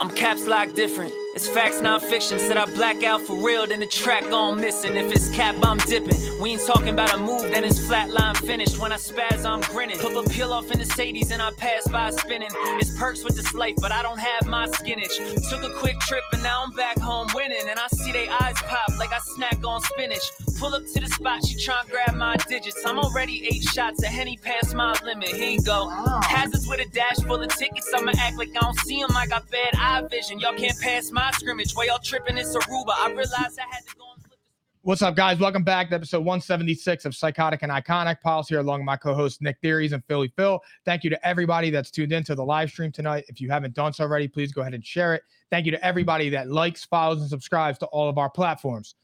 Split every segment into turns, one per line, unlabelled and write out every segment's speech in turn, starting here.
I'm caps lock different. It's facts, not fiction. Said I black out for real, then the track on missing. If it's cap, I'm dipping. We ain't talking about a move, then it's flatline finished. When I spaz, I'm grinning. Put a peel off in the Sadies and I pass by spinning. It's perks with this life, but I don't have my skinage. Took a quick trip and now I'm back home winning. And I see they eyes pop like I snack on spinach. Pull up to the spot, she tryna grab my digits. I'm already eight shots of Henny past my limit. Here you go. Hazards with a dash full of tickets. I'ma act like I don't see 'em. I got bad eye vision. Y'all can't pass my scrimmage. Why y'all tripping? It's Aruba. I realized I had to go. and flip
What's up, guys? Welcome back to episode 176 of Psychotic and Iconic. Paul's here along with my co-host Nick Theories and Philly Phil. Thank you to everybody that's tuned in to the live stream tonight. If you haven't done so already, please go ahead and share it. Thank you to everybody that likes, follows, and subscribes to all of our platforms.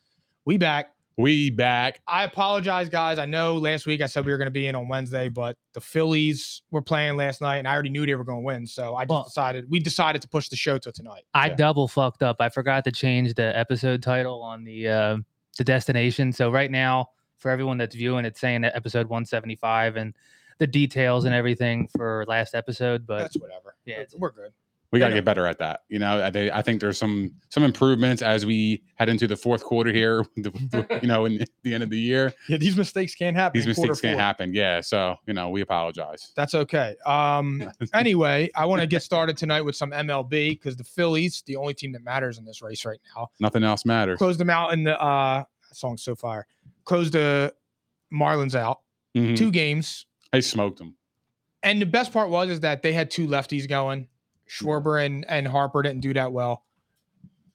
We back.
We back.
I apologize, guys. I know last week I said we were going to be in on Wednesday, but the Phillies were playing last night, and I already knew they were going to win. So I just
Well-
decided we decided to push the show till tonight.
I
So-
double fucked up. I forgot to change the episode title on the uh, the destination. So right now, for everyone that's viewing, it's saying that episode 175 and the details and everything for last episode. But
that's whatever.
Yeah, it's-
we're good.
We got
I
to
know.
get better at that. You know, I, they- I think there's some some improvements as we head into the fourth quarter here. the- you know, in the end of the year,
Yeah, these mistakes can't happen.
these
in quarter
mistakes can't
four.
happen. Yeah, so you know, we apologize.
That's okay. Um, anyway, I want to get started tonight with some MLB because the Phillies, the only team that matters in this race right now,
Nothing else matters.
closed them out in the uh, song so far. Closed the Marlins out
Mhm.
two games,
I smoked them.
and the best part was is that they had two lefties going. Schwarber and, and Harper didn't do that well,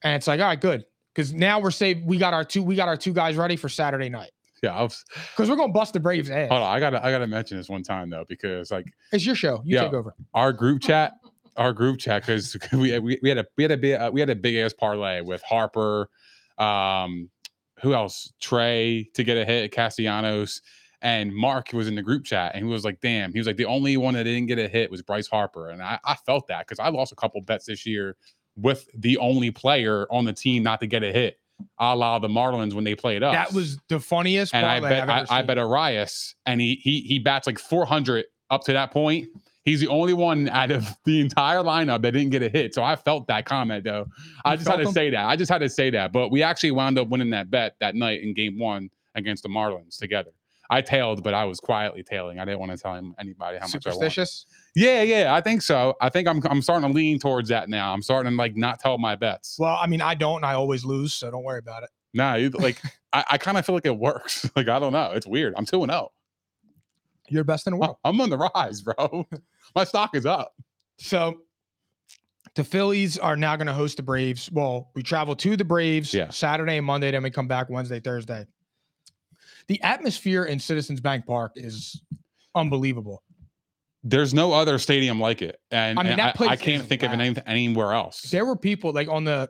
and it's like all right, good because now we're saved. We got our two. We got our two guys ready for Saturday night
Yeah, I was,
because we're gonna bust the Braves' ass.
hold on. I gotta I gotta mention this one time though because like
It's your show. You
Yeah.
take over.
our group chat, our group chat because we, we we had a we had a big uh, we had a big ass parlay with Harper, um, who else? Trey to get a hit at Castellanos, and Mark was in the group chat and he was like, "Damn," he was like, "The only one that didn't get a hit was Bryce Harper," and I, I felt that because I lost a couple bets this year with the only player on the team not to get a hit, a la the Marlins when they played us.
That was the funniest.
And I
parlay
bet
I've
I,
ever
I
seen.
bet Arias, and he he he bats like 400 up to that point. He's the only one out of the entire lineup that didn't get a hit. So I felt that comment though. I
You
just had
felt
to
him?
say that. I just had to say that. But we actually wound up winning that bet that night in game one against the Marlins together. I tailed, but I was quietly tailing. I didn't want to tell him anybody how much I won.
Superstitious.
Yeah, yeah, I think so. I think I'm I'm starting to lean towards that now. I'm starting to like not tell my bets.
Well, I mean, I don't, and I always lose, so don't worry about it.
Nah, you- like I, I kind of feel like it works. Like I don't know. It's weird. I'm two and oh. zero.
You're best in the
Wow,
world.
I'm on the rise, bro. My stock is up.
So, the Phillies are now going to host the Braves. Well, we travel to the Braves
Yeah.
Saturday and Monday, then we come back Wednesday, Thursday. The atmosphere in Citizens Bank Park is unbelievable.
There's no other stadium like it, and
I
and I,
mean, that
I,
place
can't
is
think of a name anywhere else.
There were people like on the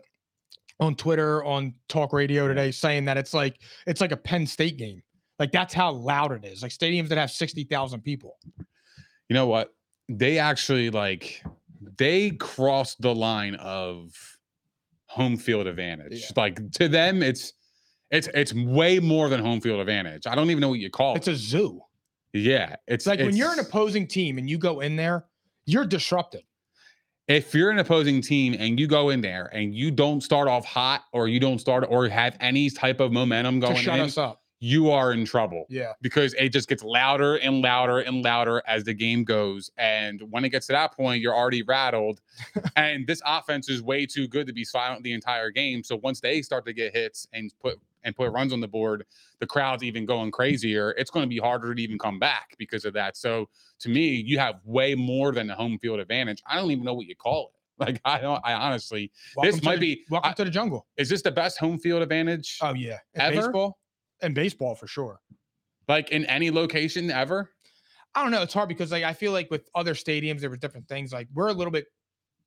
on Twitter, on talk radio today, saying that it's like it's like a Penn State game. Like that's how loud it is. Like stadiums that have sixty thousand people.
You know what? They actually like they crossed the line of home field advantage.
Yeah.
Like to them, it's it's it's way more than home field advantage. I don't even know what you call
It's
it.
a zoo.
yeah,
It's
it's
like when you're an
it's-
opposing team and you go in there, you're disrupted.
if you're an opposing team and you go in there and you don't start off hot or you don't start or have any type of momentum
to
going
shut
in,
us up.
you are in trouble
Yeah.
because it just gets louder and louder and louder as the game goes. And when it gets to that point, you're already rattled. and this offense is way too good to be silent the entire game. So once they start to get hits and put and put runs on the board, the crowd's even going crazier. It's going to be harder to even come back because of that. So to me, you have way more than a home field advantage. I don't even know what you call it. Like I don't. I honestly,
Welcome
this
to
might
the-
be.
welcome
I-
to the jungle.
is this the best home field advantage
Oh yeah, in
Ever?
baseball, in baseball for sure.
like in any location ever?
I don't know. It's hard because like I feel like with other stadiums there were different things. Like we're a little bit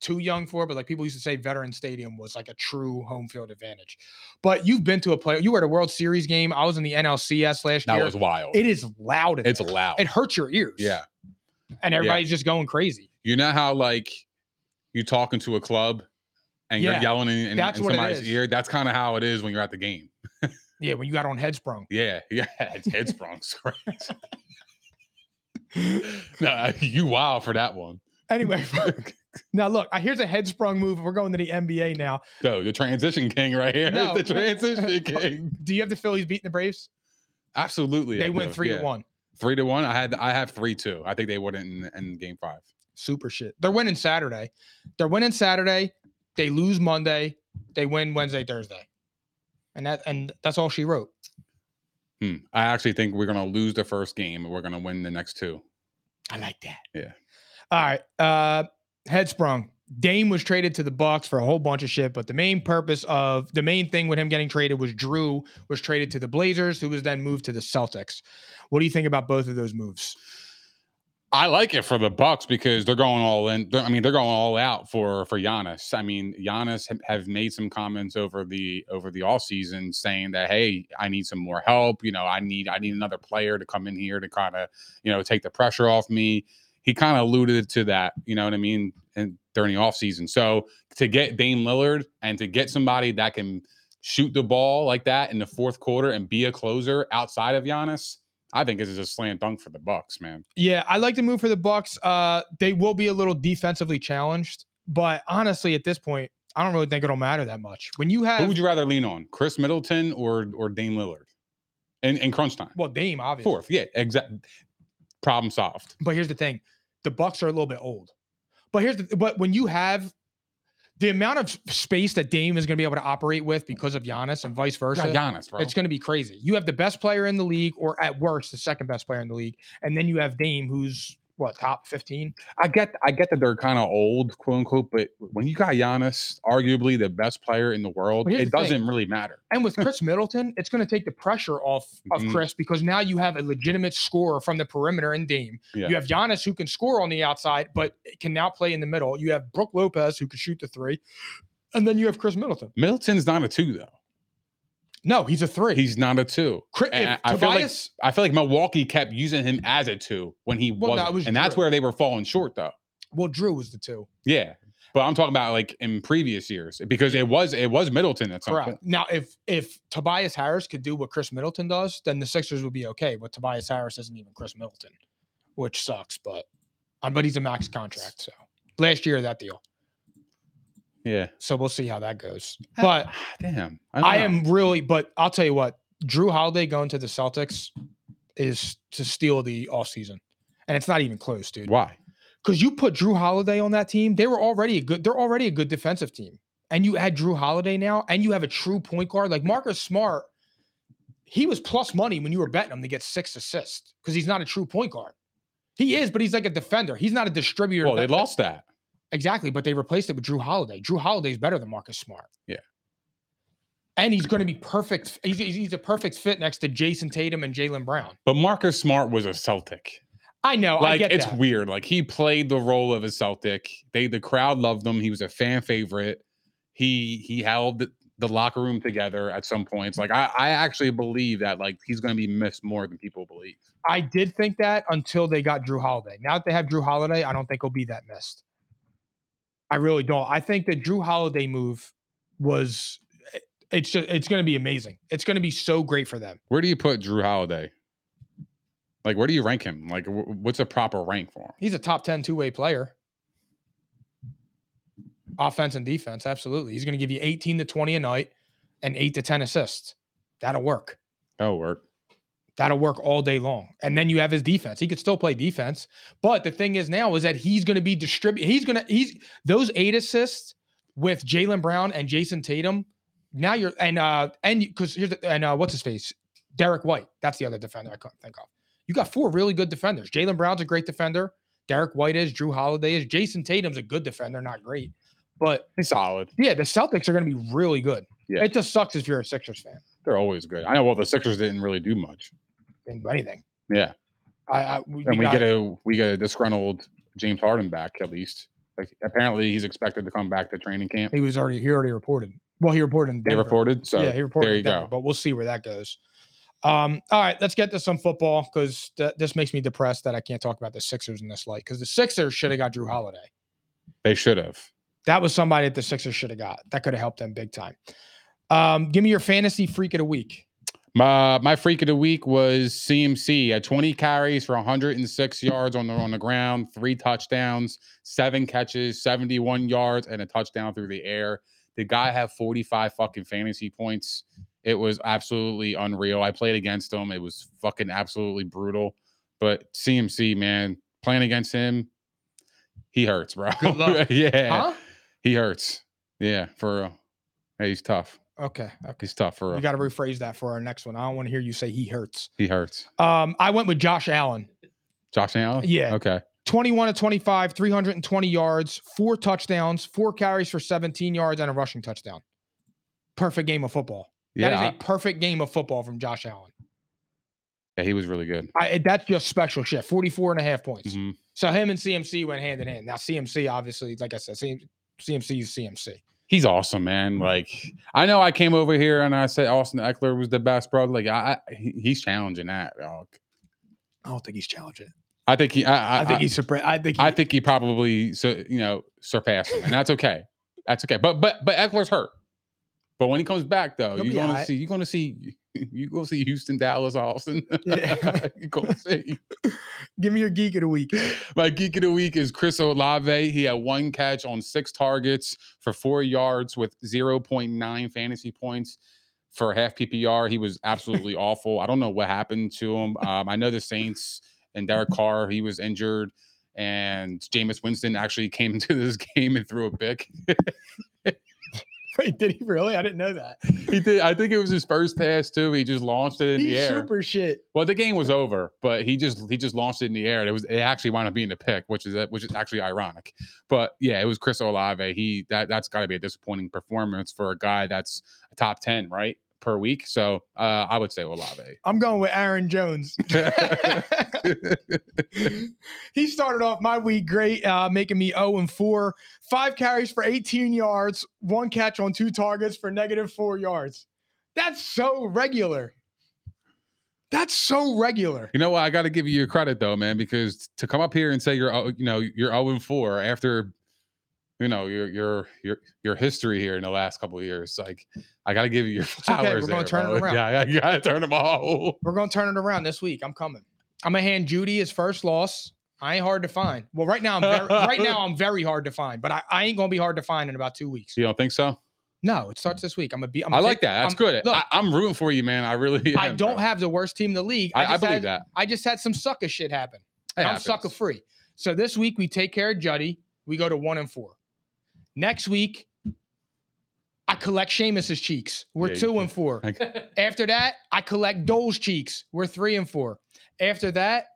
too young for it, but like people used to say veteran stadium was like a true home field advantage. But you've been to a play. You were at a World Series game. I was in the NLCS last
That
year.
was wild.
it is loud. in
it's
there.
loud.
It hurts your ears.
Yeah.
and everybody's just going crazy.
You know how like you talking to a club and
Yeah.
you're yelling in, in,
That's
in
what it
somebody's
is.
ear? That's kind of how it is when you're at the game.
Yeah, when you got on headsprung.
Yeah, yeah, it's head sprung. no, you wild for that one.
Anyway, now look, I- here's a headsprung move. We're going to the NBA now.
so the transition king right here.
No.
The transition king.
Do you have the Phillies beating the Braves?
Absolutely. I
they win
do,
three
yeah.
to one.
Three to one. I had I have three two. I think they would in, in game five.
super shit. They're winning Saturday. They're winning Saturday. They lose Monday. They win Wednesday, Thursday. And that and that's all she wrote.
Hmm. I actually think we're gonna lose the first game and we're gonna win the next two.
I like that.
Yeah.
All right. Uh headsprung. Dame was traded to the Bucks for a whole bunch of shit, but the main purpose of the main thing with him getting traded was Drew was traded to the Blazers, who was then moved to the Celtics. What do you think about both of those moves?
I like it for the Bucks because they're going all in. they're- I mean, they're going all out for for Giannis. I mean, Giannis ha- have made some comments over the over the all season saying that hey, I need some more help. You know, I need I need another player to come in here to kind of you know take the pressure off me. He kind of alluded to that. You know what I mean? And during the offseason. so to get Dame Lillard and to get somebody that can shoot the ball like that in the fourth quarter and be a closer outside of Giannis, I think this is a slam dunk for the Bucks, man.
Yeah, I like to move for the Bucks. Uh, they will be a little defensively challenged, but honestly, at this point, I don't really think it'll matter that much. When you
Who
have
would you rather lean on, Chris Middleton or or Dame Lillard? And and crunch time.
well, Dame obviously,
Fourth, yeah, exactly. Problem solved.
but here's the thing: the Bucks are a little bit old. But here's the but when you have the amount of s- space that Dame is going to be able to operate with because of Giannis and vice
You
versa,
got Giannis, bro.
it's going to be crazy. You have the best player in the league, or at worst, the second best player in the league, and then you have Dame, who's what top fifteen.
I get I get that they're kind of old, quote unquote, but when you got Giannis, arguably the best player in the world,
Well, here's
it
the thing.
doesn't really matter.
And with Chris Middleton, it's going to take the pressure off of
Mhm.
Chris because now you have a legitimate scorer from the perimeter in Dame.
Yeah.
You have Giannis who can score on the outside, but can now play in the middle. You have Brooke Lopez who can shoot the three. And then you have Chris Middleton.
Middleton's not a two though.
No, he's a three.
He's not a two.
Chris,
and
if
I- I feel like-
Tobias,
I feel like Milwaukee kept using him as a two when he
Well, that
wasn't,
was
and that's
Drew.
where they were falling short though.
well, Drew was the two.
Yeah, but I'm talking about like in previous years because it was it was Middleton at some
Correct.
point.
Now, if if Tobias Harris could do what Chris Middleton does, then the Sixers would be okay. But Tobias Harris isn't even Chris Middleton, which sucks. But um, but he's a max contract. So last year that deal.
Yeah,
So we'll see how that goes. But
damn, don't
I
know.
am really, but I'll tell you what, Drew Holiday going to the Celtics is to steal the offseason. And it's not even close, dude.
Why?
Because you put Drew Holiday on that team, they were already a good, they're already a good defensive team. And you add Drew Holiday now, and you have a true point guard. Like Marcus Smart, he was plus money when you were betting him to get six assists because he's not a true point guard. He is, but he's like a defender. He's not a distributor.
Well, they
that-
lost that.
Exactly, but they replaced it with Drew Holiday. Drew Holiday is better than Marcus Smart.
Yeah.
And he's going to be perfect. He's, he's he's a perfect fit next to Jason Tatum and Jalen Brown.
But Marcus Smart was a Celtic.
I know. Oh, I
Like
get
it's
that.
weird. Like he played the role of a Celtic. They the crowd loved him. He was a fan favorite. He he held the locker room together at some points. Like I, I actually believe that like he's gonna be missed more than people believe.
I did think that until they got Drew Holiday. Now that they have Drew Holiday, I don't think he'll be that missed. I really don't. I think the Drew Holiday move was. it- It's just. It's going to be amazing. It's going to be so great for them.
Where do you put Drew Holiday? Like where do you rank him? Like wh- what's a proper rank for him?
He's a top 10 two way player. Offense and defense, absolutely. He's going to give you 18 to 20 a night and 8 to 10 assists. That'll work.
That'll work.
That'll work all day long. And then you have his defense. He could still play defense. But the thing is now is that he's going to be distributed. He's going to, he's those eight assists with Jalen Brown and Jason Tatum. Now you're, and, uh, and because here's, the, and, uh, what's his face? Derek White. That's the other defender I couldn't think of. You got four really good defenders. Jalen Brown's a great defender. Derek White is. Drew Holiday is. Jason Tatum's a good defender, not great. But
He's solid.
yeah, the Celtics are going to be really good.
Yeah.
It just sucks if you're a Sixers fan
They're always good. I know. Well, the Sixers didn't really do much.
and do anything.
Yeah,
I, I we,
and we
got-
get a we get a disgruntled James Harden back at least. Like apparently he's expected to come back to training camp.
he was already he already reported. Well, he reported in
They
Denver.
reported. So
yeah, he reported.
there
in
you
Denver,
go.
But we'll see where that goes. Um, all right, let's get to some football because th- this makes me depressed that I can't talk about the Sixers in this light because the Sixers should have got Drew Holiday.
They should have.
That was somebody that the Sixers should have got. That could have helped them big time. Um, give me your fantasy freak of the week.
My my freak of the week was CMC at 20 carries for 106 yards on the on the ground, three touchdowns, seven catches, 71 yards, and a touchdown through the air. The guy had 45 fucking fantasy points. It was absolutely unreal. I played against him. It was fucking absolutely brutal. But CMC, man, playing against him, he hurts, bro.
Good luck.
yeah,
Huh?
he hurts. Yeah, for real. Yeah, he's tough.
Okay, okay.
He's tough for
We
real.
got to rephrase that for our next one. I don't want to hear you say he hurts.
he hurts.
Um, I went with Josh Allen.
Josh Allen.
Yeah,
Okay.
21 to 25, 320 yards, four touchdowns, four carries for 17 yards, and a rushing touchdown. Perfect game of football.
Yeah,
that
I-
is a perfect game of football from Josh Allen.
yeah, he was really good.
I, that's just special shit. 44 and a half points.
Mhm.
So him and CMC went hand in hand. Now, CMC, obviously, like I said, CM, CMC is CMC.
He's awesome, man. Like I know I came over here and I said Austin Eckler was the best, bro. Like I, I he- he's challenging that, dog.
I don't think he's challenging.
I think he, I, I, I think he,
surprised. I think
I think he probably, so you know, surpassed him, and that's okay. That's okay. But but but Eckler's hurt. But when he comes back, though,
He'll
you're
be
gonna
alright.
see, you're gonna see, you're gonna see Houston, Dallas, Austin.
Yeah.
you're gonna see.
give me your geek of the week.
My geek of the week is Chris Olave. He had one catch on six targets for four yards with 0.9 fantasy points for half PPR. He was absolutely awful. I don't know what happened to him. Um, I know the Saints and Derek Carr, he was injured. And Jameis Winston actually came into this game and threw a pick.
Wait, did he really? I didn't know that.
He did. I think it was his first pass too. He just launched it in the
He's
air.
super shit.
Well, the game was over, but he just he just launched it in the air. and It was it actually wound up being a pick, which is which is actually ironic. But yeah, it was Chris Olave. He that that's got to be a disappointing performance for a guy that's top ten right per week. So uh, I would say Olave.
I'm going with Aaron Jones. he started off my week great, uh, making me 0 and 4. Five carries for 18 yards, one catch on two targets for negative four yards. That's so regular. That's so regular.
You know what? I got to give you your credit though, man, because to come up here and say you're oh, you know you're zero and four after you know your your your your history here in the last couple of years, like I got to give you your
okay.
flowers.
We're gonna
there,
turn it
bro.
around.
Yeah, I got to turn them all.
We're going to turn it around this week. I'm coming. I'm going to hand Judy his first loss. I ain't hard to find. Well, right now, I'm very, right now I'm very hard to find, but I, I ain't gonna be hard to find in about two weeks.
You don't think so?
No, it starts this week. I'm gonna be. I'm
I
gonna
like
take-
that. That's
I'm-
good.
look,
I, I'm rooting for you, man. I really.
I
am,
don't
bro.
have the worst team in the league.
I, I
just
believe
had-
that.
I just had some sucker shit happen.
It
I'm
happens.
sucker free. So this week we take care of Juddy. We go to one and four. Next week, I collect Seamus's cheeks. We're
Yeah, you
two
can-
and four.
Like,
After that, I collect Dole's cheeks. We're three and four. After that,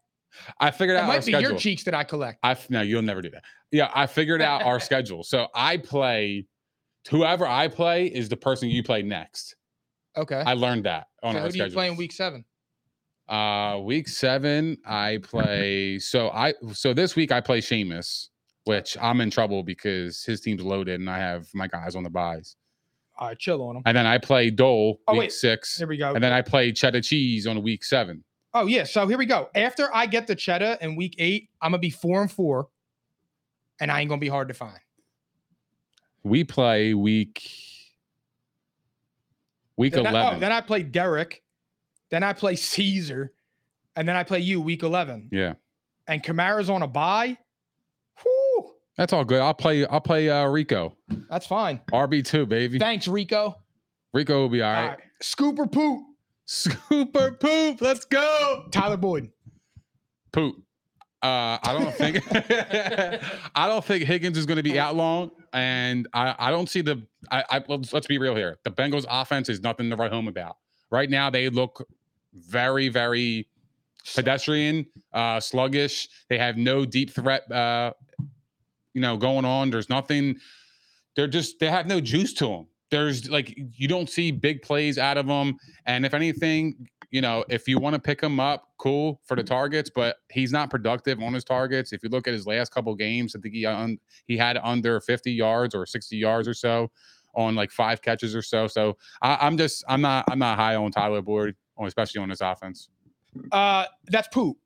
I figured
it
out our
might be
schedule.
your cheeks that I collect.
I f- no, you'll never do that. Yeah, I figured out our schedule. So I play. Whoever I play is the person you play next.
Okay.
I learned that on
so
our
who do
schedule.
you play in week seven?
Uh, week seven, I play. So I so this week I play Sheamus, which I'm in trouble because his team's loaded and I have my guys on the buys.
All right, chill on them.
And then I play Dole
Oh,
week
wait.
six,
Here we go.
and then I play Cheddar Cheese on week seven.
Oh yeah, so here we go. After I get the cheddar in week eight, I'm gonna be four and four, and I ain't gonna be hard to find.
We play week week
Then I, oh,
eleven.
then I play Derek, then I play Caesar, and then I play you week eleven.
yeah,
And Kamara's on a bye. Whew,
that's all good. I'll play. I'll play uh, Rico
that's fine.
RB two baby.
Thanks, Rico.
Rico will be all
All
right.
right. Scooper poot.
Scooper poop. Let's go.
Tyler Boyd.
Poop. Uh, I don't think I don't think Higgins is going to be out long, and I, I don't see the I, I let's, let's be real here. The Bengals offense is nothing to write home about right now. They look very very pedestrian, uh, sluggish. They have no deep threat, uh, you know, going on. There's nothing. They're just they have no juice to them. There's like you don't see big plays out of them, and if anything, you know, if you want to pick him up, cool for the
Mm.
targets, but he's not productive on his targets. If you look at his last couple games, I think he un- he had under 50 yards or 60 yards or so on like five catches or so. So I- I'm just I'm not I'm not high on Tyler Boyd, on- especially on this offense.
Uh, that's poop.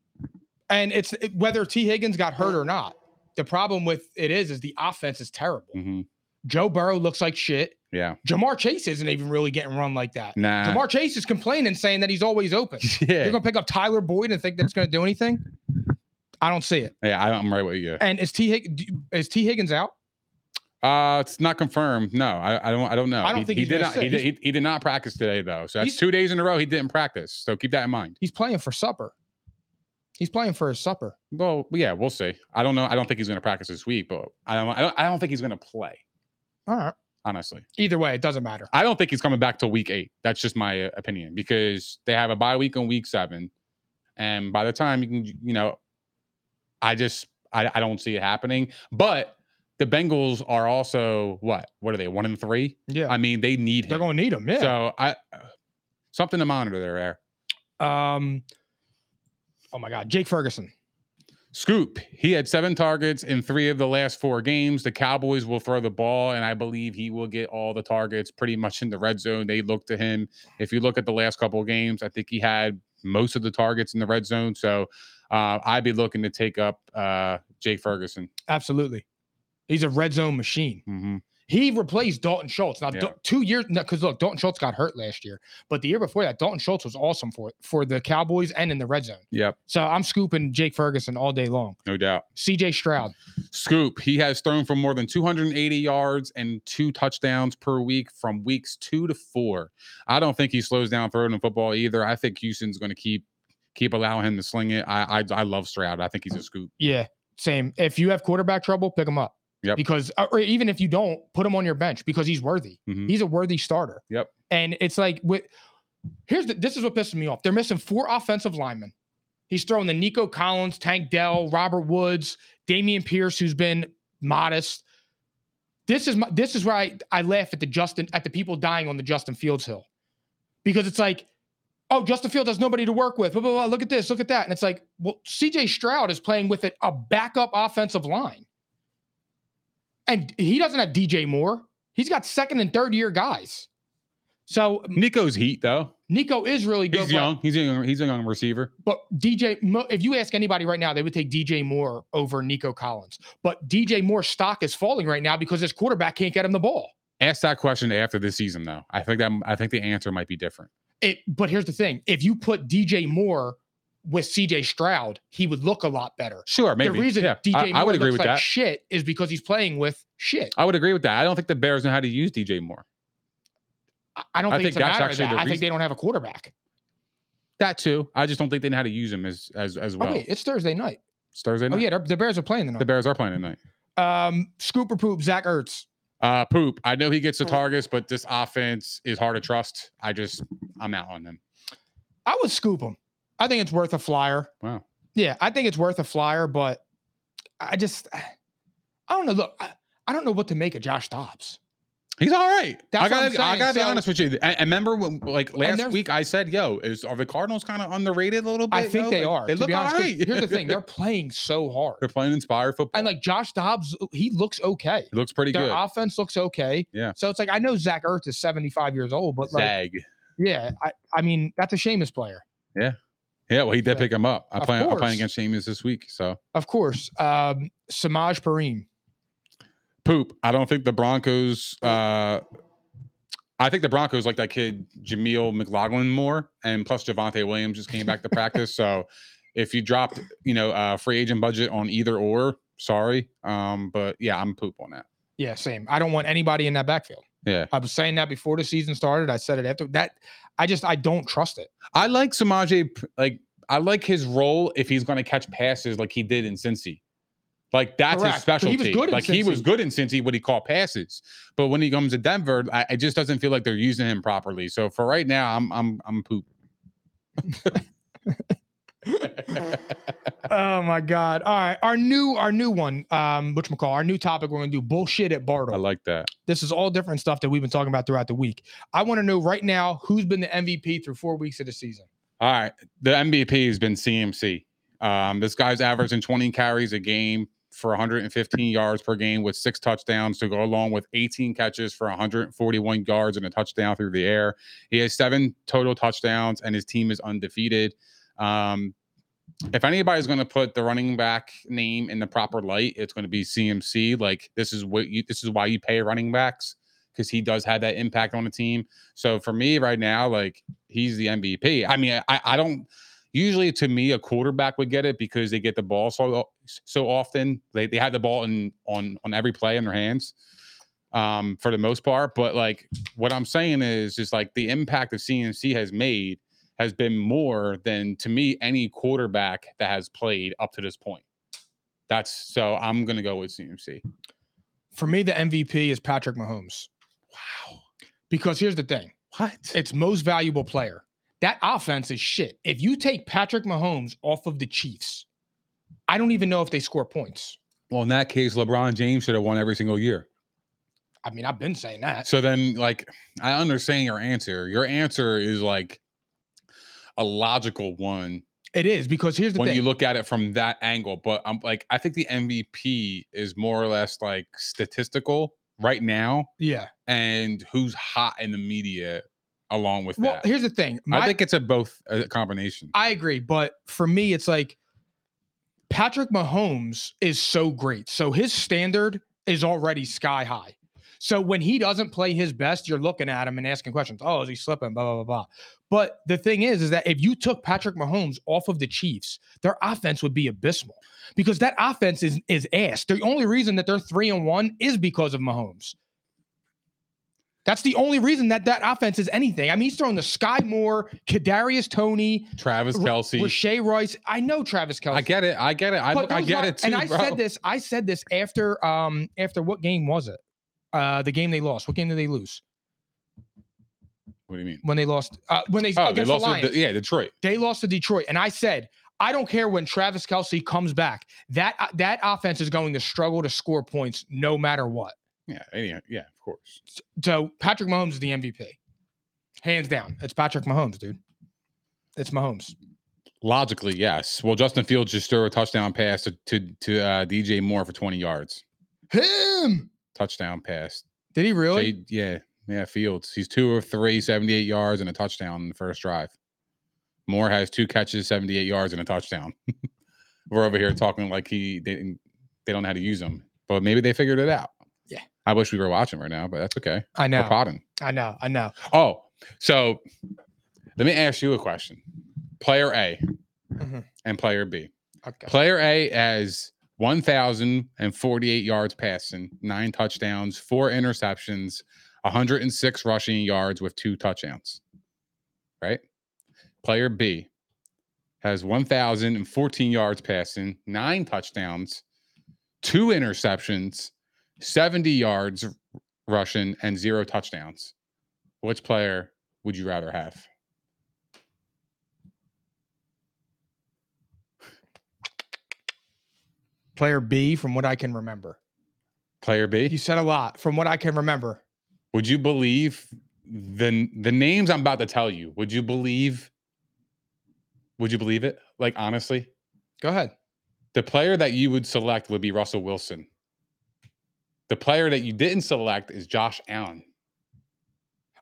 And it's it- whether T. Higgins got hurt or not. The problem with it is, is the offense is terrible.
Mhm.
Joe Burrow looks like shit.
Yeah,
Jamar Chase isn't even really getting run like that.
nah.
Jamar Chase is complaining, saying that he's always open.
yeah,
You're gonna pick up Tyler Boyd and think that's gonna do anything? I don't see it.
yeah, I- I'm right with you.
And is T. Hig- do you- is T. Higgins out?
Uh, it's not confirmed. No, I, I don't. I don't know.
I don't
he,
think
he
he's
did
gonna
not.
sit.
He did, he, he did not practice today though. So that's
He's-
two days in a row he didn't practice. So keep that in mind.
He's playing for supper. He's playing for his supper.
Well, yeah, we'll see. I don't know. I don't think he's going to practice this week, but I don't. I don't, I don't think he's going to play.
All right.
Honestly,
Either way, it doesn't matter.
I don't think he's coming back till week eight. That's just my uh, opinion because they have a bye week on week seven, and by the time you can, you know, I just I, I don't see it happening. But the Bengals are also what? What are they? One and three.
Yeah,
I mean, they need
they're
him.
gonna need him. Yeah.
So I something to monitor there, Air.
Um, oh my God, Jake Ferguson.
Scoop, he had seven targets in three of the last four games. The Cowboys will throw the ball, and I believe he will get all the targets pretty much in the red zone. They look to him. If you look at the last couple of games, I think he had most of the targets in the red zone. So uh, I'd be looking to take up uh, Jake Ferguson.
Absolutely, he's a red zone machine.
hmm
He replaced Dalton Schultz. Now,
Yeah.
Dal- two years because look, Dalton Schultz got hurt last year, but the year before that, Dalton Schultz was awesome for for the Cowboys and in the red zone.
Yep,
So I'm scooping Jake Ferguson all day long.
no doubt.
C.J. Stroud.
Scoop, he has thrown for more than 280 yards and two touchdowns per week from weeks two to four. I don't think he slows down throwing in football either. I think Houston's going to keep keep allowing him to sling it. I, I I love Stroud. I think he's a scoop.
Yeah, same. If you have quarterback trouble, pick him up.
Yep.
Because uh, or even if you don't, put him on your bench because he's worthy.
Mhm.
He's a worthy starter.
Yep.
And it's like with here's the, this is what pisses me off. They're missing four offensive linemen. He's throwing the Nico Collins, Tank Dell, Robert Woods, Damian Pierce, who's been modest. This is my, this is where I, I laugh at the Justin at the people dying on the Justin Fields hill. Because it's like, oh, Justin Fields has nobody to work with. Blah, blah, blah. Look at this, look at that. And it's like, well, CJ Stroud is playing with it, a backup offensive line. And he doesn't have DJ Moore. He's got second and third year guys. So
Nico's heat though.
Nico is really good.
He's
but-
young. He's a young, he's a young receiver.
But DJ, Mo- if you ask anybody right now, they would take DJ Moore over Nico Collins. But DJ Moore's stock is falling right now because his quarterback can't get him the ball.
Ask that question after this season though. I think that I think the answer might be different.
It, but here's the thing: if you put DJ Moore with CJ Stroud, he would look a lot better.
Sure, maybe.
The reason
yeah,
DJ
I,
Moore
I would agree
looks
with
like
that.
shit is because he's playing with shit.
I would agree with that. I don't think the Bears know how to use DJ more.
I- I don't
I
think, it's a
think that's
matter of
actually
that.
the
I think they don't have a quarterback.
That too. I just don't think they know how to use him as as as well.
Oh wait, it's Thursday night.
It's Thursday night.
Oh yeah, the- the Bears are playing
The
tonight.
Bears are playing tonight.
Um, scoop or poop, Zach Ertz.
Uh, poop. I know he gets
Oh.
the targets, but this offense is hard to trust. I just, I'm out on them.
I would scoop him. I think it's worth a flyer.
Wow.
Yeah, I think it's worth a flyer, but I just I don't know. Look, I, I don't know what to make of Josh Dobbs.
He's all right.
That's
I
what
gotta,
I'm
I
saying.
gotta be
So-
honest with you. And, and remember when, like last
they're-
week, I said, "Yo, is are the Cardinals kind of underrated a little bit?"
I think
yo?
they
Like,
are.
They
to
look
be
all
honest, 'cause
right.
Here's the thing: they're playing so
they're
hard,
playing inspired football.
and like Josh Dobbs, he looks okay.
it looks pretty
Their
good.
offense looks okay.
Yeah.
So it's like I know Zach Ertz is 75 years old, but like,
Zag.
yeah, I, I mean that's a Seamus player,
Yeah, well, he did
yeah.
pick him up. I
Of
play. I'm
course.
playing against James this week, so
of course. Um, Samaj Pareem.
poop. I don't think the Broncos. uh I think the Broncos like that kid Jameel McLaughlin more, and plus Javante Williams just came back to practice. So if you dropped, you know, uh, free agent budget on either or, sorry, um, but yeah, I'm poop on that.
Yeah, same. I don't want anybody in that backfield.
Yeah.
I was saying that before the season started. I said it after that. I just I don't trust it.
I like Samaje. Like I like his role if he's going to catch passes like he did in Cincy. Like that's his
Correct. But
specialty.
he was good in
like he was
Cincy.
good in Cincy when he caught passes, but when he comes to Denver, I, it just doesn't feel like they're using him properly. So for right now, I'm I'm I'm poop.
Oh my god! All right, our new our new one, um, which McCall, our new topic. We're gonna do bullshit at Bartle.
I like that.
This is all different stuff that we've been talking about throughout the week. I want to know right now who's been the MVP through four weeks of the season.
All right. The MVP has been CMC. Um, this guy's averaging 20 carries a game for 115 yards per game with six touchdowns to go along with 18 catches for 141 yards and a touchdown through the air. He has seven total touchdowns and his team is undefeated. Um, if anybody's going to put the running back name in the proper light, it's going to be CMC. Like this is what you this is why you pay running backs because he does have that impact on the team. So for me right now, like he's the MVP. I mean, I, I don't usually to me a quarterback would get it because they get the ball so so often. They they have the ball in on on every play in their hands. Um, for the most part. But like what I'm saying is just like the impact of CMC has made has been more than to me any quarterback that has played up to this point. That's so I'm gonna go with CMC.
For me, the MVP is Patrick Mahomes. Wow. Because here's the thing.
What?
It's most valuable player. That offense is shit. If you take Patrick Mahomes off of the Chiefs, I don't even know if they score points.
Well, in that case, LeBron James should have won every single year.
I mean, I've been saying that.
So then, like, I understand your answer. Your answer is like a logical one
It is because here's the
when
thing.
you look at it from that angle. But I'm like, I think the MVP is more or less like statistical right now
yeah.
and who's hot in the media along with
Well,
that.
here's the thing.
I
My-
think it's a both a combination.
I agree, but for me, it's like Patrick Mahomes is so great. So his standard is already sky high. So when he doesn't play his best, you're looking at him and asking questions. Oh, is he slipping? Blah, blah, blah, blah. But the thing is, is that if you took Patrick Mahomes off of the Chiefs, their offense would be abysmal because that offense is is ass. The only reason that they're three and one is because of Mahomes. That's the only reason that that offense is anything. I mean, he's throwing the Sky Moore, Kadarius Tony,
Travis
Ra-
Kelsey.
with Shea Rice. I know Travis Kelsey.
I get it. I get it. I,
But
look- I
those
get
line-
it too,
And I
bro.
said this. I said this after um after what game was it? Uh, the game they lost. What game did they lose?
What do you mean?
When they lost? Uh, when they
Oh,
against
they
the
lost. to
Lions.
the, yeah, Detroit.
They lost to Detroit, and I said. I don't care when Travis Kelsey comes back. That uh, that offense is going to struggle to score points no matter what.
Yeah, yeah, yeah, of course.
So Patrick Mahomes is the MVP, hands down. It's Patrick Mahomes, dude. It's Mahomes.
Logically, yes. Well, Justin Fields just threw a touchdown pass to to, to uh, DJ Moore for 20 yards.
Him?
Touchdown pass.
Did he really?
They- yeah, yeah. Fields. He's two of three, 78 yards and a touchdown in the first drive. Moore has two catches, 78 yards and a touchdown. We're over here talking like he they didn't they don't know how to use him, but maybe they figured it out.
Yeah.
I wish we were watching right now, but that's okay.
I
We're
know.
potting.
I know. I know.
Oh, so let me ask you a question. Player A
Mhm.
and player B.
Okay.
Player A has 1,048 yards passing, nine touchdowns, four interceptions, 106 rushing yards with two touchdowns. Right? Player B has 1,014 yards passing, nine touchdowns, two interceptions, 70 yards r- rushing, and zero touchdowns. Which player would you rather have?
Player B, from what I can remember.
Player B?
You said a lot from what I can remember.
Would you believe the the names I'm about to tell you? Would you believe? Would you believe it? Like honestly,
Go ahead.
the player that you would select would be Russell Wilson. The player that you didn't select is Josh Allen.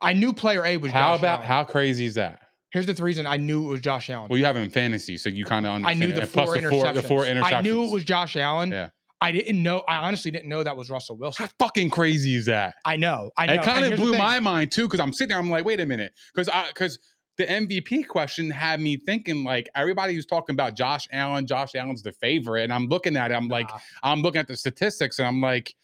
I knew player A was
How
Josh
about
Allen.
how crazy is that?
Here's the th- reason I knew it was Josh Allen.
Well, you have it in fantasy, so you kind of
I
understand.
knew
it.
the
And
four,
the four, the four interceptions.
I knew it was Josh Allen.
Yeah.
I didn't know. I honestly didn't know that was Russell Wilson.
How fucking crazy is that?
I know. I know.
It
And
kind of
here's the
blew
thing.
my mind too, because I'm sitting there, I'm like, wait a minute, because I because the MVP question had me thinking like everybody was talking about Josh Allen, Josh Allen's the favorite, and I'm looking at it, I'm like,
Nah.
I'm looking at the statistics, and I'm like,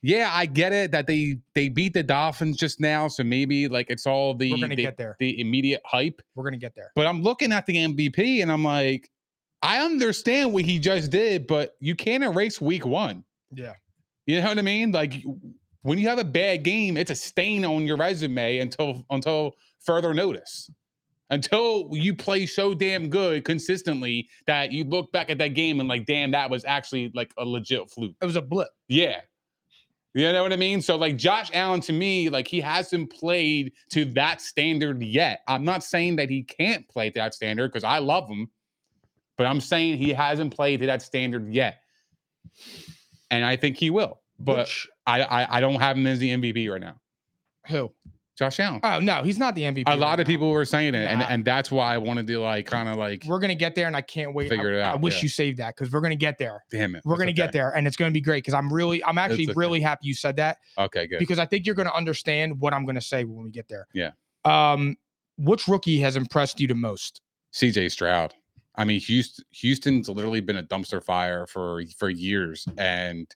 yeah, I get it that they they beat the Dolphins just now, so maybe like it's all the
We're gonna
the,
get there.
the immediate hype.
We're gonna get there.
But I'm looking at the MVP and I'm like, I understand what he just did, but you can't erase week one.
Yeah.
You know what I mean? Like when you have a bad game, it's a stain on your resume until until further notice. Until you play so damn good consistently that you look back at that game and like, damn, that was actually like a legit fluke.
It was a blip.
Yeah. You know what I mean? So like Josh Allen to me, like he hasn't played to that standard yet. I'm not saying that he can't play to that standard because I love him, but I'm saying he hasn't played to that standard yet. And I think he will. But
Which-
I, I I don't have him as the MVP right now.
who?
Josh Allen.
Oh no, he's not the MVP.
A
right
lot of
now.
people were saying it, and,
Nah.
and that's why I wanted to like kind of like
We're gonna get there, and I can't wait.
Figure
I,
it
I
out,
wish
yeah.
you saved that because we're gonna get there.
damn it.
We're
That's
gonna
okay.
get there, and it's gonna be great because I'm really, I'm actually
okay.
really happy you said that
Okay, good.
because I think you're gonna understand what I'm gonna say when we get there.
Yeah.
Um, which rookie has impressed you the most?
CJ Stroud. I mean, Houston, Houston's literally been a dumpster fire for for years, and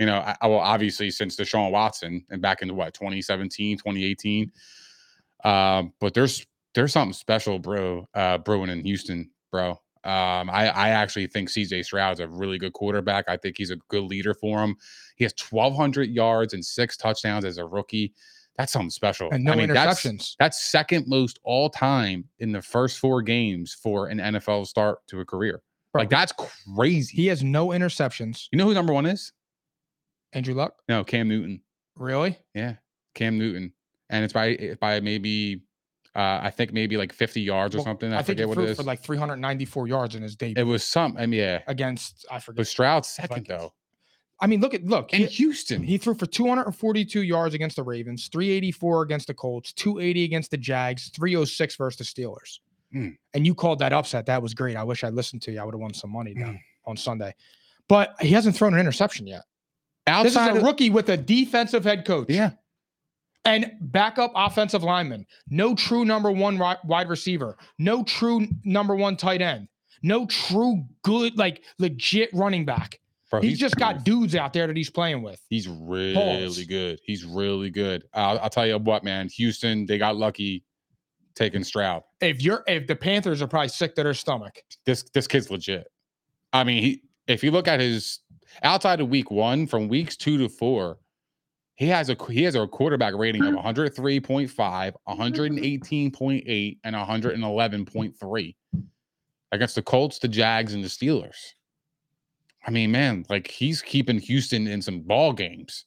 you know, I, I- well, obviously since Deshaun Watson and back into what 2017, 2018. Um, but there's there's something special, bro, uh, brewing in Houston, bro. Um, I I actually think CJ Stroud's a really good quarterback. I think he's a good leader for him. He has 1,200 yards and six touchdowns as a rookie. That's something special.
And no
Oh, I mean, that's-
interceptions.
that's second most all time in the first four games for an NFL start to a career.
Bro,
Like that's crazy.
He has no interceptions.
You know who number one is?
Andrew Luck,
No, Cam Newton.
really?
Yeah, Cam Newton, and it's by it's by maybe uh, I think maybe like fifty yards or
Well,
something.
I,
I,
think he
forget what it
threw
is.
for like 394 yards in his
it
debut
was some. I mean, yeah,
against I forget.
but Stroud's second
Vikings.
though
I mean, look at look.
in
he-
Houston.
He threw for 242 yards against the Ravens, 384 against the Colts, 280 against the Jags, 306 versus the Steelers.
Mm.
And you called that upset. That was great. I wish I listened to you. I would have won some money now
Hmm.
on Sunday. But he hasn't thrown an interception yet. This
outside
is a
of-
rookie with a defensive head coach
yeah,
and backup offensive lineman. No true number one ri- wide receiver. No true number one tight end. No true good, like legit running back.
bro,
he's just got dudes out there that he's playing with.
He's really good. He's really good. I'll, I'll tell you what, man. Houston, they got lucky taking Stroud.
if you're if the Panthers are probably sick to their stomach.
this this kid's legit. I mean, he if you look at his outside of week one, from weeks two to four, he has a he has a quarterback rating of 103.5, 118.8, and 111.3 against the Colts, the Jags, and the Steelers. I mean, man, like he's keeping Houston in some ball games.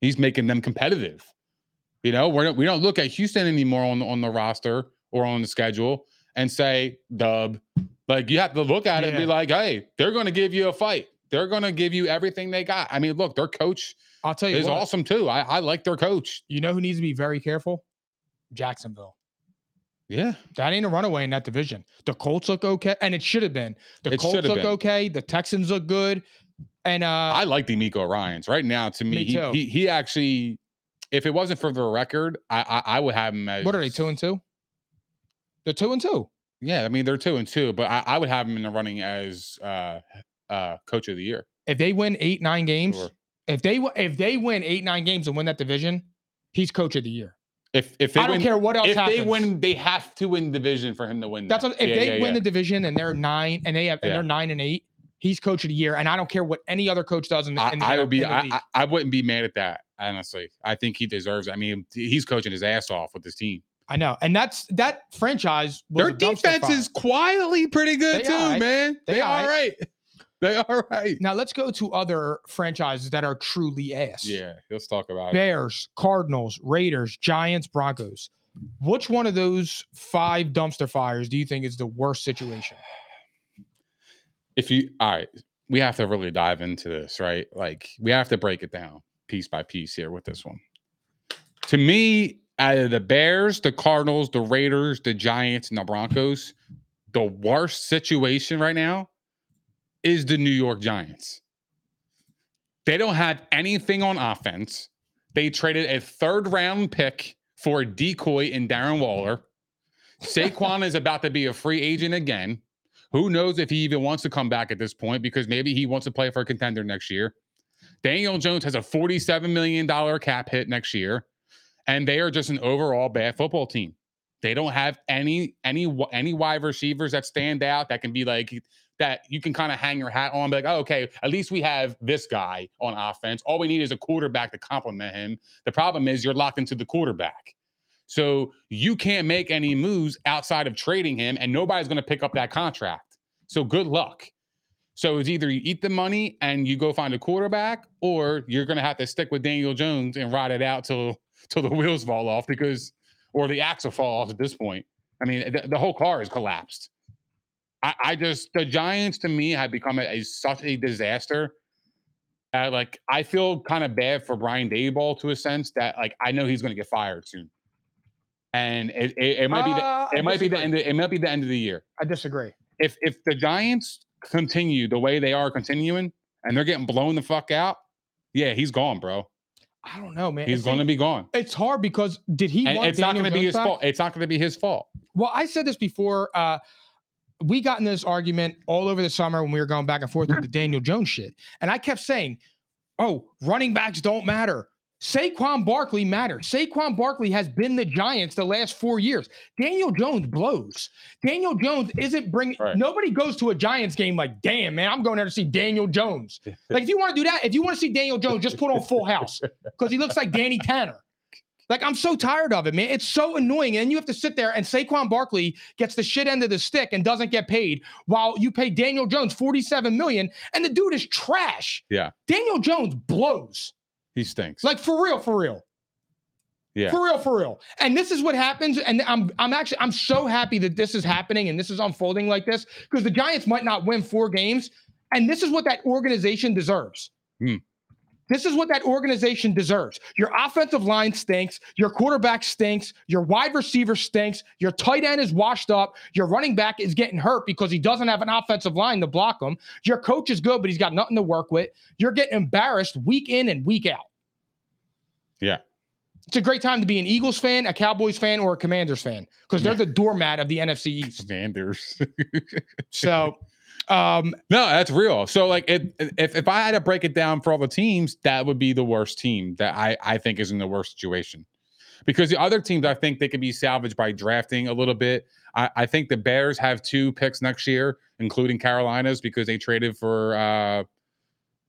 He's making them competitive. You know, we're, we don't look at Houston anymore on on the roster or on the schedule and say dub. Like you have to look at it and be
Yeah.
like, hey, they're going to give you a fight. They're going to give you everything they got. I mean, look, their coach
I'll tell you
is
what,
awesome too. I, I like their coach.
You know who needs to be very careful? Jacksonville.
Yeah,
That ain't a runaway in that division. The Colts look okay, and it should have been. The
It should
Colts
have
look
been.
okay. The Texans look good, and uh,
I like D'Amico Ryan's right now. To me,
Me
he,
too.
he he actually, if it wasn't for the record, I I, I would have him as
what are they two and two? They're two and two.
Yeah, I mean they're two and two, but I, I would have him in the running as uh uh coach of the year.
If they win eight nine games,
Sure.
if they wi- if they win eight nine games and win that division, he's coach of the year.
If if they
I don't
win,
care what else
if
happens.
they win, they have to win division for him to win.
That's
that.
what, if
Yeah,
they
yeah,
win
yeah.
the division and they're nine and they have and
Yeah.
they're nine and eight. He's coach of the year, and I don't care what any other coach does. In the, in the,
I, I
in
would be
the
I,
league.
I I wouldn't be mad at that. Honestly, I think he deserves. it. I mean, he's coaching his ass off with this team.
I know, and that's that franchise. Was
Their
a dumpster
defense
fire.
is quietly pretty good
They
too,
alright.
man.
They
They, all right. They all right.
Now let's go to other franchises that are truly ass.
Yeah, let's talk about it.
Bears, Cardinals, Raiders, Giants, Broncos. Which one of those five dumpster fires do you think is the worst situation?
If you all right, we have to really dive into this, right? Like we have to break it down piece by piece here with this one. To me, out of the Bears, the Cardinals, the Raiders, the Giants, and the Broncos, the worst situation right now is the New York Giants. They don't have anything on offense. They traded a third round pick for a decoy in Darren Waller. Saquon is about to be a free agent again. Who knows if he even wants to come back at this point because maybe he wants to play for a contender next year. Daniel Jones has a $47 million cap hit next year, and they are just an overall bad football team. They don't have any any any wide receivers that stand out that can be like that you can kind of hang your hat on, be like, oh, okay, at least we have this guy on offense. All we need is a quarterback to complement him. The problem is you're locked into the quarterback. So you can't make any moves outside of trading him, and nobody's going to pick up that contract. So good luck. So it's either you eat the money and you go find a quarterback, or you're going to have to stick with Daniel Jones and ride it out till till the wheels fall off because, or the axle fall off at this point. I mean, the, the whole car is collapsed. I, I, just the Giants to me have become a, a such a disaster. Uh, like I feel kind of bad for Brian Dayball to a sense that like I know he's going to get fired soon and it, it, it, might be the, uh, it I might disagree. be the end of, it might be the end of the year.
I disagree.
If if the Giants continue the way they are continuing and they're getting blown the fuck out, yeah, he's gone, bro.
I don't know, man.
He's going to be gone.
It's hard because did he?
And, it's Daniel not going to be his back? fault. It's not going to be his fault.
Well, I said this before. Uh, we got in this argument all over the summer when we were going back and forth with the Daniel Jones shit, and I kept saying, "Oh, running backs don't matter. Saquon Barkley matters. Saquon Barkley has been the Giants the last four years. Daniel Jones blows. Daniel Jones isn't bringing. Right. Nobody goes to a Giants game like, damn, man, I'm going there to see Daniel Jones. like, if you want to do that, if you want to see Daniel Jones, just put on Full House because he looks like Danny Tanner. Like, I'm so tired of it, man. It's so annoying. And you have to sit there and Saquon Barkley gets the shit end of the stick and doesn't get paid while you pay Daniel Jones $47 million, and the dude is trash.
Yeah.
Daniel Jones blows.
He stinks.
Like for real, for real.
Yeah.
For real, for real. And this is what happens. And I'm I'm actually I'm so happy that this is happening and this is unfolding like this because the Giants might not win four games. And this is what that organization deserves.
Hmm.
This is what that organization deserves. Your offensive line stinks. Your quarterback stinks. Your wide receiver stinks. Your tight end is washed up. Your running back is getting hurt because he doesn't have an offensive line to block him. Your coach is good, but he's got nothing to work with. You're getting embarrassed week in and week out.
Yeah.
It's a great time to be an Eagles fan, a Cowboys fan, or a Commanders fan because they're the doormat of the NFC East.
Commanders.
so um,
no, that's real. So like, it, if if I had to break it down for all the teams, that would be the worst team that I I think is in the worst situation, because the other teams I think they could be salvaged by drafting a little bit. I, I think the Bears have two picks next year, including Carolina's, because they traded for uh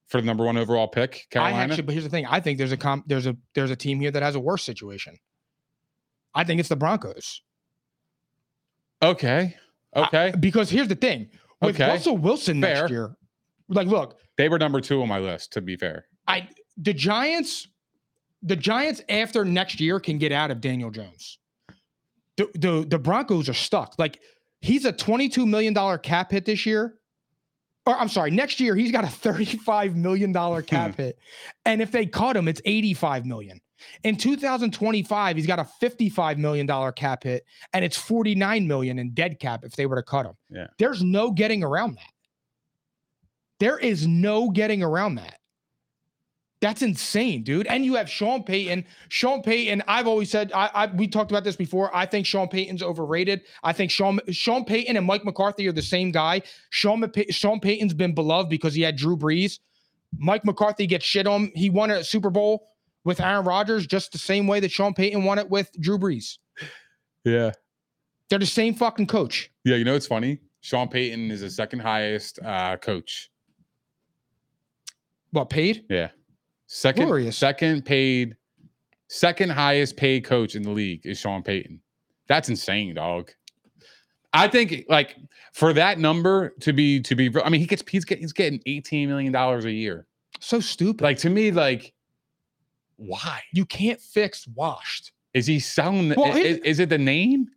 for the number one overall pick. Carolina.
I actually, but here's the thing: I think there's a comp, there's a there's a team here that has a worse situation. I think it's the Broncos.
Okay. Okay.
I, because here's the thing: with okay. Russell Wilson fair. next year. Like, look,
they were number two on my list. To be fair,
I the Giants, the Giants after next year can get out of Daniel Jones. The the, the Broncos are stuck. Like, he's a twenty two million dollar cap hit this year. Or I'm sorry, next year he's got a $35 million cap hit. And if they cut him, it's 85 million. In 2025, he's got a $55 million cap hit and it's 49 million in dead cap if they were to cut him.
Yeah.
There's no getting around that. There is no getting around that. That's insane, dude. And you have Sean Payton. Sean Payton, I've always said, I, I we talked about this before. I think Sean Payton's overrated. I think Sean Sean Payton and Mike McCarthy are the same guy. Sean, Sean Payton's been beloved because he had Drew Brees. Mike McCarthy gets shit on. He won a Super Bowl with Aaron Rodgers just the same way that Sean Payton won it with Drew Brees.
Yeah.
They're the same fucking coach.
Yeah, you know it's funny? Sean Payton is the second highest uh, coach.
What paid?
Yeah. Second Glorious. second paid second highest paid coach in the league is Sean Payton. That's insane, dog. I think like for that number to be to be I mean he gets he's getting he's getting 18 million dollars a year.
So stupid.
Like to me like why?
You can't fix washed.
Is he selling? The, well, is, is, it the name?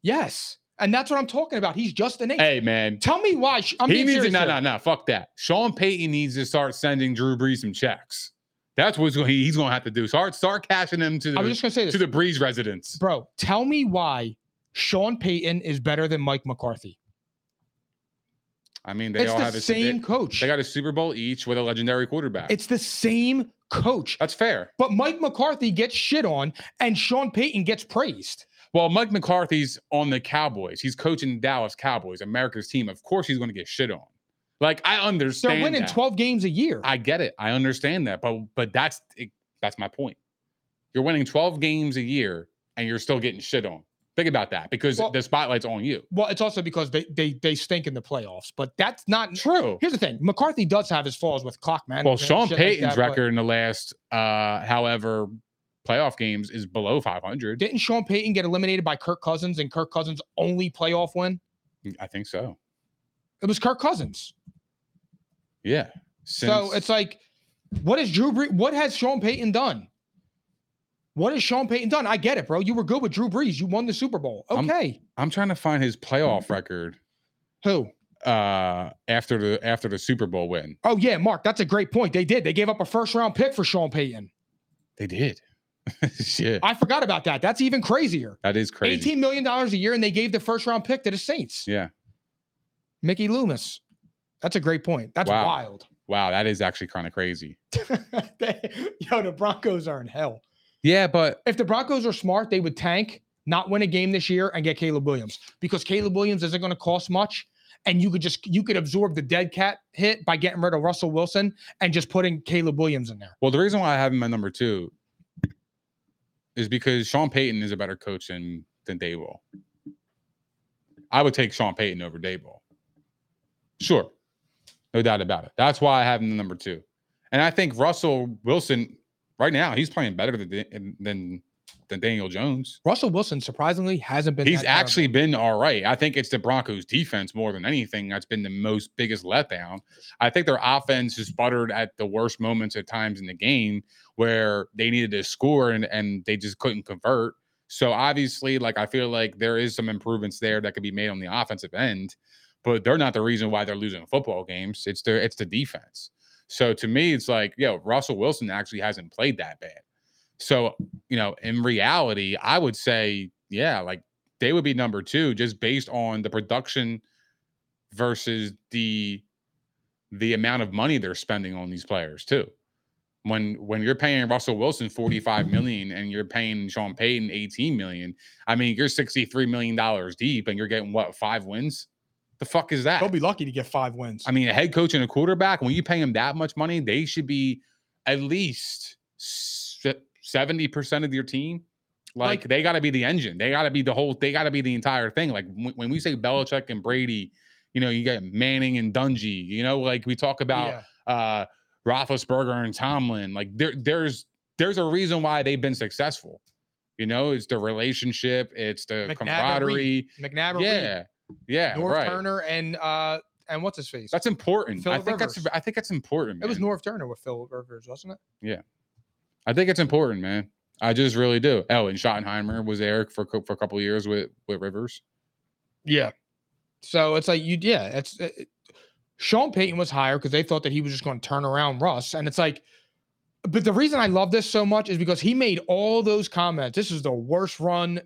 Yes. And that's what I'm talking about. He's just the name.
Hey, man.
Tell me why.
I'm he needs to, no, no, no. Fuck that. Sean Payton needs to start sending Drew Brees some checks. That's what he's going to have to do. Start, start cashing them to the,
I was just gonna say this.
to the Brees residents.
Bro, tell me why Sean Payton is better than Mike McCarthy.
I mean, they
it's
all
the
have the
same coach.
They got a Super Bowl each with a legendary quarterback.
It's the same coach.
That's fair.
But Mike McCarthy gets shit on and Sean Payton gets praised.
Well, Mike McCarthy's on the Cowboys. He's coaching Dallas Cowboys, America's team. Of course, he's going to get shit on. Like I
They're
understand
winning
that.
12 games a year.
I get it. I understand that. But but that's it, that's my point. You're winning 12 games a year and you're still getting shit on. Think about that because
Well-
the spotlight's on you.
well, it's also because they they they stink in the playoffs, but that's not
True.
Here's the thing: McCarthy does have his flaws with clock management.
Well,
and uh,
Sean
shit like
Payton's
that, but
record in the last uh however playoff games is below 500.
Didn't Sean Payton get eliminated by Kirk Cousins and Kirk Cousins' only playoff win?
I think so.
It was Kirk Cousins.
Yeah. Since,
so it's like, what has Drew? Bre- what has Sean Payton done? What has Sean Payton done? I get it, bro. You were good with Drew Brees. You won the Super Bowl.
I'm-
Okay,
I'm trying to find his playoff record
who?
uh after the after the Super Bowl win.
Oh yeah, Mark. That's a great point. They did. They gave up a first round pick for Sean Payton.
They did. Shit.
I forgot about that. That's even crazier.
that is crazy.
Eighteen million dollars a year, and they gave the first round pick to the Saints.
yeah.
Mickey Loomis. That's a great point. That's
Wow.
wild.
Wow, that is actually kind of crazy.
They- Yo, the Broncos are in hell.
Yeah, but
If the Broncos are smart, they would tank, not win a game this year, and get Caleb Williams because Caleb Williams isn't going to cost much. And you could just you could absorb the dead cat hit by getting rid of Russell Wilson and just putting Caleb Williams in there.
Well, the reason why I have him at number two is because Sean Payton is a better coach than than Dayball. I would take Sean Payton over Dayball. Sure. No doubt about it. That's why I have him at number two. And I think Russell Wilson, right now, he's playing better than than, than Daniel Jones.
Russell Wilson surprisingly hasn't been.
He's
that terrible.
actually been all right. I think it's the Broncos defense more than anything that's been the most biggest letdown. I think their offense has sputtered at the worst moments at times in the game where they needed to score and, and they just couldn't convert. So obviously, like I feel like there is some improvements there that could be made on the offensive end, but they're not the reason why they're losing football games. It's their it's the defense. So to me, it's like, yo, Russell Wilson actually hasn't played that bad. So, you know, in reality, I would say, yeah, like they would be number two just based on the production versus the the amount of money they're spending on these players too. When when you're paying Russell Wilson 45 million and you're paying Sean Payton 18 million, I mean you're 63 million dollars deep and you're getting what five wins? The fuck is that?
They'll be lucky to get five wins.
I mean, a head coach and a quarterback, when you pay them that much money, they should be at least seventy percent of your team. Like,
Like-
they got to be the engine. They got to be the whole. They got to be the entire thing. Like when, when we say Belichick and Brady, you know, you got Manning and Dungy. You know, like we talk about
Yeah.
uh Roethlisberger and Tomlin. Like there, there's there's a reason why they've been successful. You know, it's the relationship, it's the
McNabb and
camaraderie.
Reed. McNabb, or Reed,
Yeah, yeah,
North
right.
Turner, and uh and what's his face?
That's important. I
Phillip
think
Rivers.
that's I think that's important.
it was
man.
North Turner with Phil Rivers, wasn't it?
I think it's important, man. I just really do. Oh, and Schottenheimer was Eric for co- for a couple of years with with Rivers.
Yeah. So it's like you, yeah. It's uh, it, it- Sean Payton was higher because they thought that he was just going to turn around Russ, and it's like, but the reason I love this so much is because he made all those comments. This is the worst run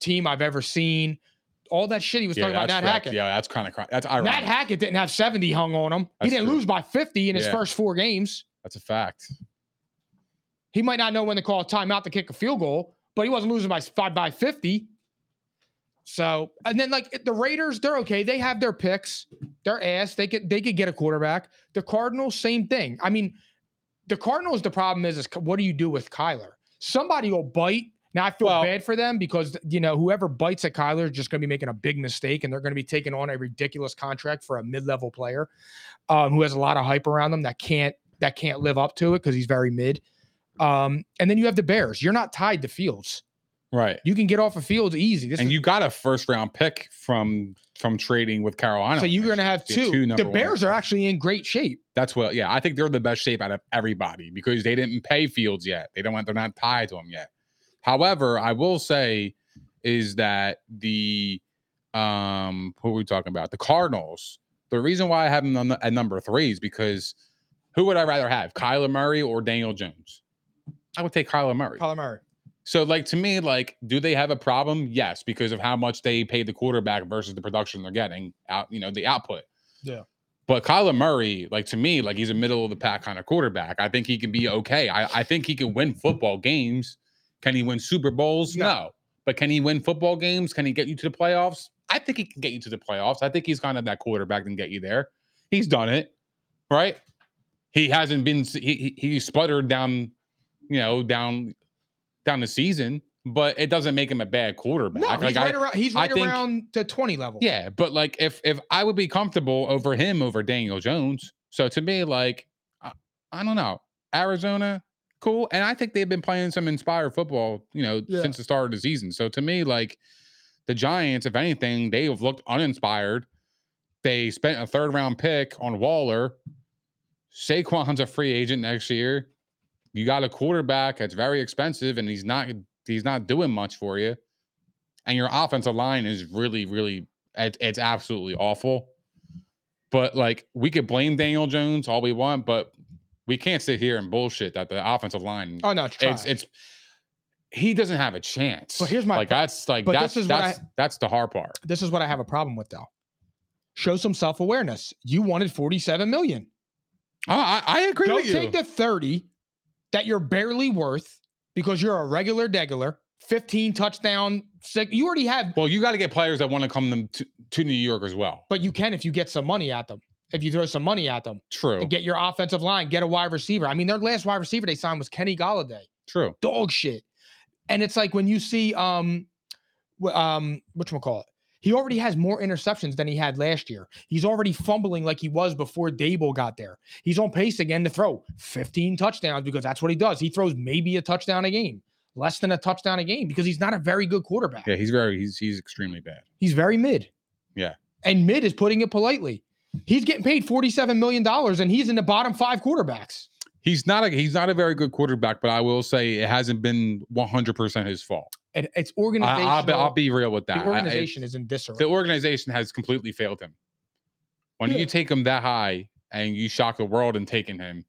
team I've ever seen. All that shit he was talking about Nat
that's correct.
Hackett.
Yeah, that's kind of that's ironic.
Nat Hackett didn't have seventy hung on him. he
That's
didn't
true.
lose by fifty in his
Yeah.
first four games.
that's a fact.
He might not know when to call a timeout to kick a field goal, but he wasn't losing by s- five by fifty. So, and then like the Raiders, they're okay. They have their picks. They're ass. They could they could get a quarterback. The Cardinals, same thing. I mean, the Cardinals. The problem is, is what do you do with Kyler? Somebody will bite. Now I feel
Well-
bad for them because you know whoever bites at Kyler is just going to be making a big mistake, and they're going to be taking on a ridiculous contract for a mid-level player um, who has a lot of hype around them that can't that can't live up to it because he's very mid. Um, and then you have the Bears. You're not tied to Fields.
Right.
You can get off of Fields easy. This
and
is,
you got a first round pick from from trading with Carolina.
so you're
last
going to
year.
have
You had
two.
number
the
one
Bears
picks.
are actually in great shape.
That's what. Yeah, I think they're the best shape out of everybody because they didn't pay Fields yet. They don't want. They're not tied to him yet. However, I will say is that the um who are we talking about? The Cardinals. The reason why I have them on the- at number three is because who would I rather have, Kyler Murray or Daniel Jones? I would take Kyler Murray.
Kyler Murray.
So, like to me, like, do they have a problem? Yes, because of how much they paid the quarterback versus the production they're getting out, you know, the output.
Yeah.
But Kyler Murray, like to me, like he's a middle of the pack kind of quarterback. I think he can
Mm-hmm.
be okay. I, I think he can win football games. Can he win Super Bowls?
No.
No. But can he win football games? Can he get you to the playoffs? I think he can get you to the playoffs. I think he's kind of that quarterback that can get you there. He's done it, right? He hasn't been. He, he he spluttered down, you know, down down the season, but it doesn't make him a bad quarterback.
No, he's
Like, I-
right around. He's
I
right
think-
around the twenty level.
yeah, but like if if I would be comfortable over him over Daniel Jones, so to me like I, I don't know Arizona, cool, and I think they've been playing some inspired football, you know,
Yeah.
since the start of the season. So to me like the Giants, if anything, they have looked uninspired. They spent a third round pick on Waller. Saquon's a free agent next year. You got a quarterback that's very expensive, and he's not he's not doing much for you. And your offensive line is really, really it, it's absolutely awful. But like we could blame Daniel Jones all we want, but we can't sit here and bullshit that the offensive line
Oh no, try.
it's it's he doesn't have a chance.
But here's my
like
pro-
that's like
but
that's
this is what
that's that's the hard part.
this is what I have a problem with though. Show some self awareness. You wanted forty seven million.
Oh, I, I agree
Go
with you.
take the thirty that you're barely worth because you're a regular degular. Fifteen touchdown. Six, you already have,
well, you got to get players that want to come them to, to New York as well.
but you can if you get some money at them. If you throw some money at them
True,
and get your offensive line, get a wide receiver. I mean, their last wide receiver they signed was Kenny Galladay.
true.
dog shit. And it's like when you see um wh- um which call it. He already has more interceptions than he had last year. He's already fumbling like he was before Dable got there. He's on pace again to throw 15 touchdowns because that's what he does. He throws maybe a touchdown a game, less than a touchdown a game because he's not a very good quarterback.
Yeah, he's very he's he's extremely bad.
He's very mid.
Yeah.
And mid is putting it politely. He's getting paid $47 million and he's in the bottom five quarterbacks.
He's not a he's not a very good quarterback, but I will say it hasn't been 100 percent his fault.
And it's
I,
organization.
I'll, be, I'll be real with that.
the
I- I-
organization is in disarray.
the organization has completely failed him. When
Yeah.
you take him that high and you shock the world in taking him,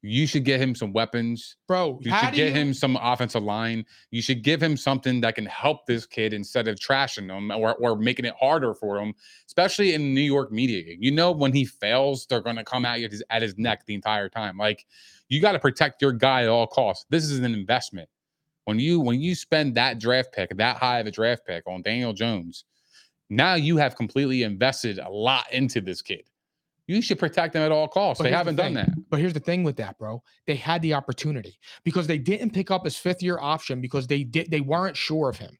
you should get him some weapons.
Bro,
You
how
should
do
get
you-
him some offensive line. You should give him something that can help this kid instead of trashing him or, or making it harder for him, especially in New York media. You know, when he fails, they're going to come at you at his, at his neck the entire time. Like, you got to protect your guy at all costs. This is an investment. When you when you spend that draft pick, that high of a draft pick on Daniel Jones, now you have completely invested a lot into this kid. You should protect him at all costs.
But
they
here's the
haven't done
thing.
that.
But here's the thing with that, bro. They had the opportunity because they didn't pick up his fifth year option because they did they weren't sure of him.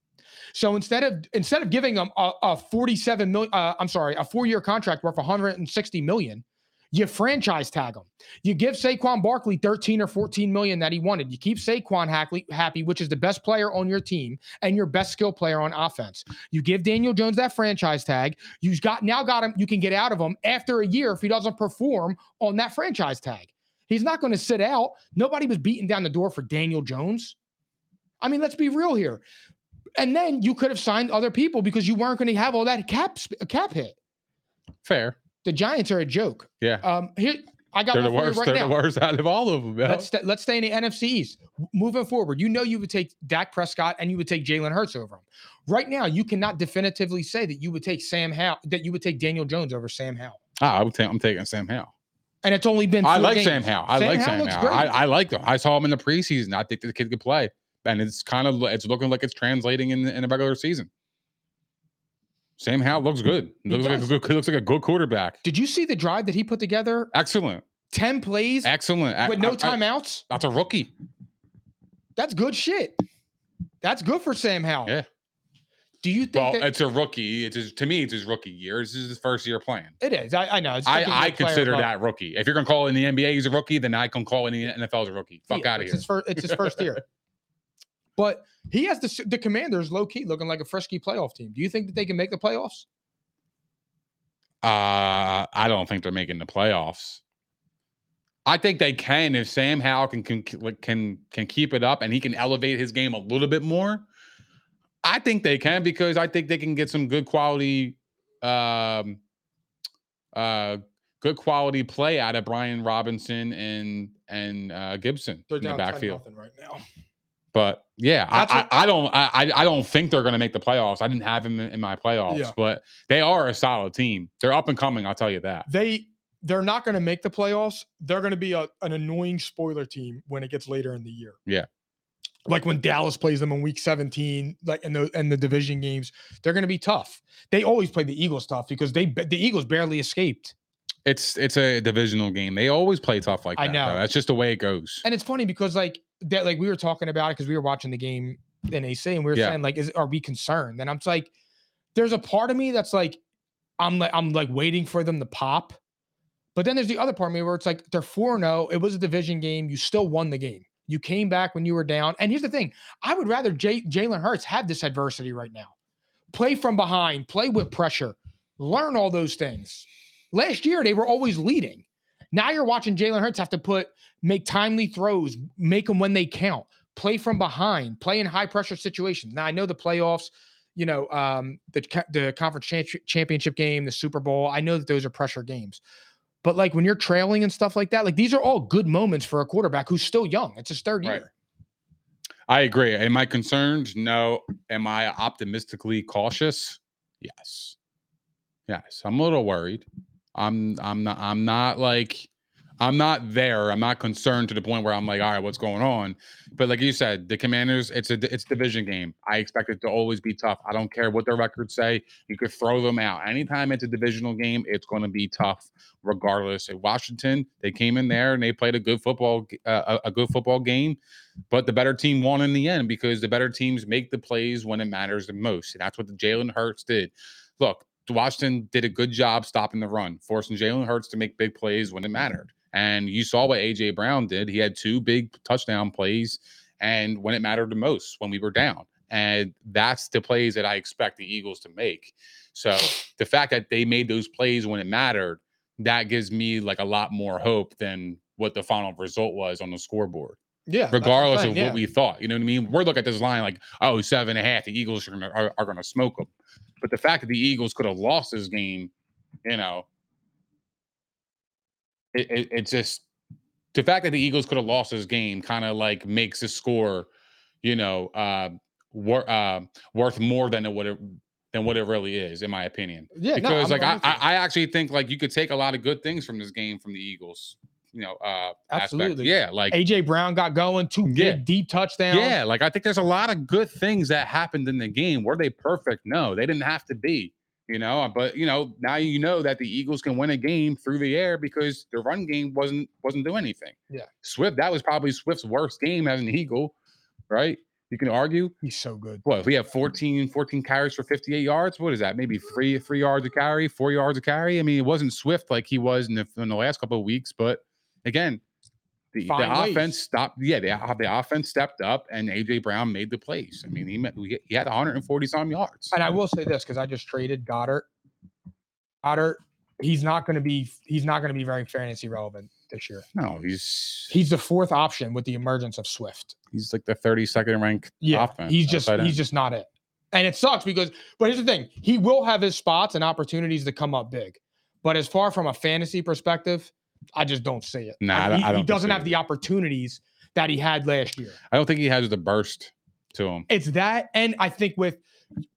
So instead of instead of giving him a, a 47 million, uh, I'm sorry, a four year contract worth 160 million, you franchise tag him. You give Saquon Barkley 13 or 14 million that he wanted. You keep Saquon Hackley happy, which is the best player on your team and your best skill player on offense. You give Daniel Jones that franchise tag. You've got now got him. You can get out of him after a year if he doesn't perform on that franchise tag. He's not going to sit out. Nobody was beating down the door for Daniel Jones. I mean, let's be real here. And then you could have signed other people because you weren't going to have all that cap sp- cap hit.
Fair.
The Giants are a joke.
Yeah.
Um, here I got
They're the
one for you
worst.
right
They're
now.
the worst out of all of them. yo.
Let's sta- let's stay in the NFC East. W- Moving forward, you know you would take Dak Prescott and you would take Jalen Hurts over him. Right now, you cannot definitively say that you would take Sam Howell, that you would take Daniel Jones over Sam Howell.
Ah, I would take, I'm taking Sam Howell.
And it's only been.
I
four
like
games.
Sam Howell. I like Sam
looks
Howell. I,
great.
I like him. I saw him in the preseason. I think the kid could play, and it's kind of it's looking like it's translating in the- in the regular season. Sam Howell looks good.
He
Looks like, a
does.
good, looks like a good quarterback.
Did you see the drive that he put together?
Excellent,
Ten plays
excellent. I-
with
I-
no
I-
timeouts.
that's a rookie.
That's good shit. That's good for Sam Howell.
Yeah.
Do you think
Well,
that
it's a rookie. It's his, to me, it's his rookie year. This is his first year playing.
it is? I, I know. It's second
I, I
year player,
consider
but-
that rookie. If you're gonna call in the NBA he's a rookie, then I can call in the NFL as a rookie. Fuck
Yeah,
out of
it's
here.
His first, it's his first year. But he has the s- the Commanders low key looking like a frisky playoff team. Do you think that they can make the playoffs?
Uh, I don't think they're making the playoffs. I think they can if Sam Howell can can like, can can keep it up and he can elevate his game a little bit more. I think they can because I think they can get some good quality, um, uh, good quality play out of Brian Robinson and and uh, Gibson in the backfield.
right now.
But yeah,
That's
I,
what-
I, I don't I I- I don't think they're gonna make the playoffs. I didn't have them in in my playoffs,
Yeah.
but they are a solid team. They're up and coming. I'll tell you that.
They they're not going to make the playoffs. They're going to be a, an annoying spoiler team when it gets later in the year.
Yeah.
Like when Dallas plays them in week 17, like in the in the division games, they're going to be tough. They always play the Eagles tough because they ba- the Eagles barely escaped.
It's it's a divisional game. They always play tough like
I
that.
know.
though. That's just the way it goes.
And it's funny because like that, like we were talking about it because we were watching the game in AC and we were
Yeah.
saying like, is are we concerned? And I'm just like, there's a part of me that's like, I'm like, I'm like waiting for them to pop. But then there's the other part of me where it's like they're 4 0. It was a division game. You still won the game. You came back when you were down. And here's the thing I would rather J- Jalen Hurts have this adversity right now. Play from behind, play with pressure, learn all those things. Last year, they were always leading. Now you're watching Jalen Hurts have to put make timely throws, make them when they count, play from behind, play in high pressure situations. Now I know the playoffs, you know, um, the ca- the conference champ- championship game, the Super Bowl. I know that those are pressure games, but like when you're trailing and stuff like that, like these are all good moments for a quarterback who's still young. It's his third
Right.
year.
I agree. Am I concerned? No. Am I optimistically cautious? Yes. Yes. I'm a little worried. I'm I'm not I'm not like I'm not there. I'm not concerned to the point where I'm like, all right, what's going on? But like you said, the Commanders, it's a di- it's a division game. I expect it to always be tough. I don't care what their records say. You could throw them out anytime it's a divisional game. It's going to be tough, regardless. At Washington, they came in there and they played a good football g- uh, a a good football game but the better team won in the end because the better teams make the plays when it matters the most. And that's what the Jalen Hurts did. Look, Washington did a good job stopping the run, forcing Jalen Hurts to make big plays when it mattered. And you saw what AJ Brown did. He had two big touchdown plays and when it mattered the most, when we were down. And that's the plays that I expect the Eagles to make. So the fact that they made those plays when it mattered, that gives me like a lot more hope than what the final result was on the scoreboard
Yeah, that's the
regardless
thing,
of
yeah.
what we thought. You know what I mean? We're looking at this line like, oh, seven and a half. The Eagles are, gonna- are, are going to smoke them. But the fact that the Eagles could have lost this game, you know, it, it, it just the fact that the Eagles could have lost this game kind of like makes the score, you know, uh, wor- uh, worth more than it would have than what it really is, in my opinion.
yeah, no,
because
I'm-
like
I'm
I,
with you.
I, I actually think like you could take a lot of good things from this game from the Eagles, you know, uh,
Absolutely.
Aspect. Yeah, like
AJ Brown got going, two big
Yeah.
deep touchdowns.
yeah, like I think there's a lot of good things that happened in the game. Were they perfect? No, they didn't have to be. You know, Uh, but you know now you know that the Eagles can win a game through the air because their run game wasn't wasn't doing anything.
Yeah.
Swift that was probably Swift's worst game as an Eagle, right? You can argue.
he's so good.
What if we have 14, 14 carries for 58 yards? What is that? Maybe three three yards a carry, four yards a carry. I mean, it wasn't Swift like he was in the, in the last couple of weeks, but again, the, the
Find ways.
offense stopped. Yeah, the, uh, the offense stepped up, and AJ Brown made the plays. I mean, he met, he- he had 140 some yards.
And I will say this because I just traded Goddard. Goddard, he's not going to be he's not going to be very fantasy relevant this year.
No, he's
He's the fourth option with the emergence of Swift.
he's like the 32nd ranked
Yeah,
offense.
he's just
outside in.
he's just not it, and it sucks because. But here's the thing: he will have his spots and opportunities to come up big, but as far from a fantasy perspective, I just don't see it.
Nah, I
I,
don't-
he,
I
he
don't
doesn't
see
have
it
the opportunities that he had last year.
I don't think he has the burst to him.
It's that, and I think with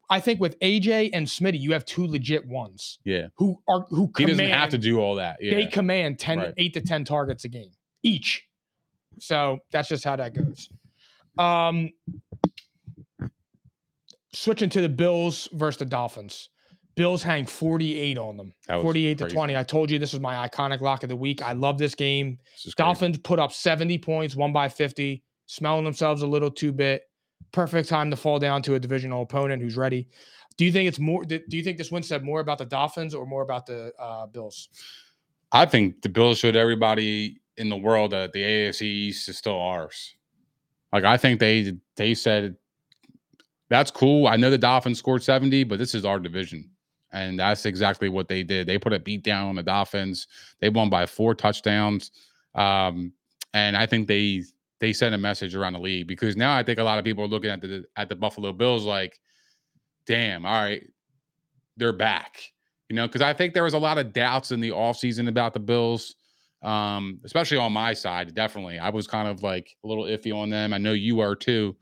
I think with AJ and Smitty, you have two legit ones.
Yeah.
who are who
He
command,
doesn't have to do all that. Yeah.
They command 10
Right.
8 to 10 targets a game each. So that's just how that goes. Um switching to the Bills versus the Dolphins. Bills hang 48 on them.
That was
48 to
crazy.
20. I told you this was my iconic lock of the week. I love this game.
It's just crazy.
Dolphins put up 70 points, one by 50, smelling themselves a little too bit. Perfect time to fall down to a divisional opponent who's ready. Do you think it's more? Do do you think this win said more about the Dolphins or more about the uh, Bills?
I think the Bills showed everybody in the world that the AFC East is still ours. Like I think they they said that's cool. I know the Dolphins scored 70, but this is our division. And that's exactly what they did. They put a beat down on the Dolphins. They won by four touchdowns. Um, and I think they they sent a message around the league because now I think a lot of people are looking at the at the Buffalo Bills like, damn, all right, they're back you know, because I think there was a lot of doubts in the offseason about the Bills, um, especially on my side. Definitely, I was kind of like a little iffy on them. I know you are too.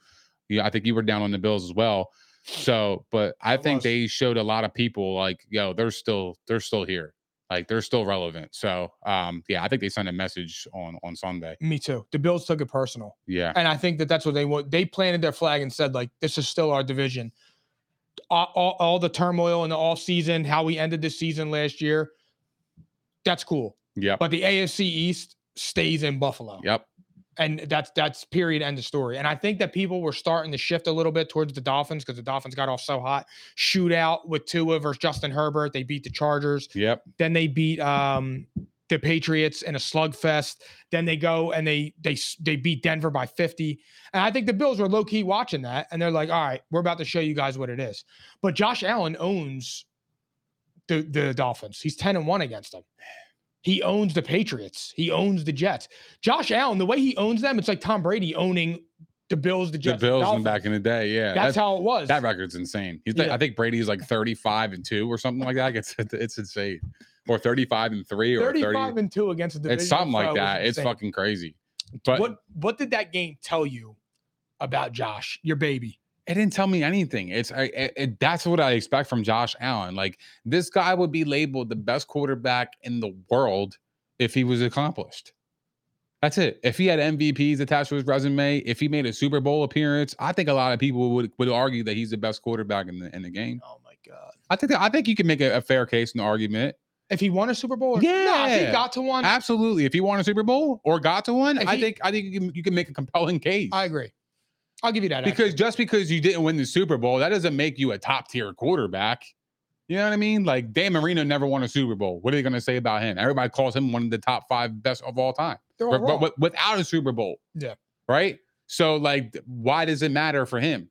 Yeah, I think you were down on the Bills as well. So, but I,
I
think
was.
they showed a lot of people like, yo, they're still they're still here, like they're still relevant. So, um, yeah, I think they sent a message on on Sunday.
Me too. The Bills took it personal,
Yeah,
and I think that that's what they want. They planted their flag and said, like, this is still our division. All, all, all the turmoil in the offseason, how we ended this season last year, that's cool.
Yep.
But the AFC East stays in Buffalo.
Yep.
And that's that's period end of story. And I think that people were starting to shift a little bit towards the Dolphins because the Dolphins got off so hot. Shootout with Tua versus Justin Herbert. They beat the Chargers.
Yep.
Then they beat um, the Patriots in a slugfest. Then they go and they they s- they beat Denver by 50. And I think the Bills were low key watching that, and they're like, "All right, we're about to show you guys what it is." But Josh Allen owns the the Dolphins. He's 10 and one against them. He owns the Patriots. He owns the Jets. Josh Allen, the way he owns them, it's like Tom Brady owning the Bills, the
The
Jets,
Bills
Dolphins.
and back in the day. Yeah.
That's
that,
how it was.
that record's insane. He's
Yeah.
I think Brady's like 35 and 2 or something like that. It's it's insane. Or 35 and 3 or 30.
35 and two against the division.
it's something like that. It's fucking crazy. But
what what did that game tell you about Josh, your baby?
it didn't tell me anything. It's I, it, it- that's what I expect from Josh Allen. Like this guy would be labeled the best quarterback in the world if he was accomplished. That's it. If he had MVPs attached to his resume, if he made a Super Bowl appearance, I think a lot of people would would argue that he's the best quarterback in the in the game.
Oh my god!
I think that, I think you can make a, a fair case in the argument.
If he won a Super Bowl, no, if he
Yeah.
got to one, I,
Absolutely. If he won a Super Bowl or got to one,
If
I
he-
think I think you can, you can make a compelling case.
agree. I'll give you that.
because just because you didn't win the Super Bowl, that doesn't make you a top tier quarterback. You know what I mean? Like Dan Marino never won a Super Bowl. What are they going to say about him? Everybody calls him one of the top five best of all time,
They're all
but, but
wrong.
with- without a Super Bowl.
Yeah.
Right. So like, why does it matter for him?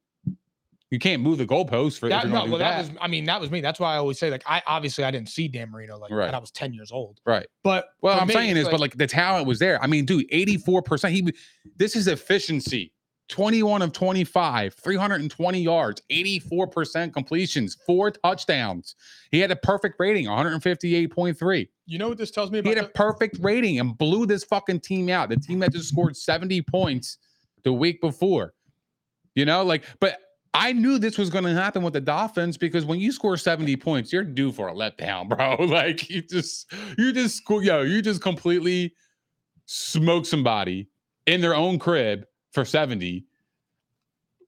You can't move the goalposts for if
that,
you're
no,
gonna do
well, that.
that.
was. I mean, that was me. That's why I always say, like, I obviously I didn't see Dan Marino like
Right.
when I was ten years old.
Right.
But
Well,
for
I'm
me,
saying
it's
is, but like the talent was there. I mean, dude, 84 percent. He, w- this is efficiency. 21 of 25, 320 yards, 84 percent completions, four touchdowns. He had a perfect rating, 158.3.
you know what this tells me
He
about.
had a
the-
perfect rating and blew this fucking team out. The team that just scored 70 points the week before. You know, like, but I knew this was going to happen with the Dolphins because when you score 70 points, you're due for a letdown, bro. Like, you just, you just, sco- yo, you just completely smoke somebody in their own crib for 70.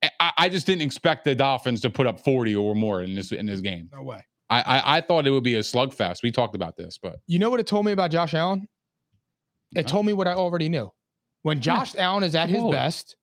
I- I, I just didn't expect the Dolphins to put up 40 or more in this in this game.
no way.
I, I I thought it would be a slugfest. We talked about this, but
You know what it told me about Josh Allen? It
No.
told me what I already knew. When Josh Allen is at his
Whoa.
best,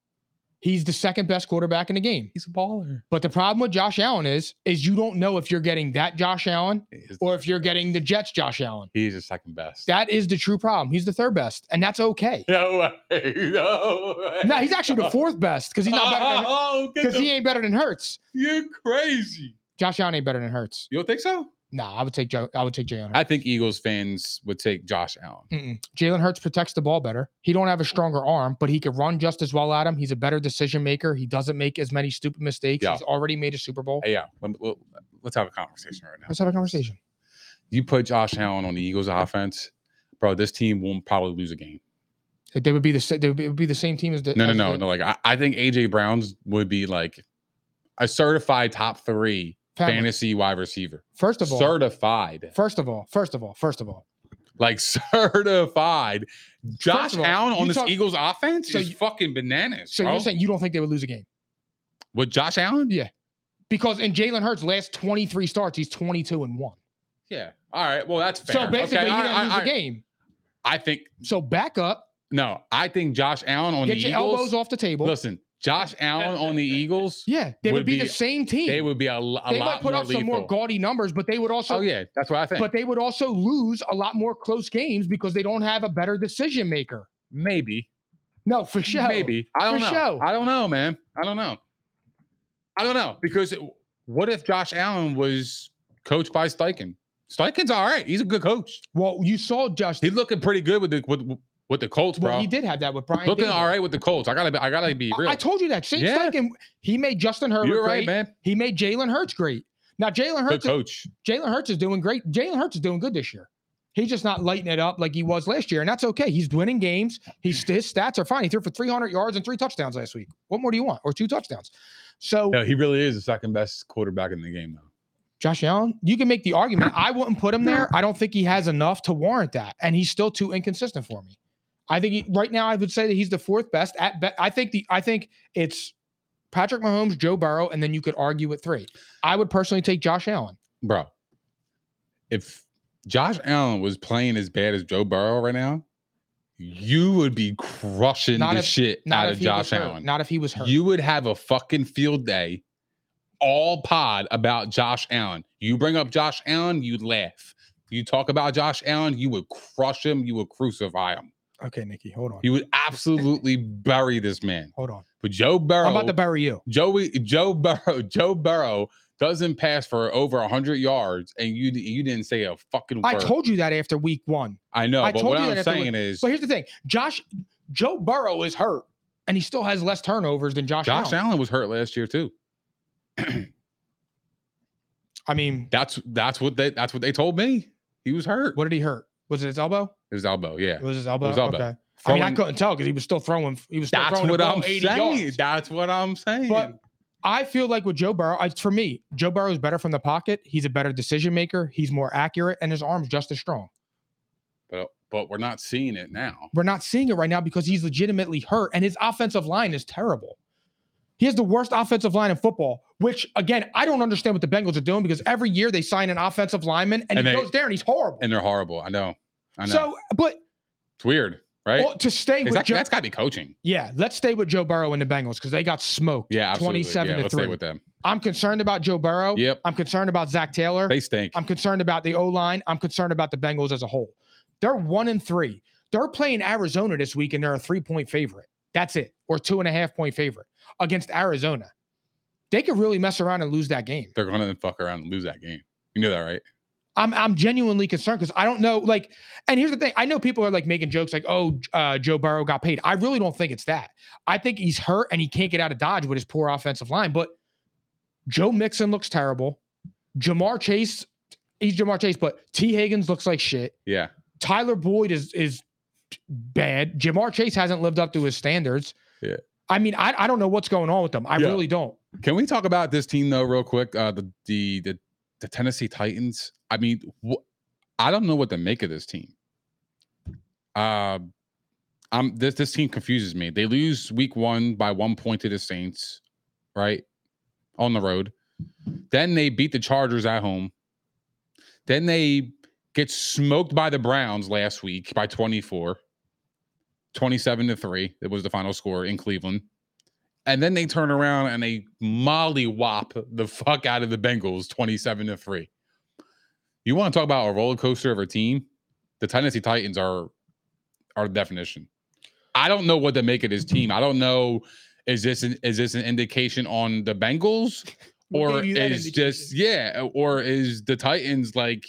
he's the second best quarterback in the game.
he's a baller.
But the problem with Josh Allen is, is you don't know if you're getting that Josh Allen
He's-
or if you're getting the Jets Josh Allen.
He's the second best.
That is the true problem. He's the third best, and that's okay.
no way. No way.
No, he's actually the fourth best because he's not better than
Oh, get
because
the,
he ain't better than Hurts.
you're crazy.
Josh Allen ain't better than Hurts.
You don't think so?
Nah, I would take Joe. I would take Jalen. Hurts.
I think Eagles fans would take Josh Allen.
Mm-mm. Jalen Hurts protects the ball better. He don't have a stronger arm, but he could run just as well at him. He's a better decision maker. He doesn't make as many stupid mistakes.
Yeah.
He's already made a Super Bowl.
Hey, yeah, let, us have a conversation right now.
Let's have a conversation.
You put Josh Allen on the Eagles offense, bro. This team won't probably lose a game.
They would be the sa- they would be, it would be the same team as the
No, no,
as
no,
the
no. Like I, I think AJ Brown's would be like a certified top three
family.
fantasy wide receiver.
First of all,
Certified.
First of all, first of all, first of all.
like certified. Josh
of all,
Allen
you
on this
talk-
Eagles offense
so
is
you-
fucking bananas.
So
bro.
you're saying you don't think they would lose a game
with Josh Allen?
Yeah. because in Jalen Hurts' last 23 starts, he's 22 and one.
Yeah. All right. Well, that's fair.
So basically,
okay,
he
all
didn't
right,
lose
all
the
right.
game.
I think
So back up,
no. I think Josh Allen on
get
the
your
Eagles.
elbows off the table.
Listen, Josh Allen on the Eagles.
yeah, they would,
would
be,
be-
the same team.
They would be a, lo- a
They might
lot
put
more
up some
lethal.
more gaudy numbers, but they would also.
oh yeah, that's what I think.
But they would also lose a lot more close games because they don't have a better decision maker.
maybe,
No, for sure.
maybe. I don't
For
know.
show.
I don't know, man. I don't know. I don't know because it- what if Josh Allen was coached by Steichen? Steichen's all right. He's a good coach.
Well, you saw Josh.
He's looking pretty good with the with, with the Colts, bro.
Well, he did have that with Brian.
looking
Dable.
all right with the Colts. I gotta be, I gotta be
I-
real.
I, told you that. Shane
Yeah.
Steichen, he made Justin Herbert
You're
great.
right, man.
He made Jalen Hurts great. Now Jalen
Good
Hurts,
coach.
Jalen Hurts is doing great. Jalen Hurts is doing good this year. He's just not lighting it up like he was last year, and that's okay. He's winning games. He's his stats are fine. He threw for 300 yards and three touchdowns last week. What more do you want? Or two touchdowns. So
No, he really is the second best quarterback in the game, though.
Josh Allen, you can make the argument. I wouldn't put him there. I don't think he has enough to warrant that, and he's still too inconsistent for me. I think he, right now I would say that he's the fourth best at. Be- I think the I think it's Patrick Mahomes, Joe Burrow, and then you could argue at three. I would personally take Josh Allen.
Bro, if Josh Allen was playing as bad as Joe Burrow right now, you would be crushing
Not
the
if-
shit
Not
out
if
of
he was
Josh
hurt.
Allen.
Not if he was hurt.
You would have a fucking field day, all pod about Josh Allen. You bring up Josh Allen, you laugh. You talk about Josh Allen, you would crush him, you would crucify him.
okay, Nikki, hold on.
You would absolutely bury this man.
hold on.
But Joe Burrow,
I'm about to bury you.
Joey, Joe Burrow, Joe Burrow doesn't pass for over hundred yards, and you you didn't say a fucking word.
I told you that after week one.
I know,
I
but
told
what
you that if
I'm
it was-
saying is
But here's the thing: Josh, Joe Burrow is hurt, and he still has less turnovers than Josh,
Josh
Allen.
Allen was hurt last year too.
I mean,
That's that's what they that's what they told me. He was hurt.
what did he hurt? Was it his elbow?
It was elbow, yeah.
It was his elbow.
was elbow.
Okay. I mean, I
Throwing-
couldn't tell because he was still throwing. He was still
That's
throwing the
what
ball
I'm
80
saying.
yards.
That's what I'm saying.
But I feel like with Joe Burrow, I, for me, Joe Burrow is better from the pocket. He's a better decision maker. He's more accurate, and his arm's just as strong.
but but we're not seeing it now.
We're not seeing it right now because he's legitimately hurt, and his offensive line is terrible. He has the worst offensive line in football, which again, I don't understand what the Bengals are doing because every year they sign an offensive lineman and,
And
he
they-
goes there and he's horrible.
And they're horrible. I know. I know.
so, but
it's weird, right?
well, to stay
Is
with
that,
Joe,
that's got to be coaching.
yeah, let's stay with Joe Burrow and the Bengals because they got smoked.
Yeah, absolutely.
27 to
yeah, let's
three.
stay with them.
I'm concerned about Joe Burrow.
Yep.
I'm concerned about Zach Taylor.
They stink.
I'm concerned about the O line. I'm concerned about the Bengals as a whole. They're one and three. They're playing Arizona this week, and they're a three point favorite. That's it, or two and a half point favorite against Arizona. They could really mess around and lose that game.
they're going to fuck around and lose that game. You know that, right?
I'm I'm genuinely concerned because I don't know. Like, and here's the thing: I know people are like making jokes, like, "Oh, uh, Joe Burrow got paid." I really don't think it's that. I think he's hurt and he can't get out of dodge with his poor offensive line. But Joe Mixon looks terrible. Jamar Chase, he's Jamar Chase, but T. Higgins looks like shit.
Yeah.
Tyler Boyd is is bad. Jamar Chase hasn't lived up to his standards.
Yeah.
I mean, I, I don't know what's going on with them. I
Yeah.
really don't.
Can we talk about this team though, real quick? Uh, the the the, the Tennessee Titans. I mean, wh- I don't know what to make of this team. Uh, I'm this this team confuses me. They lose week one by one point to the Saints, right on the road. Then they beat the Chargers at home. Then they get smoked by the Browns last week by 24. 27 to 3. That was the final score in Cleveland. And then they turn around and they mollywop the fuck out of the Bengals 27 to 3. You want to talk about a roller coaster of a team? The Tennessee Titans are our definition. I don't know what to make of this team. I don't know. Is this an is this an indication on the Bengals?
What
Or
gave you that
is just yeah, or is the Titans like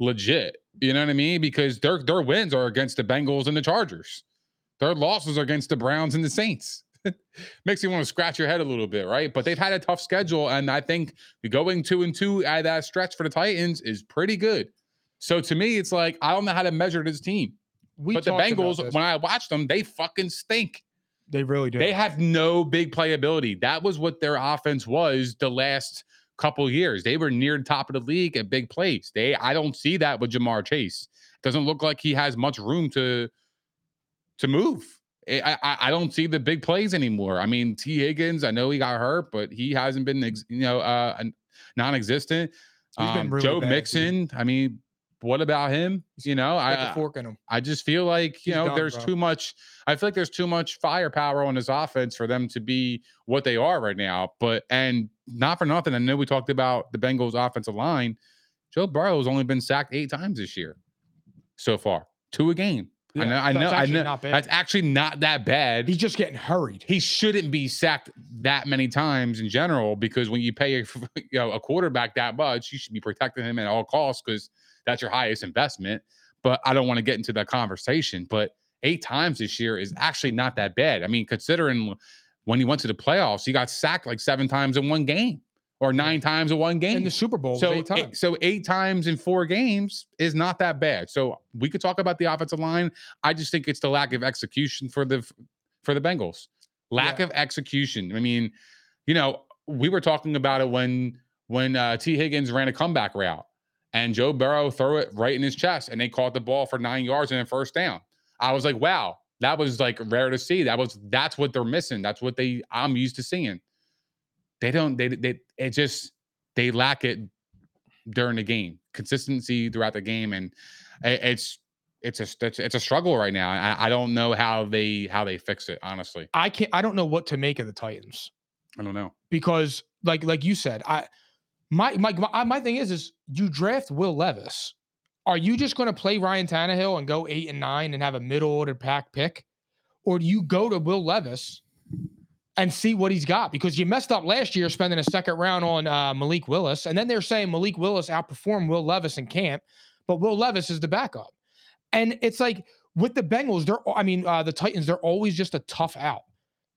legit? You know what I mean? Because their their wins are against the Bengals and the Chargers. Their losses are against the Browns and the Saints makes you want to scratch your head a little bit, right? But they've had a tough schedule, and I think going two and two at that stretch for the Titans is pretty good. So to me, it's like I don't know how to measure this team.
We
but the
talked about
Bengals,
this.
when I watch them, they fucking stink.
they really do.
They have no big playability. That was what their offense was the last couple years. They were near the top of the league at big plays. They I don't see that with Jamar Chase. Doesn't look like he has much room to to move. I, I I don't see the big plays anymore. I mean, T Higgins, I know he got hurt, but he hasn't been ex- you know uh an- non-existent.
He's been
Um,
really
Joe
bad, dude.
Mixon, I mean, what about him? You know,
Got
I uh,
the fork in them.
I just feel like, you
He's
know,
done,
there's
bro.
too much. I feel like there's too much firepower on this offense for them to be what they are right now. But, and not for nothing, I know we talked about the Bengals' offensive line. Joe Burrow's only been sacked eight times this year so far, two a game.
Yeah,
I
that's
know, I
actually
know, I know.
not bad.
That's actually not that bad.
He's just getting hurried.
he shouldn't be sacked that many times in general because when you pay a, you know, a quarterback that much, you should be protecting him at all costs because that's your highest investment. But I don't want to get into that conversation. But eight times this year is actually not that bad. I mean, considering when he went to the playoffs, he got sacked like seven times in one game or nine times in one game
in the Super Bowl.
so
So eight
eight-
times.
so eight times in four games is not that bad. So we could talk about the offensive line. I just think it's the lack of execution for the for the Bengals. Lack
Yeah.
of execution. I mean, you know, we were talking about it when when uh, T Higgins ran a comeback route and Joe Burrow threw it right in his chest and they caught the ball for 9 yards and a first down. I was like, "Wow, that was like rare to see. That was that's what they're missing. That's what they I'm used to seeing." They don't they they it just they lack it during the game. consistency throughout the game, and it, it's it's a it's, it's a struggle right now. I, I don't know how they how they fix it. Honestly,
I can't. I don't know what to make of the Titans
I don't know.
because, like, like you said, I my my my, my thing is is you draft Will Levis. Are you just going to play Ryan Tannehill and go eight and nine and have a middle order pack pick, or do you go to Will Levis and see what he's got? Because you messed up last year spending a second round on uh, Malik Willis, and then they're saying Malik Willis outperformed Will Levis in camp, but Will Levis is the backup, and it's like with the Bengals, they're I mean uh, the Titans, they're always just a tough out.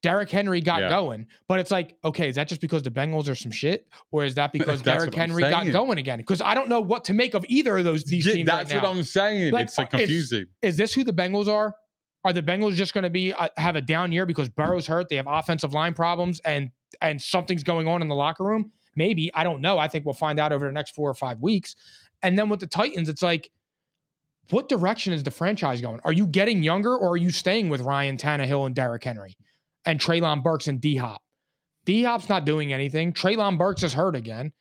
Derrick Henry got
Yeah.
going, but it's like, okay, is that just because the Bengals are some shit, or is that because
That's
Derrick
what I'm
Henry got
saying.
going again? Because I don't know what to make of either of those these
Yeah,
teams
that's
right now.
what I'm saying.
Like,
it's like
it's-
confusing.
is this who the Bengals are? Are the Bengals just going to be uh, have a down year because Burrow's hurt? They have offensive line problems, and and something's going on in the locker room. Maybe I don't know. I think we'll find out over the next four or five weeks. And then with the Titans, it's like, what direction is the franchise going? Are you getting younger, or are you staying with Ryan Tannehill and Derrick Henry, and Traylon Burks and D Hop? D Hop's not doing anything. Traylon Burks is hurt again.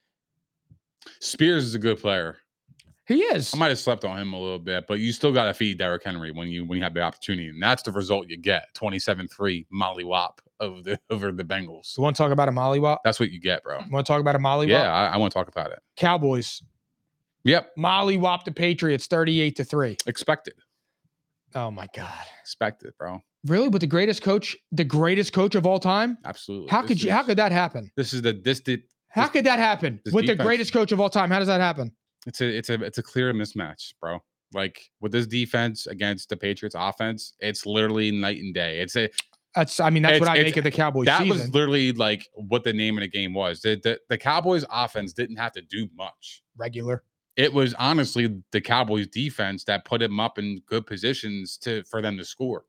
Spears is a good player.
He is.
I might have slept on him a little bit, but you still got to feed Derrick Henry when you when you have the opportunity, and that's the result you get. Twenty seven three Molly Wop of the over the Bengals.
So, want to talk about a mollywop?
That's what you get, bro.
Want to talk about a mollywop?
Uh, Yeah, I, I want to talk about it.
Cowboys.
Yep,
Molly whopped the Patriots 38 to 3.
expected,
Oh my God.
expected, bro.
Really? With the greatest coach, the greatest coach of all time?
Absolutely.
How
This
could you how
is-
could that happen?
This is the this did
How
This-
could that happen?
this
With the
defense-
greatest coach of all time. How does that happen?
it's a it's a it's a clear mismatch, bro. Like with this defense against the Patriots offense, it's literally night and day. It's a
That's I mean, that's
It's-
what I
it's-
make of the Cowboys
that
season.
was literally like what the name of the game was. The, the the Cowboys offense didn't have to do much.
regular.
It was honestly the Cowboys defense that put him up in good positions to for them to score.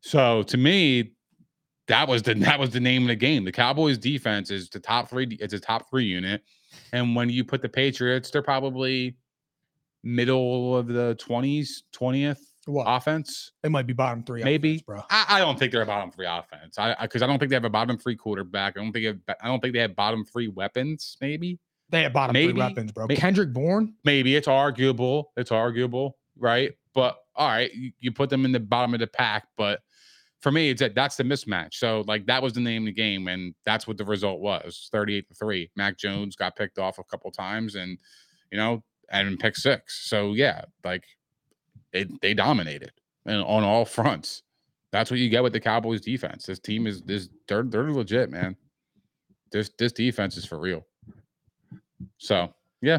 So to me, that was the that was the name of the game. The Cowboys defense is the top three. de- It's a top three unit, and when you put the Patriots, they're probably middle of the twenties, twentieth
What?
offense.
They might be bottom three.
Uh, Maybe.
offense, bro.
I, I don't think they're a bottom three offense. I because I, don't think they have a bottom three quarterback. I don't think they have, I don't think they have bottom three weapons. Maybe
They have bottom
Maybe.
three weapons, bro.
May-
Kendrick Bourne,
maybe it's arguable. It's arguable, right? But all right, you, you put them in the bottom of the pack. But for me, it's that that's the mismatch. So like that was the name of the game, and that's what the result was: thirty-eight to three. Mac Jones got picked off a couple times, and you know, and pick six. So yeah, like it, they dominated and on all fronts. That's what you get with the Cowboys defense. This team is this they're they're legit, man. This this defense is for real. So yeah,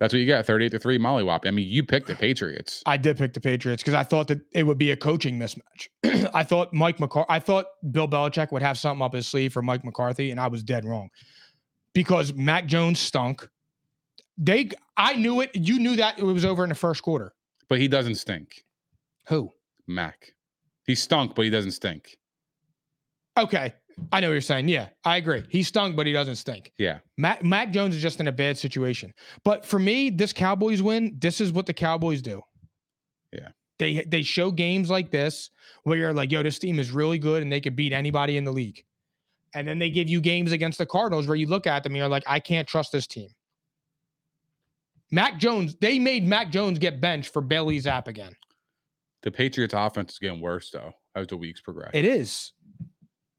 that's what you got. Thirty-eight to three, mollywop. I mean, you picked the Patriots.
I did pick the Patriots because I thought that it would be a coaching mismatch. I thought Mike McCarthy, I thought Bill Belichick would have something up his sleeve for Mike McCarthy, and I was dead wrong because Mac Jones stunk. They, I knew it. You knew that it was over in the first quarter.
But he doesn't stink,
Who?
Mac. He stunk, but he doesn't stink.
Okay, I know what you're saying. Yeah, I agree. He stunk, but he doesn't stink.
Yeah,
Mac, Mac Jones is just in a bad situation. But for me, this Cowboys win, this is what the Cowboys do.
Yeah.
They they show games like this where you're like, yo, this team is really good and they could beat anybody in the league. And then they give you games against the Cardinals where you look at them and you're like, I can't trust this team. Mac Jones, they made Mac Jones get benched for Bailey Zapp again.
the Patriots offense is getting worse though as the weeks progress.
It is.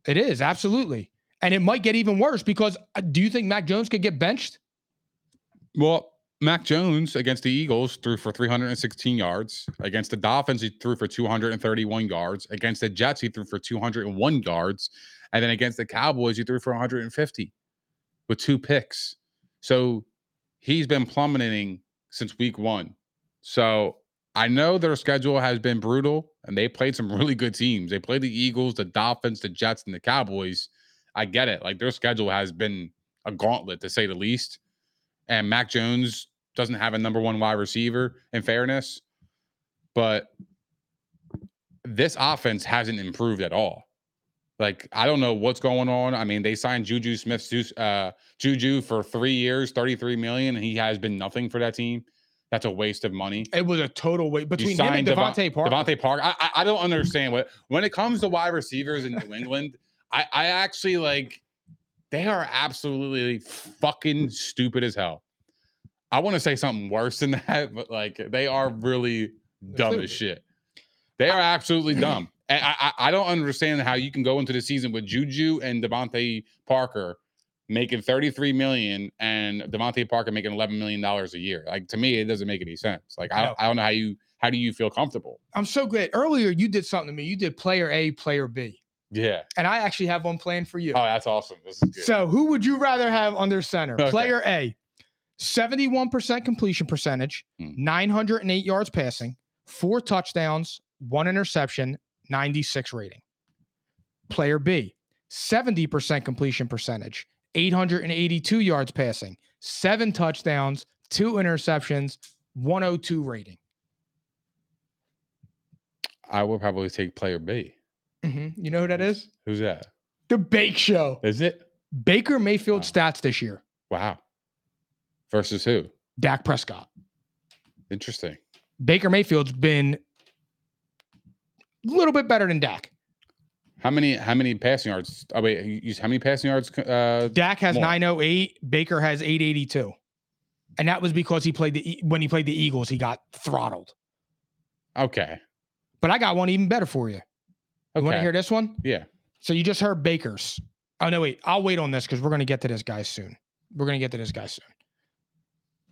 It is, absolutely. And it might get even worse because uh, do you think Mac Jones could get benched?
Well, Mac Jones against the Eagles threw for 316 yards. Against the Dolphins, he threw for 231 yards. Against the Jets, he threw for 201 yards. And then against the Cowboys, he threw for 150 with two picks. So he's been plummeting since week one. So I know their schedule has been brutal and they played some really good teams. They played the Eagles, the Dolphins, the Jets, and the Cowboys. I get it. Like their schedule has been a gauntlet to say the least and Mac Jones doesn't have a number one wide receiver in fairness, but this offense hasn't improved at all. Like I don't know what's going on. I mean, they signed Juju Smith uh Juju for 3 years, 33 million and he has been nothing for that team. That's a waste of money.
It was a total wait
You
between him and
signed Devon-
Devontae Parker.
Devontae Parker. I, I I don't understand what when it comes to wide receivers in New England, I I actually like they are absolutely fucking stupid as hell. I want to say something worse than that, but like they are really dumb
Absolutely.
as shit. They are absolutely dumb. And I, I I don't understand how you can go into the season with Juju and Devontae Parker making 33 million and Devontae Parker making 11 million dollars a year. Like to me, it doesn't make any sense. Like I,
No.
I don't know how you how do you feel comfortable?
I'm so glad earlier you did something to me. You did player A, player B,
Yeah.
and I actually have one planned for you.
Oh, that's awesome. This is good.
So, who would you rather have under center?
Okay.
Player A, 71% completion percentage,
Mm.
908 yards passing, four touchdowns, one interception, 96 rating. Player B, 70% completion percentage, 882 yards passing, seven touchdowns, two interceptions, 102 rating.
I would probably take player B.
Mhm. You know who that is?
Who's that?
The Bake Show.
Is it?
Baker Mayfield
Wow.
stats this year,
Wow. Versus who?
Dak Prescott.
Interesting.
Baker Mayfield's been a little bit better than Dak.
How many how many passing yards? Oh wait, you- you- how many passing yards? Uh,
Dak has
More.
908, Baker has 882. And that was because he played the E- when he played the Eagles, he got throttled.
okay,
But I got one even better for you. You want
okay,
to hear this one?
yeah.
So you just heard Baker's. Oh no, wait. I'll wait on this because we're gonna get to this guy soon. We're gonna get to this guy soon.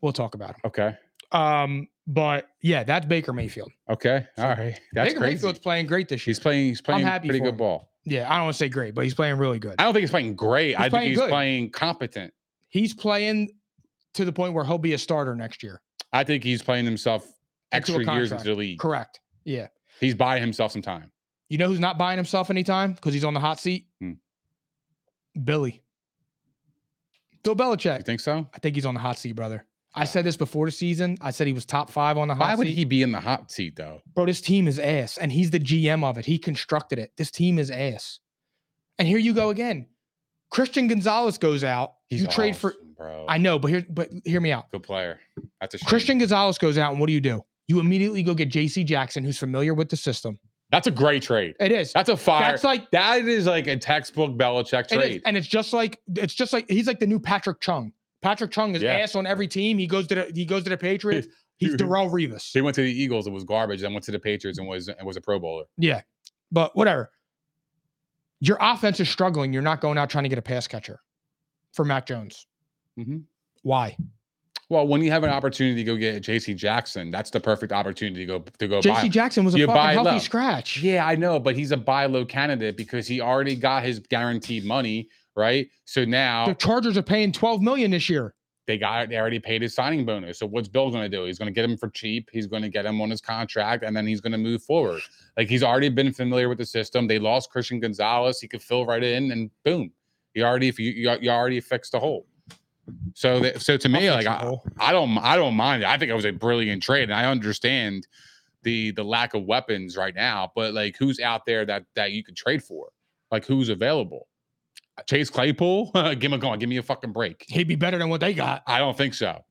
We'll talk about him.
Okay,
Um, but yeah, that's Baker Mayfield.
okay, all right. That's
Baker
crazy.
Mayfield's playing great this year.
he's playing. He's playing
happy
pretty
for
good
him.
ball.
yeah, I don't want to say great, but he's playing really good.
I don't think he's playing great. I think
playing
he's
good.
playing competent.
He's playing to the point where he'll be a starter next year.
I think he's playing himself
Into a
extra years
contract.
into the league.
Correct. Yeah.
He's buying himself some time.
You know who's not buying himself any time because he's on the hot seat?
Hmm.
Billy. Bill
You
Belichick.
think so?
I think he's on the hot seat, brother. I said this before the season. I said he was top five on the hot
Why would
seat.
he be in the hot seat though?
Bro, this team is ass, and he's the GM of it. He constructed it. This team is ass. And here you go again. Christian Gonzalez goes out.
He's
you trade for.
awesome, bro.
I know, but here, but hear me out.
good player. That's a shame.
Christian Gonzalez goes out, and what do you do? You immediately go get J.C. Jackson, who's familiar with the system.
That's a great trade.
It is.
That's a fire.
That's like
that is like a textbook Belichick
It is,
trade.
and it's just like it's just like he's like the new Patrick Chung. Patrick Chung is
Yeah.
ass on every team. He goes to the he goes to the Patriots. He's
Dude.
Darrell Revis.
He went to the Eagles and was garbage, then went to the Patriots and was and was a Pro Bowler.
Yeah. But whatever. Your offense is struggling. You're not going out trying to get a pass catcher for Mac Jones. Mm-hmm.
Mhm.
Why?
Well, when you have an opportunity to go get J.C. Jackson, that's the perfect opportunity to go to go buy.
JC
him.
Jackson was a
You buy
fucking healthy
low.
scratch.
Yeah, I know, but he's a buy low candidate because he already got his guaranteed money, right? So now
The Chargers are paying 12 million this year.
they got they already paid his signing bonus. So what's Bill going to do? He's going to get him for cheap. He's going to get him on his contract, and then he's going to move forward. Like he's already been familiar with the system. They lost Christian Gonzalez. He could fill right in, and boom, you already you, you you already fixed the hole. So that, so to me,
I'll
like
fix
I,
the hole.
I don't I don't mind it. I think it was a brilliant trade, and I understand the the lack of weapons right now. But like, who's out there that that you could trade for? Like, who's available? Chase Claypool? give me go on, give me a fucking break.
he'd be better than what they got.
I don't think so.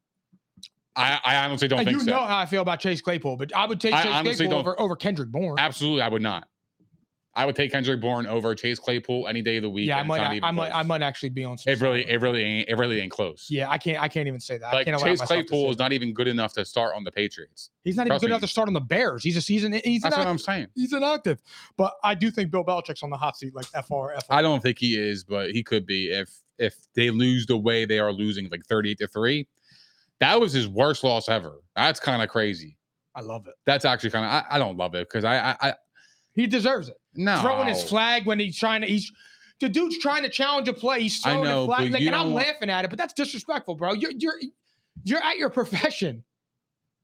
I, I honestly don't
And
think
Uh, you
so.
know how I feel about Chase Claypool, but I would take
I
Chase
honestly
Claypool
don't-
over, over Kendrick Bourne.
Absolutely, I would not. I would take Kendrick Bourne over Chase Claypool any day of the week.
Yeah, I
and it's not
might,
even
I might, I
close.
might actually be on. some
It really,
side.
it really ain't, it really ain't close.
Yeah, I can't. I can't even say that.
like
I can't allow
Chase
myself to say
Claypool is
that.
not even good enough to start on the Patriots.
He's not even
trust
good
me.
enough to start on the Bears. He's a season. He's
That's what I'm
inactive.
saying.
He's inactive. But I do think Bill Belichick's on the hot seat, like FR, FR.
I don't think he is, but he could be if if they lose the way they are losing, like 38 to three. That was his worst loss ever. That's kind of crazy.
I love it.
That's actually kind of I, I don't love it because I, I I
He deserves it.
no
Throwing his flag when he's trying to. He's the dude's trying to challenge a play. He's
I
throwing
know,
a flag,
but
like,
you
and I'm
don't want-
laughing at it. But that's disrespectful, bro. You're you're you're at your profession.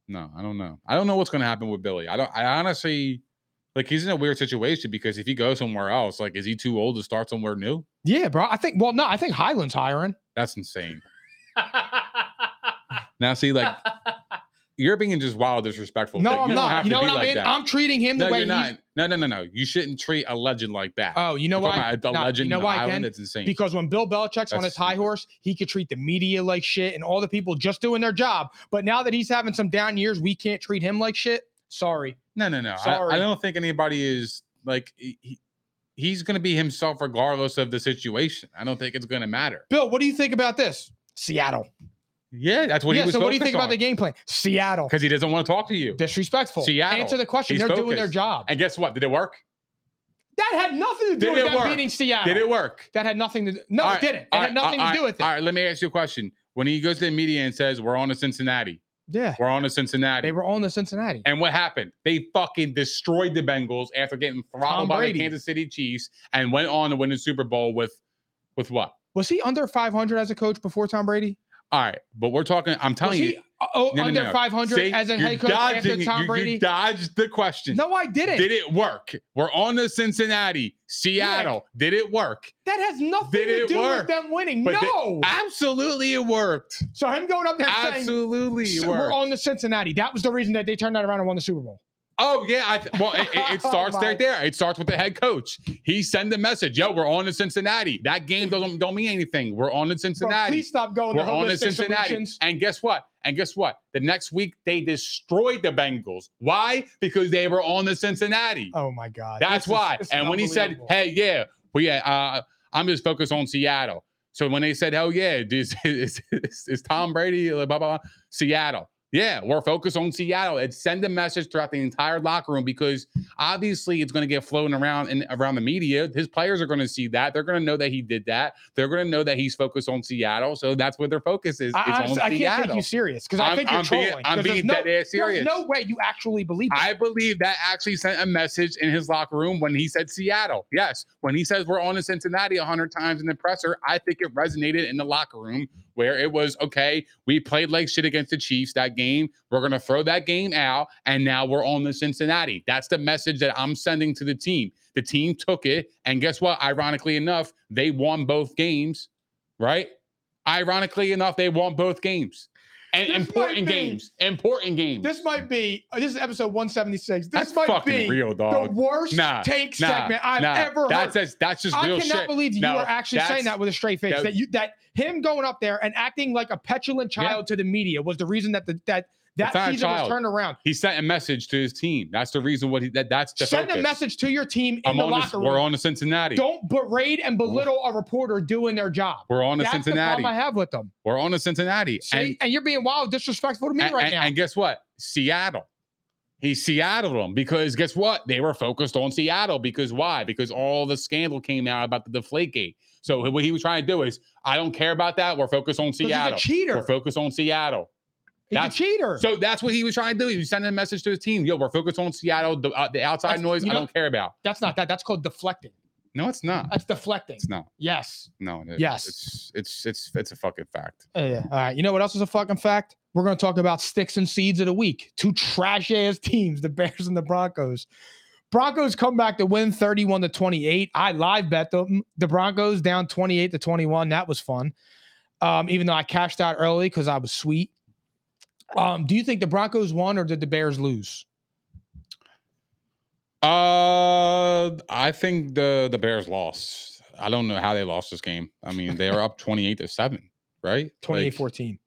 No, I don't know. I don't know what's going to happen with Billy. I don't. I honestly, like, he's in a weird situation because if he goes somewhere else, like, is he too old to start somewhere new?
Yeah, bro. I think. Well, no, I think Highland's hiring.
That's insane.
Like,
Now, see, like, you're being just wild disrespectful.
No,
Like,
I'm
you don't
not.
have
You
to
know
be
what I
like
mean?
that.
I'm treating him the
no,
way
you're
he's.
not. No, no, no, no. You shouldn't treat a legend like that.
Oh, you know
You're talking
why?
about
Nah,
a legend
you know
in the
why I
island?
can?
It's insane.
Because when Bill Belichick's on
That's
his high
stupid.
horse, he could treat the media like shit and all the people just doing their job. But now that he's having some down years, we can't treat him like shit. Sorry.
no, no, no. I- I,
Sorry.
don't think anybody is like he, he- he's going to be himself regardless of the situation. I don't think it's going to matter.
Bill, what do you think about this? Seattle.
Yeah, that's what he
yeah.
was.
So what do you think about the game plan? Seattle.
Because he doesn't want to talk to you.
Disrespectful.
Seattle.
Answer the question.
He's
They're doing their
focused.
job.
And guess what? Did it work?
that had nothing to do
Did
with
it
them
work?
beating Seattle.
Did it work?
That had nothing to do. No,
All right,
it didn't. It
all
had
right,
nothing
all
to do
right,
with it.
All right, let me ask you a question. When he goes to the media and says, We're on to Cincinnati,
Yeah.
we're on to Cincinnati.
They were on the Cincinnati.
and what happened? They fucking destroyed the Bengals after getting throttled by
Brady.
the Kansas City Chiefs and went on to win the Super Bowl with with what?
Was he under 500 as a coach before Tom Brady?
All right, but we're talking. I'm
Was
telling
he
you,
oh,
no, no,
under
no.
500
See,
as a
you're
head coach
dodging
after
it. You-
Tom Brady?
You dodged the question.
no, I didn't.
Did it work? We're on to Cincinnati, Seattle. Did it work?
That has nothing
Did
to
it
do with
work?
them winning.
But they-
no.
Absolutely, it worked.
so him going up there saying
Absolutely, it
"So
worked.
we're on the Cincinnati. That was the reason that they turned that around and won the Super Bowl.
Oh yeah, I th- well, it, it- it
Oh,
starts
my.
right there. It starts with the head coach. He send the message, "Yo, we're on to Cincinnati. That game doesn't don't mean anything. We're on to
Bro,
Cincinnati.
please stop going
we're
to
on to
holistic
Cincinnati."
solutions.
And guess what? And guess what? The next week they destroyed the Bengals. Why? Because they were on to Cincinnati.
Oh my God. This
That's
is-
why.
this is
and when he said,
unbelievable.
"Hey, yeah, well, yeah, uh, I'm just focused on Seattle." So when they said, "Hell yeah, dude, is, is, is, is Tom Brady blah, blah blah Seattle?" Yeah, we're focused on Seattle. It send a message throughout the entire locker room because obviously it's going to get floating around and around the media. His players are going to see that. They're going to know that he did that. They're going to know that he's focused on Seattle. So that's where their focus is.
I,
it's
honestly, I
on
can't take
Seattle.
you serious because I
I'm-
think you're
I'm being-
trolling.
I'm
'cause there's
being
no,
dead ass serious.
There's no way you actually believe that.
I believe that actually sent a message in his locker room when he said Seattle. Yes, when he says we're on to Cincinnati a hundred times in the presser, I think it resonated in the locker room where it was okay. We played like shit against the Chiefs that game. We're gonna throw that game out, and now we're on to Cincinnati. That's the message that I'm sending to the team. The team took it, and guess what? Ironically enough, they won both games, right? Ironically enough, they won both games. And
This might
important
be-
games. Important games.
This might be. uh, This is episode 176. This
That's
might be
fucking real,
the
dog.
worst
Nah,
take
nah,
segment I've
nah,
ever heard.
That's just, that's just
I
real
cannot
shit.
believe you
No,
are actually saying
that's-
that with a straight face.
that-
That you that him going up there and acting like a petulant
Yeah.
child to the media was the reason that the that that
It's not a
season was
child.
turned around.
He sent a message to his team. That's the reason what he that that's the
Send a
focus.
message to your team in
I'm
the
on
locker
to,
room.
we're on to Cincinnati.
Don't berate and belittle a reporter doing their job.
we're on to
That's the
Cincinnati.
problem I have with them.
We're on to Cincinnati.
See? And, you're being wild disrespectful to me
and,
right
and-
now.
and guess what? Seattle. He Seattled them because guess what? They were focused on Seattle because why? Because all the scandal came out about the Deflategate. So what he was trying to do is, I don't care about that. We're focused on
'Cause
Seattle.
He's a cheater.
We're focused on Seattle.
he's a
that's-
cheater.
So that's what he was trying to do. He was sending a message to his team. Yo, we're focused on Seattle. The, uh, the outside
That's-
noise,
you
I
know-
don't care about.
That's not that. That's called deflecting.
No, it's not.
That's deflecting.
It's not.
Yes.
No. it-
Yes.
It's it's it's it's a fucking fact.
Uh, yeah. All right. You know what else is a fucking fact? We're going to talk about sticks and seeds of the week. Two trash ass teams, the Bears and the Broncos. Broncos come back to win 31 to 28. I live bet them. The Broncos down 28 to 21. That was fun. Um, even though I cashed out early because I was sweet. Um, do you think the Broncos won or did the Bears lose?
Uh, I think the the Bears lost. I don't know how they lost this game. I mean, they were up twenty eight to seven, right?
28
Like,
14.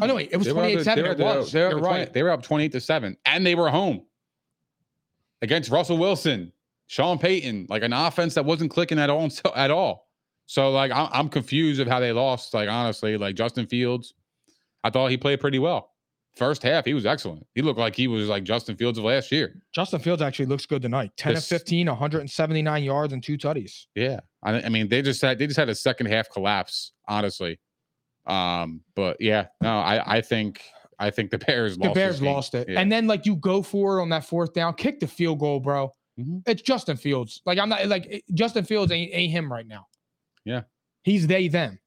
Oh, no, wait. It was
they were up to-
28-7,
they were
it
up to-
was.
They were, up
You're
to 20
right.
they were up twenty eight to seven, and they were home against Russell Wilson, Sean Payton, like an offense that wasn't clicking at all at all. So like, I'm, I'm confused of how they lost. Like honestly, like Justin Fields, I thought he played pretty well. First half, he was excellent. He looked like he was like Justin Fields of last year.
Justin Fields actually looks good tonight. 10
This-
of 15, 179 yards and two tutties.
Yeah, I, I mean, they just had they just had a second half collapse, honestly. Um, but yeah, no, I I think I think the Bears
The
lost. this
Bears
game.
lost it.
Yeah.
And then like you go for it on that fourth down, kick the field goal, bro.
Mhm.
It's Justin Fields. Like I'm not like it- Justin Fields ain't, ain't him right now.
Yeah.
He's they them.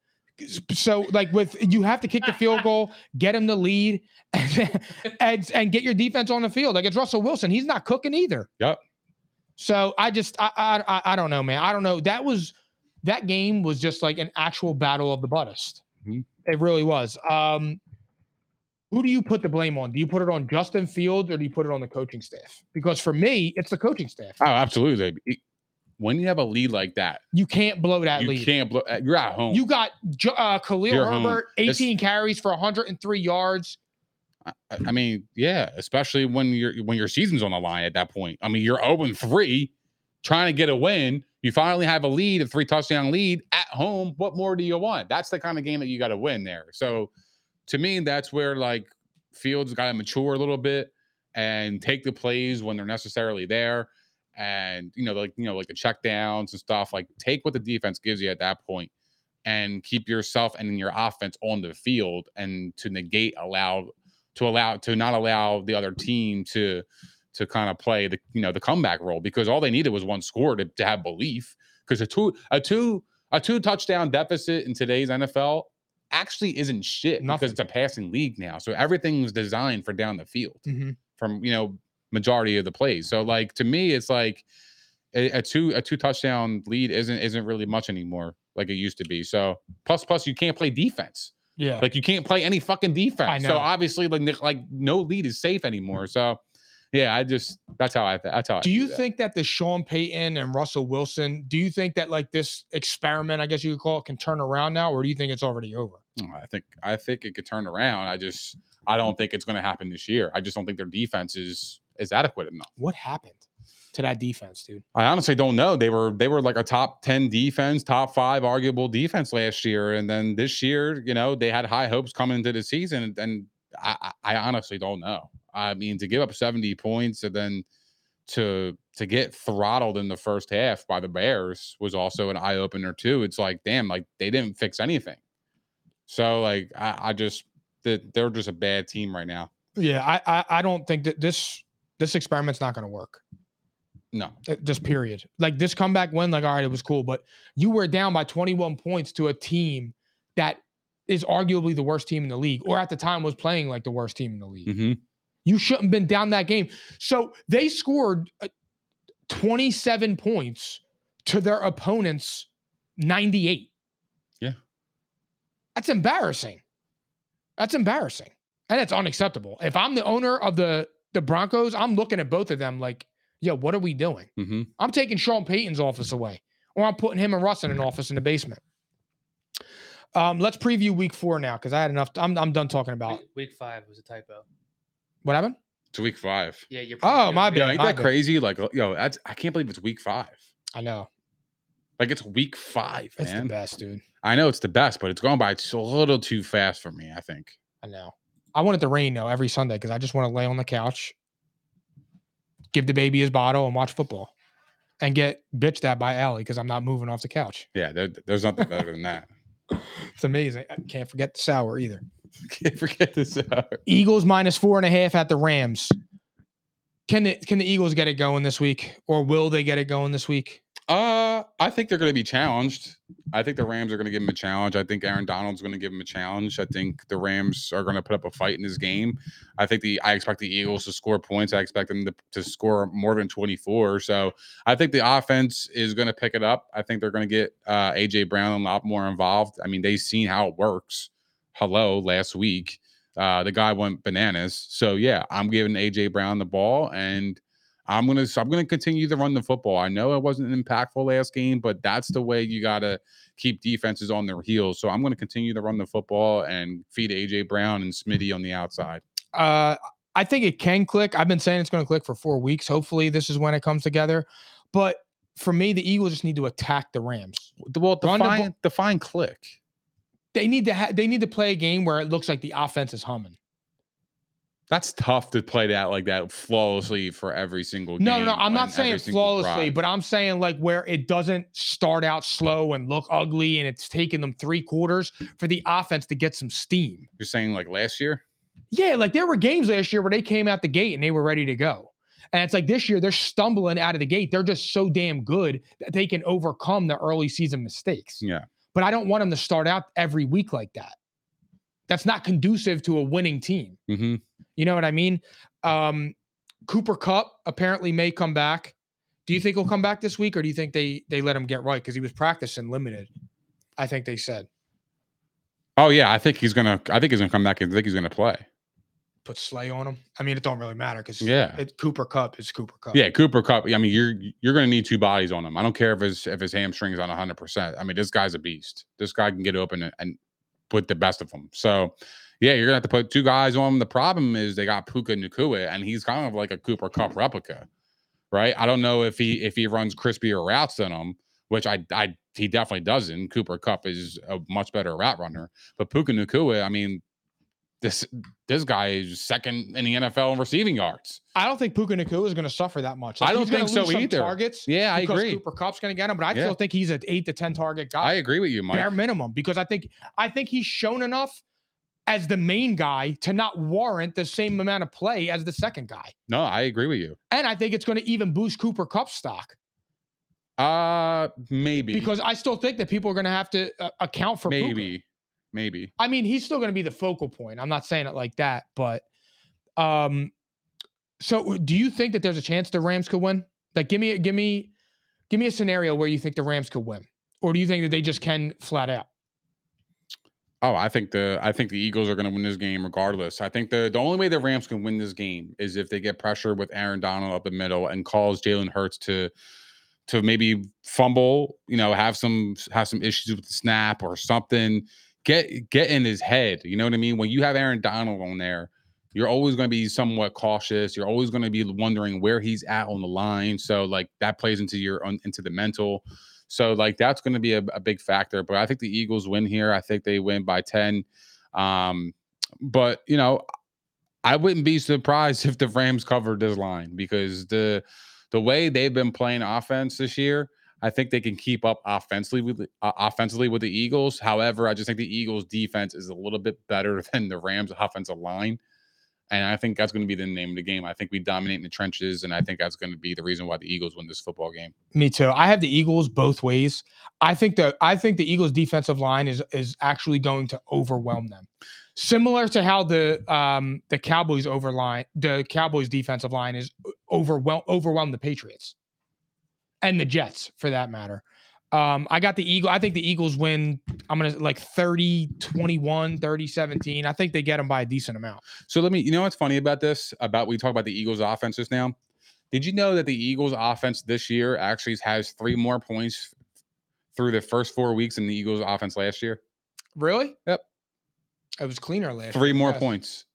So like with you have to kick the field goal, get him the lead, and, then- and and get your defense on the field. Like it's Russell Wilson. He's not cooking either.
Yep.
So I just I I I- I don't know, man. I don't know. That was that game was just like an actual battle of the buttest.
Mhm.
It really was. Um, who do you put the blame on? Do you put it on Justin Fields or do you put it on the coaching staff? Because for me, it's the coaching staff.
Oh, absolutely. It- When you have a lead like that,
You can't blow that
you
lead.
can't blow. uh, You're at home.
You got Ju- uh, Khalil
You're home.
Herbert,
It's-
18 carries for 103 yards.
I, I mean, yeah, especially when your when your season's on the line at that point. I mean, you're 0 three, trying to get a win. You finally have a lead, a three touchdown lead at home. What more do you want? That's the kind of game that you got to win there. So to me, that's where like Fields got to mature a little bit and take the plays when they're necessarily there. And you know, like you know, like the check downs and stuff, like take what the defense gives you at that point and keep yourself and your offense on the field and to negate allow to allow to not allow the other team to to kind of play the you know the comeback role because all they needed was one score to, to have belief because a two a two a two touchdown deficit in today's NFL actually isn't shit
Nothing.
because it's a passing league now so everything's designed for down the field
Mhm.
from you know majority of the plays so like to me it's like a, a two a two touchdown lead isn't isn't really much anymore like it used to be so plus plus you can't play defense
Yeah.
like you can't play any fucking defense.
I know.
So obviously, like n- like no lead is safe anymore. So yeah, I just that's how I th- that's how. I
do you
that.
think that the Sean Payton and Russell Wilson, do you think that like this experiment, I guess you could call it, can turn around now, or do you think it's already over?
Oh, I think I think it could turn around. I just I don't think it's going to happen this year. I just don't think their defense is is adequate enough.
What happened to that defense, dude?
I honestly don't know. They were they were like a top ten defense, top five arguable defense last year, and then this year, you know, they had high hopes coming into the season, and- and I, I I honestly don't know. I mean, to give up seventy points and then to to get throttled in the first half by the Bears was also an eye opener too. It's like, damn, like they didn't fix anything. So like, I, I just they- they're just a bad team right now.
Yeah, I I, I don't think that this this experiment's not going to work.
No,
Uh, Just period. Like this comeback win, like all right, it was cool, but you were down by 21 points to a team that is arguably the worst team in the league, or at the time was playing like the worst team in the league.
mm-hmm.
You shouldn't have been down that game. So they scored uh, 27 points to their opponents 98.
Yeah.
That's embarrassing. That's embarrassing. And it's unacceptable. If I'm the owner of the the Broncos, I'm looking at both of them like, yo, what are we doing?
Mm-hmm.
I'm taking Sean Payton's office away, or I'm putting him and Russ in an office in the basement. Um, let's preview week four now because I had enough. I'm, I'm done talking about
Week, week five was a typo.
what happened.
it's week five.
Yeah, you're.
Oh,
you're-
my
Yeah,
bad.
ain't
my
that
bad.
crazy? Like, uh, yo, that's I can't believe it's week five.
I know.
Like it's week five,
It's the
man.
best, dude.
I know it's the best, but it's going by just a little too fast for me. I think.
I know. I want it to rain though every Sunday because I just want to lay on the couch, give the baby his bottle, and watch football, and get bitched at by Allie because I'm not moving off the couch.
Yeah, there, there's nothing better than that.
It's amazing. I can't forget the sour either.
Can't forget this. uh, out.
Eagles minus four and a half at the Rams. Can the can the Eagles get it going this week, or will they get it going this week?
Uh, I think they're going to be challenged. I think the Rams are going to give him a challenge. I think Aaron Donald's going to give him a challenge. I think the Rams are going to put up a fight in this game. I think the I expect the Eagles to score points. I expect them to, to score more than 24. So I think the offense is going to pick it up. I think they're going to get uh, AJ Brown a lot more involved. I mean, they've seen how it works. Hello, last week, uh, the guy went bananas. So yeah, I'm giving AJ Brown the ball and. I'm gonna so I'm gonna continue to run the football. I know it wasn't impactful last game, but that's the way you gotta keep defenses on their heels. So I'm gonna continue to run the football and feed AJ Brown and Smitty on the outside.
Uh, I think it can click. I've been saying it's going to click for four weeks. Hopefully, this is when it comes together. But for me, the Eagles just need to attack the Rams.
Well,
Run the ball-
define define click.
they need to ha- they need to play a game where it looks like the offense is humming.
That's tough to play that like that flawlessly for every single game.
No, no, no. I'm
on
not
every
saying
single
flawlessly,
drive.
but I'm saying like where it doesn't start out slow and look ugly, and it's taken them three quarters for the offense to get some steam.
you're saying like last year.
Yeah, like there were games last year where they came out the gate and they were ready to go. And it's like this year they're stumbling out of the gate. They're just so damn good that they can overcome the early season mistakes.
Yeah.
But I don't want them to start out every week like that. That's not conducive to a winning team.
Mm-hmm.
You know what I mean? Um, Cooper Cup apparently may come back. Do you think he'll come back this week, or do you think they they let him get right because he was practicing limited? I think they said
Oh yeah, I think he's gonna. I think he's gonna come back. and I think he's gonna play.
put Slay on him. I mean, it don't really matter because
Yeah.
it, Cooper Cup is Cooper Cup.
Yeah, Cooper Cup. I mean, you're you're gonna need two bodies on him. I don't care if his if his hamstrings on 100. percent I mean, this guy's a beast. This guy can get open and, and put the best of them. So, yeah, you're gonna have to put two guys on him. The problem is they got Puka Nakua, and he's kind of like a Cooper Cup replica, right? I don't know if he if he runs crispier routes than him, which I I he definitely doesn't. Cooper Cup is a much better route runner, but Puka Nakua, I mean, This this guy is second in the NFL in receiving yards.
I don't think Puka Nakua is going to suffer that much.
I don't
he's gonna
think so
lose some
either.
Targets.
Yeah, I
because
agree.
Cooper Cup's going to get him, but I
Yeah.
still think he's an eight to ten target guy.
I agree with you, Mike.
bare minimum because I think I think he's shown enough as the main guy to not warrant the same amount of play as the second guy.
No, I agree with you.
And I think it's going to even boost Cooper Cup stock
Uh maybe
because I still think that people are going to have to uh, account for Puka.
maybe maybe
I mean, he's still going to be the focal point. I'm not saying it like that, but um so uh, do you think that there's a chance the Rams could win? Like give me give me give me a scenario where you think the Rams could win. Or do you think that they just can flat out?
Oh, I think the I think the Eagles are going to win this game regardless. I think the the only way the Rams can win this game is if they get pressure with Aaron Donald up the middle and cause Jalen Hurts to to maybe fumble, you know, have some have some issues with the snap or something. Get get in his head. You know what I mean? When you have Aaron Donald on there, you're always going to be somewhat cautious. You're always going to be wondering where he's at on the line. So like that plays into your on- into the mental. So like that's going to be a, a big factor. But I think the Eagles win here. I think they win by ten. Um, but you know, I wouldn't be surprised if the Rams covered this line because the the way they've been playing offense this year, I think they can keep up offensively with the- uh, offensively with the Eagles. However, I just think the Eagles defense is a little bit better than the Rams offensive line. And I think that's going to be the name of the game. I think we dominate in the trenches, and I think that's going to be the reason why the Eagles win this football game.
Me too. I have the Eagles both ways. I think the I think the Eagles defensive line is is actually going to overwhelm them. Similar to how the um the Cowboys overline the Cowboys defensive line is overwhelm overwhelm the Patriots and the Jets for that matter. Um I got the Eagle I think the Eagles win I'm going to like 30 21 30 17. I think they get them by a decent amount.
So let me, you know what's funny about this? About we talk about the Eagles offense just now. Did you know that the Eagles offense this year actually has three more points through the first four weeks than the Eagles offense last year?
Really?
Yep.
It was cleaner last
Three
year,
more
yes.
points.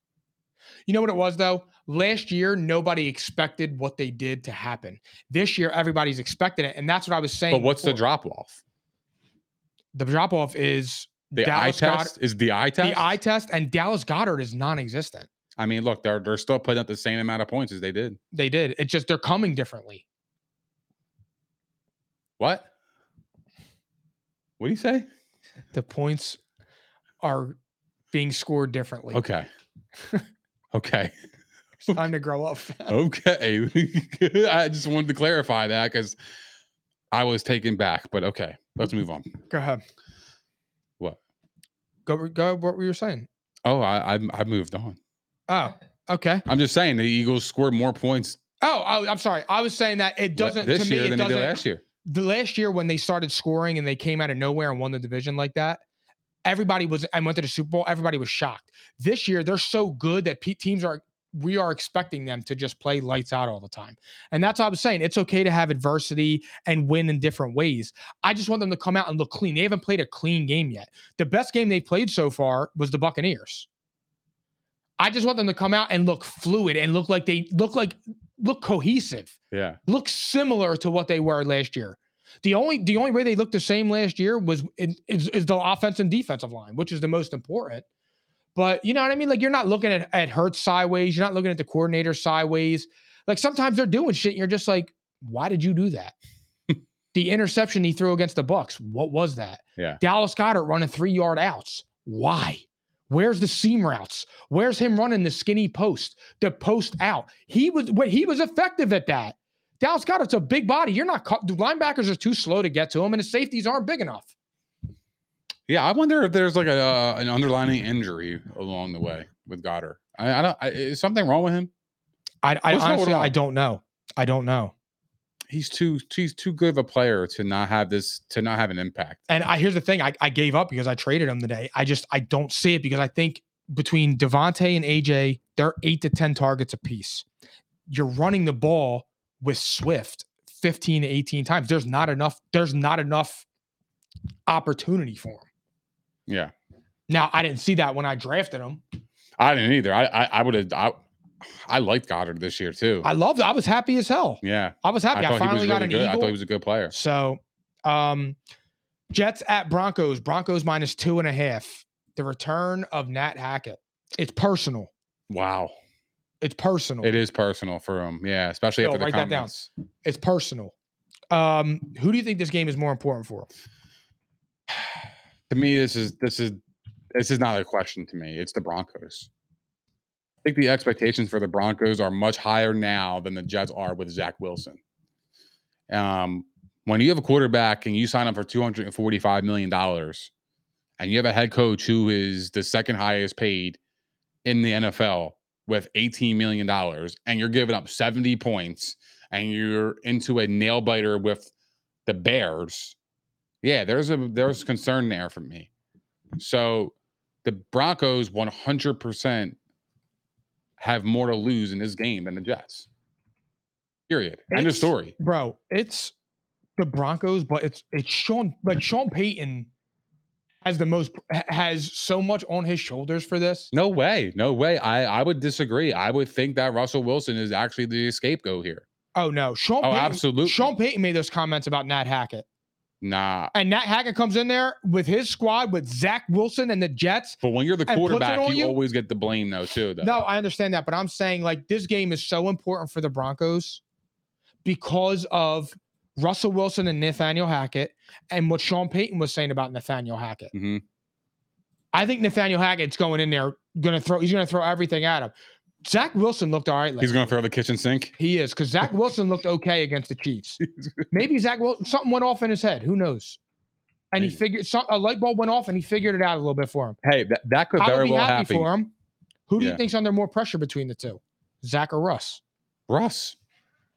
You know what it was though? Last year, nobody expected what they did to happen. This year, everybody's expecting it, and that's what I was saying.
But what's the
before.
drop off?
The drop off is
The
Dallas
eye
Goddard-
test is the eye test.
the eye test, and Dallas Goddard is non-existent.
I mean, look, they're they're still putting up the same amount of points as they did.
They did. It's just they're coming differently.
What? What do you say?
The points are being scored differently.
Okay. okay.
It's time to grow up.
Okay. I just wanted to clarify that because I was taken back, but okay. Let's move on.
go ahead.
What?
Go go. What were you saying?
Oh, I, I I moved on.
Oh, okay.
I'm just saying the Eagles scored more points
Oh, I, I'm sorry. I was saying that it
le-
doesn't
this
to me,
year
it
than they did
doesn't-
last year.
the last year when they started scoring and they came out of nowhere and won the division like that, everybody was and went to the Super Bowl. Everybody was shocked. This year, they're so good that pe- teams are we are expecting them to just play lights out all the time. And that's what I was saying. It's okay to have adversity and win in different ways. I just want them to come out and look clean. They haven't played a clean game yet. The best game they played so far was the Buccaneers. I just want them to come out and look fluid and look like they look like look cohesive
Yeah.
look similar to what they were last year. The only the only way they looked the same last year was in, is, is the offense and defensive line, which is the most important. But you know what I mean? Like you're not looking at at Hurts sideways, you're not looking at the coordinator sideways. Like sometimes they're doing shit, and you're just like, why did you do that? the interception he threw against the Bucks, what was that?
Yeah.
Dallas Goddard running three yard outs. Why? Where's the seam routes? Where's him running the skinny post, the post out? He was when he was effective at that. Dallas Goddard's a big body. You're not caught. The linebackers are too slow to get to him, and the safeties aren't big enough.
Yeah. I wonder if there's like a uh, an underlining injury along the way with Goddard. I, I don't. I, is something wrong with him?
I, I
What's going
honestly, I
on?
don't know. I don't know.
He's too he's too good of a player to not have this to not have an impact.
And I here's the thing: I, I gave up because I traded him today. I just I don't see it because I think between Devontae and AJ, they're eight to ten targets apiece. You're running the ball with Swift 15 to 18 times. There's not enough. There's not enough opportunity for him.
Yeah.
Now I didn't see that when I drafted him.
I didn't either. I I, I would have. I, I liked Goddard this year too.
I loved. I was happy as hell.
yeah.
I was
I
happy. I,
thought he
finally
was
got
really
an
good. I
eagle.
thought he was a good player.
So, um, Jets at Broncos. Broncos minus two and a half. The return of Nat Hackett. It's personal.
Wow.
It's personal.
It is personal for him. Yeah. Especially
Bill,
after the
write that down.
comments.
It's personal. Um, who do you think this game is more important for?
To me, this is this is this is not a question to me. It's the Broncos. I think the expectations for the Broncos are much higher now than the Jets are with Zach Wilson. Um, when you have a quarterback and you sign up for two hundred and forty-five million dollars, and you have a head coach who is the second highest paid in the NFL with eighteen million dollars, and you're giving up seventy points, and you're into a nail biter with the Bears, yeah, there's a there's concern there for me. So the Broncos 100% have more to lose in this game than the Jets. Period. End of
It's-
story.
Bro, it's the Broncos, but it's it's Sean like Sean Payton has the most ha- has so much on his shoulders for this.
No way. No way. I, I would disagree. I would think that Russell Wilson is actually the scapegoat here.
Oh no, Sean
Oh,
Payton,
absolutely.
Sean Payton made those comments about Nat Hackett.
Nah.
And Nat Hackett comes in there with his squad with Zach Wilson and the Jets.
But when you're the
puts it
quarterback,
on
you,
you?
always get the blame though, too. Though.
No, I understand that, but I'm saying like this game is so important for the Broncos because of Russell Wilson and Nathaniel Hackett and what Sean Payton was saying about Nathaniel Hackett.
Mhm.
I think Nathaniel Hackett's going in there, gonna throw he's gonna throw everything at him. Zach Wilson looked all right.
He's
Like,
gonna throw the kitchen sink.
he is because Zach Wilson looked okay against the Chiefs. Maybe Zach Wilson something went off in his head. Who knows? And he
Maybe.
figured some, a light bulb went off and he figured it out a little bit for him.
Hey, that, that could
I would
very
be
well
happy
happen.
for him. Who do
Yeah.
you think's under more pressure between the two, Zach or Russ?
Russ.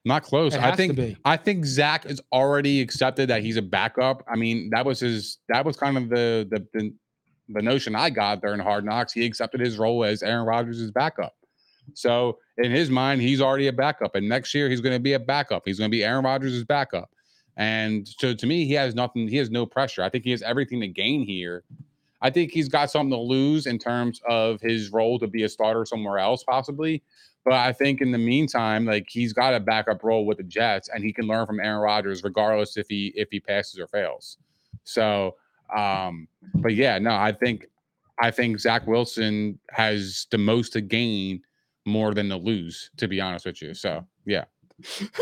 Not close.
It
I
has to
think
be.
I think Zach has already accepted that he's a backup. I mean, that was his that was kind of the the the, the notion I got during Hard Knocks. He accepted his role as Aaron Rodgers' backup. So in his mind, he's already a backup. And next year he's gonna be a backup. He's gonna be Aaron Rodgers' backup. And so to me, he has nothing, he has no pressure. I think he has everything to gain here. I think he's got something to lose in terms of his role to be a starter somewhere else, possibly. But I think in the meantime, like he's got a backup role with the Jets, and he can learn from Aaron Rodgers, regardless if he if he passes or fails. So, um, but yeah, no, I think I think Zach Wilson has the most to gain, more than to lose. To be honest with you, so yeah,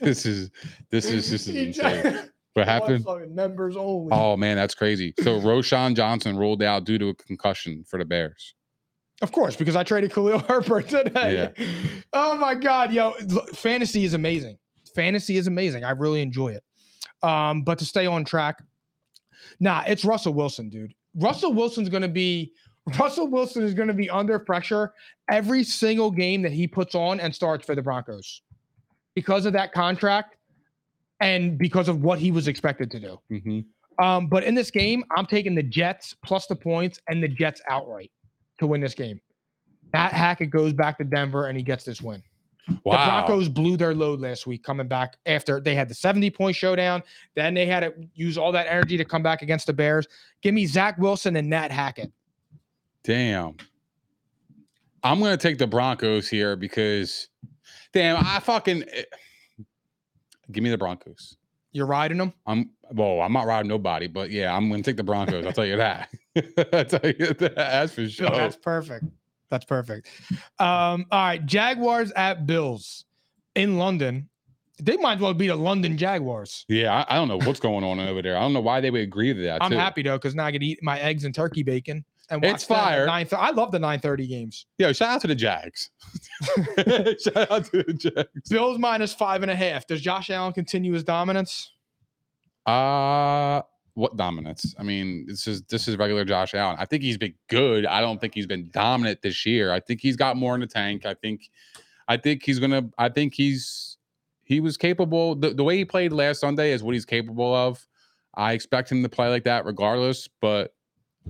this is this is this is insane. What happened?
Members only.
Oh man, that's crazy. So Roshan Johnson ruled out due to a concussion for the Bears.
Of course, because I traded Khalil Herbert today. Oh my God, yo, look, fantasy is amazing. Fantasy is amazing. I really enjoy it. Um, but to stay on track, nah, it's Russell Wilson, dude. Russell Wilson's going to be Russell Wilson is going to be under pressure every single game that he puts on and starts for the Broncos because of that contract and because of what he was expected to do.
Mm-hmm.
Um, but in this game, I'm taking the Jets plus the points and the Jets outright to win this game. Matt Hackett goes back to Denver and he gets this win. The
Wow.
Broncos blew their load last week coming back after they had the 70 point showdown. Then they had to use all that energy to come back against the Bears. Give me Zach Wilson and Nat Hackett.
Damn. I'm gonna take the Broncos here because, damn, I fucking eh, give me the Broncos.
You're riding them.
I'm well, I'm not riding nobody, but yeah, I'm gonna take the Broncos. I'll tell you that. I'll tell you that. That's for sure.
That's perfect. That's perfect. Um, all right. Jaguars at Bills in London. They might as well be the London Jaguars.
yeah, I, I don't know what's going on over there. I don't know why they would agree to that.
I'm
too.
happy though because now I can eat my eggs and turkey bacon. And
It's
watch them at 9:30.
fire.
I love the 9:30 games.
Yo, shout out to the Jags. shout out to the Jags.
Bills minus five and a half. Does Josh Allen continue his dominance?
Uh what dominance? I mean, this is this is regular Josh Allen. I think he's been good. I don't think he's been dominant this year. I think he's got more in the tank. I think I think he's gonna I think he's he was capable the, the way he played last Sunday is what he's capable of. I expect him to play like that regardless, but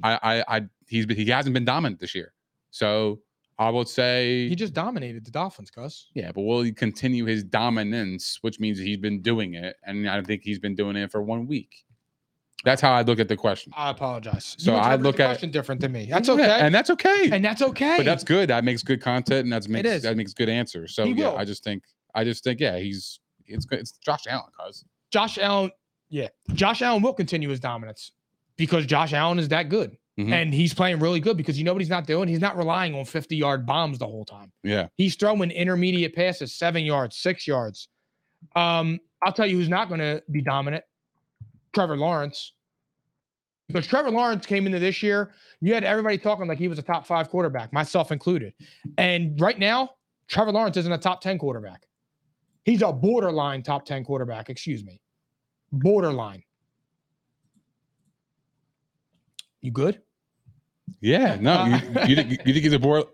I I, I he's been, he hasn't been dominant this year. So I would say
He just dominated the Dolphins, cuz.
yeah, but will he continue his dominance, which means he's been doing it, and I think he's been doing it for one week. That's how I look at the question.
I apologize.
So I
interpreted the
look at-
question different than me. That's
Yeah,
okay.
and that's okay.
and that's okay.
but that's good. That makes good content, and that's makes
is.
that makes good answers. So
He
yeah,
will.
I just think I just think yeah, he's it's good. It's Josh Allen, cause
Josh Allen, yeah. Josh Allen will continue his dominance because Josh Allen is that good.
Mhm.
and he's playing really good because you know what he's not doing. He's not relying on fifty yard bombs the whole time.
Yeah.
He's throwing intermediate passes, seven yards, six yards. Um, I'll tell you who's not going to be dominant Trevor Lawrence. Because Trevor Lawrence came into this year, you had everybody talking like he was a top five quarterback, myself included. And right now, Trevor Lawrence isn't a top 10 quarterback. He's a borderline top 10 quarterback, excuse me. Borderline. You good?
Yeah, no, you,
Uh,
you, think, you think he's a board?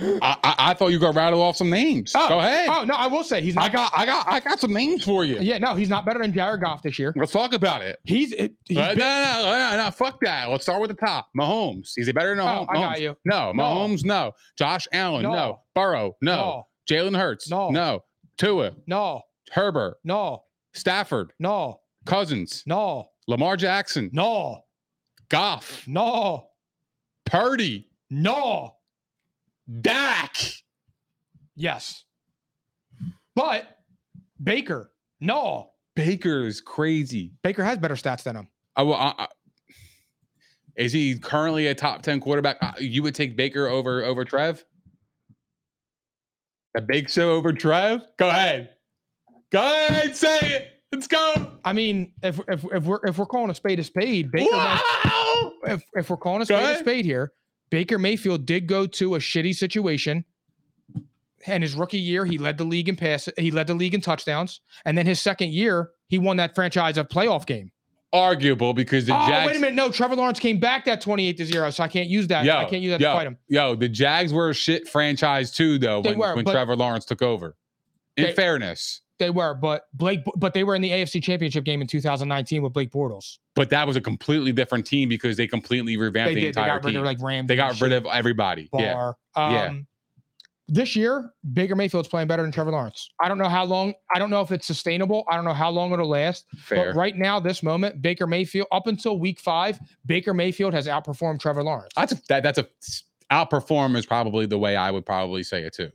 I, I, I thought you were gonna rattle off some names.
Oh,
Go ahead.
Oh, no, I will say he's
I
not.
got, I got, I got some names for you.
Yeah, no, he's not better than Jared Goff this year.
Let's talk about it.
He's, it- he's
Uh,
been-
no, no, no, no, fuck that. Let's start with the top. Mahomes. Is he better than
Oh,
Mahomes?
I got you.
No,
No.
Mahomes. No. Josh Allen. No.
No.
Burrow. No. Jalen Hurts.
No.
No. Tua.
no,
Herbert.
no,
Stafford.
no,
Cousins.
no,
Lamar Jackson.
no,
Goff.
no,
Purdy.
no.
Dak.
Yes. But Baker, no.
Baker is crazy.
Baker has better stats than him.
I, will- I, I, is he currently a top ten quarterback? Uh, You would take Baker over over Trev. A big show over Trev. Go ahead. Go ahead. Say it. Let's go.
I mean, if if, if we're if we're calling a spade a spade, Baker has,
Wow.
if, if we're calling a
Go
spade a
ahead.
spade here, Baker Mayfield did go to a shitty situation. And his rookie year, he led the league in pass. He led the league in touchdowns. And then his second year, he won that franchise a playoff game.
Arguable because the
oh,
Jags.
wait a minute. No, Trevor Lawrence came back that 28 to 0. So I can't use that. I
Yo,
can't use that
yo,
to fight him.
Yo, the Jags were a shit franchise too, though.
They
When,
were,
when
but-
Trevor Lawrence took over. In
They-
fairness,
They were, but Blake, but they were in the AFC Championship game in 2019 with Blake Bortles.
but that was a completely different team because they completely revamped
They
the
did. They
entire
got rid of
team.
like Rams.
They got rid of everybody. Yeah.
Bar.
Yeah.
Um, This year, Baker Mayfield's playing better than Trevor Lawrence. I don't know how long. I don't know if it's sustainable. I don't know how long it'll last.
Fair.
But right now, this moment, Baker Mayfield, up until Week Five, Baker Mayfield has outperformed Trevor Lawrence.
That's a, that, that's a outperform is probably the way I would probably say it too.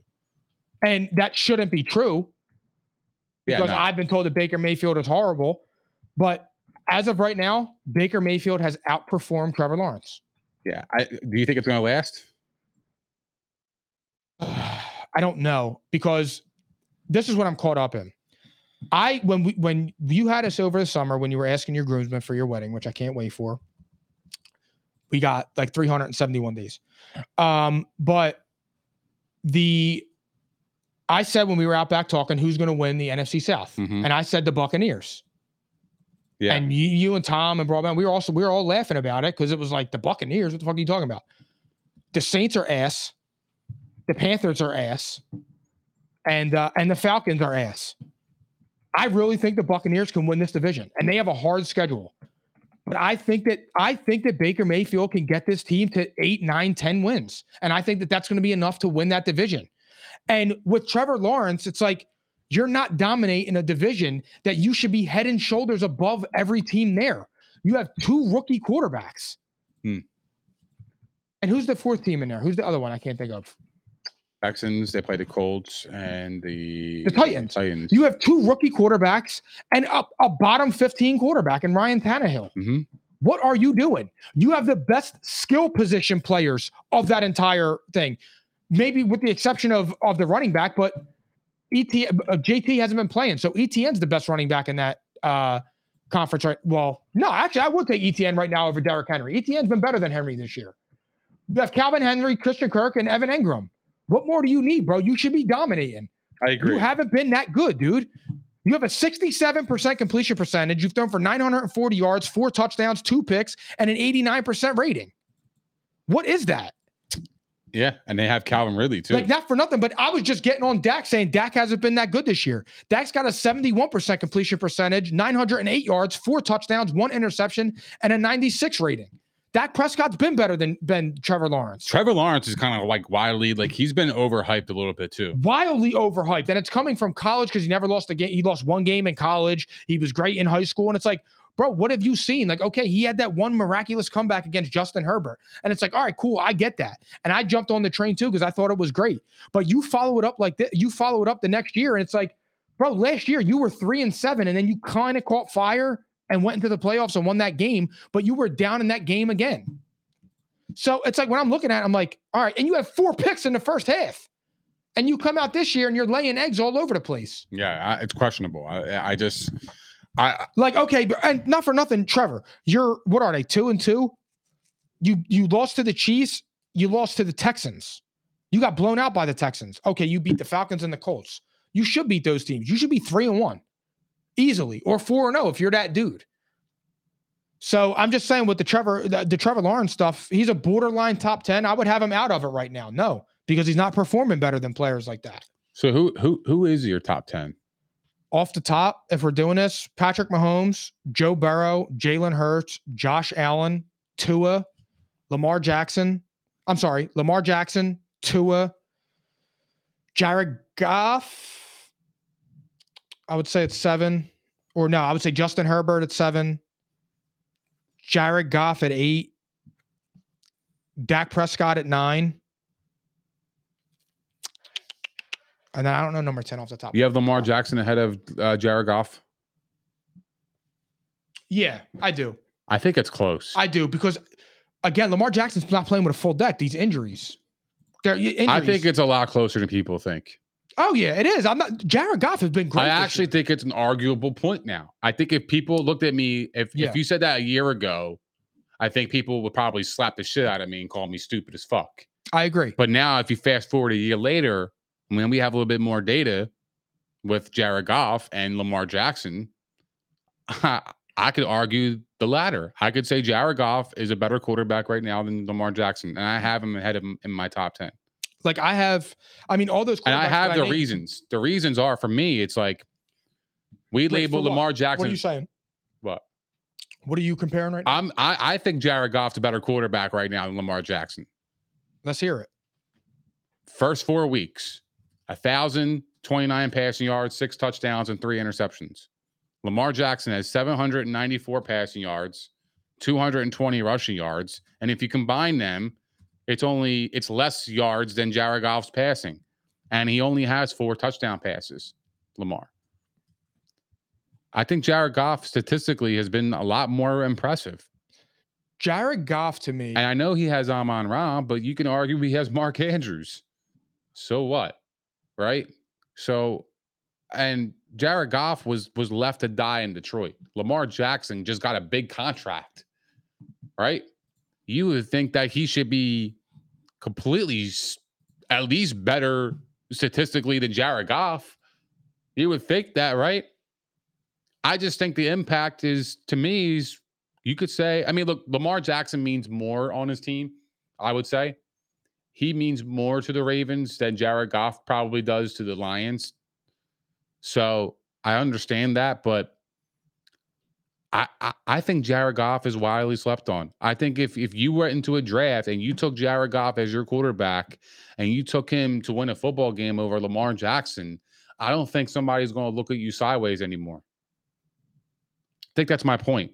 and that shouldn't be true
Yeah,
because
no.
I've been told that Baker Mayfield is horrible. But as of right now, Baker Mayfield has outperformed Trevor Lawrence.
yeah. I, do you think it's going to last?
I don't know because this is what I'm caught up in. I when we when you had us over the summer when you were asking your groomsmen for your wedding, which I can't wait for. We got like 371 days. Um, but the I said when we were out back talking who's going to win the NFC South,
Mhm.
and I said the Buccaneers.
Yeah.
And you, you and Tom and Broadbent, we were also we were all laughing about it because it was like the Buccaneers. What the fuck are you talking about? The Saints are ass. The Panthers are ass. And uh, and the Falcons are ass. I really think the Buccaneers can win this division, and they have a hard schedule. But I think that I think that Baker Mayfield can get this team to eight, nine, ten wins, and I think that that's going to be enough to win that division. And with Trevor Lawrence, it's like you're not dominating a division that you should be head and shoulders above every team there. You have two rookie quarterbacks.
Hmm.
And who's the fourth team in there? Who's the other one I can't think of?
Texans. They play the Colts and the
The Titans.
Titans.
You have two rookie quarterbacks and a, a bottom 15 quarterback in Ryan Tannehill.
hmm
What are you doing? You have the best skill position players of that entire thing. Maybe with the exception of of the running back, but ET uh, JT hasn't been playing, so ETN's the best running back in that uh, conference. Right? Well, no, actually, I would take ETN right now over Derrick Henry. ETN's been better than Henry this year. You have Calvin Henry, Christian Kirk, and Evan Engram. What more do you need, bro? You should be dominating.
I agree.
You haven't been that good, dude. You have a 67% completion percentage. You've thrown for 940 yards, four touchdowns, two picks, and an 89% rating. What is that?
yeah, and they have Calvin Ridley too.
Like, not for nothing, but I was just getting on Dak saying Dak hasn't been that good this year. Dak's got a 71% completion percentage, 908 yards, four touchdowns, one interception, and a 96 rating. Dak Prescott's been better than Ben Trevor Lawrence.
Trevor Lawrence is kind of like wildly like he's been overhyped a little bit too.
wildly overhyped. And it's coming from college because he never lost a game. He lost one game in college. He was great in high school. And it's like, bro, what have you seen? Like, okay, he had that one miraculous comeback against Justin Herbert. And it's like, all right, cool. I get that. And I jumped on the train too because I thought it was great. But you follow it up like this, you follow it up the next year. And it's like, bro, last year you were three and seven, and then you kind of caught fire and went into the playoffs and won that game, but you were down in that game again. So it's like when I'm looking at it, I'm like, all right, and you have four picks in the first half. And you come out this year and you're laying eggs all over the place.
Yeah, I, it's questionable. I, I just, I
Like, okay, but and not for nothing, Trevor, you're what are they, two and two? You you lost to the Chiefs, you lost to the Texans. You got blown out by the Texans. Okay, you beat the Falcons and the Colts. You should beat those teams. You should be three and one easily, or four and oh if you're that dude. So I'm just saying with the Trevor, the, the Trevor Lawrence stuff, he's a borderline top ten. I would have him out of it right now. No, because he's not performing better than players like that.
so who who who is your top ten?
Off the top, if we're doing this, Patrick Mahomes, Joe Burrow, Jalen Hurts, Josh Allen, Tua, Lamar Jackson. I'm sorry, Lamar Jackson, Tua, Jared Goff. I would say it's seven, or no, I would say Justin Herbert at seven, Jared Goff at eight, Dak Prescott at nine. And then I don't know number 10 off the top.
You have Lamar Jackson ahead of uh, Jared Goff.
Yeah, I do.
I think it's close.
I do because again, Lamar Jackson's not playing with a full deck. These injuries. They're y- injuries.
I think it's a lot closer than people think.
Oh yeah, it is. I'm not. Jared Goff has been great.
I
this
actually
year.
think it's an arguable point now. I think if people looked at me, if
Yeah.
if you said that a year ago, I think people would probably slap the shit out of me and call me stupid as fuck.
I agree.
But now, if you fast forward a year later, when we have a little bit more data with Jared Goff and Lamar Jackson, I could argue the latter. I could say Jared Goff is a better quarterback right now than Lamar Jackson, and I have him ahead of him in my top ten.
Like I have. I mean, all those.
And I
quarterbacks
have
that
the
named-
reasons. The reasons are for me, it's like we
Wait,
label
for what?
Lamar
What are
Jackson.
you saying?
What?
What are you comparing right now?
I'm I, I think Jared Goff's a better quarterback right now than Lamar Jackson.
Let's hear it.
First four weeks, a thousand twenty-nine passing yards, six touchdowns, and three interceptions. Lamar Jackson has 794 passing yards, 220 rushing yards, and if you combine them, it's only it's less yards than Jared Goff's passing, and he only has four touchdown passes. Lamar, I think Jared Goff statistically has been a lot more impressive.
Jared Goff to me.
And I know he has Amon Ra, but you can argue he has Mark Andrews. So what? Right? So and Jared Goff was was left to die in Detroit. Lamar Jackson just got a big contract. Right? You would think that he should be completely s- at least better statistically than Jared Goff. You would think that, right? I just think the impact is to me is you could say, I mean, look, Lamar Jackson means more on his team, I would say. He means more to the Ravens than Jared Goff probably does to the Lions. So I understand that, but I, I, I think Jared Goff is widely slept on. I think if if you went into a draft and you took Jared Goff as your quarterback and you took him to win a football game over Lamar Jackson, I don't think somebody's going to look at you sideways anymore. I think that's my point.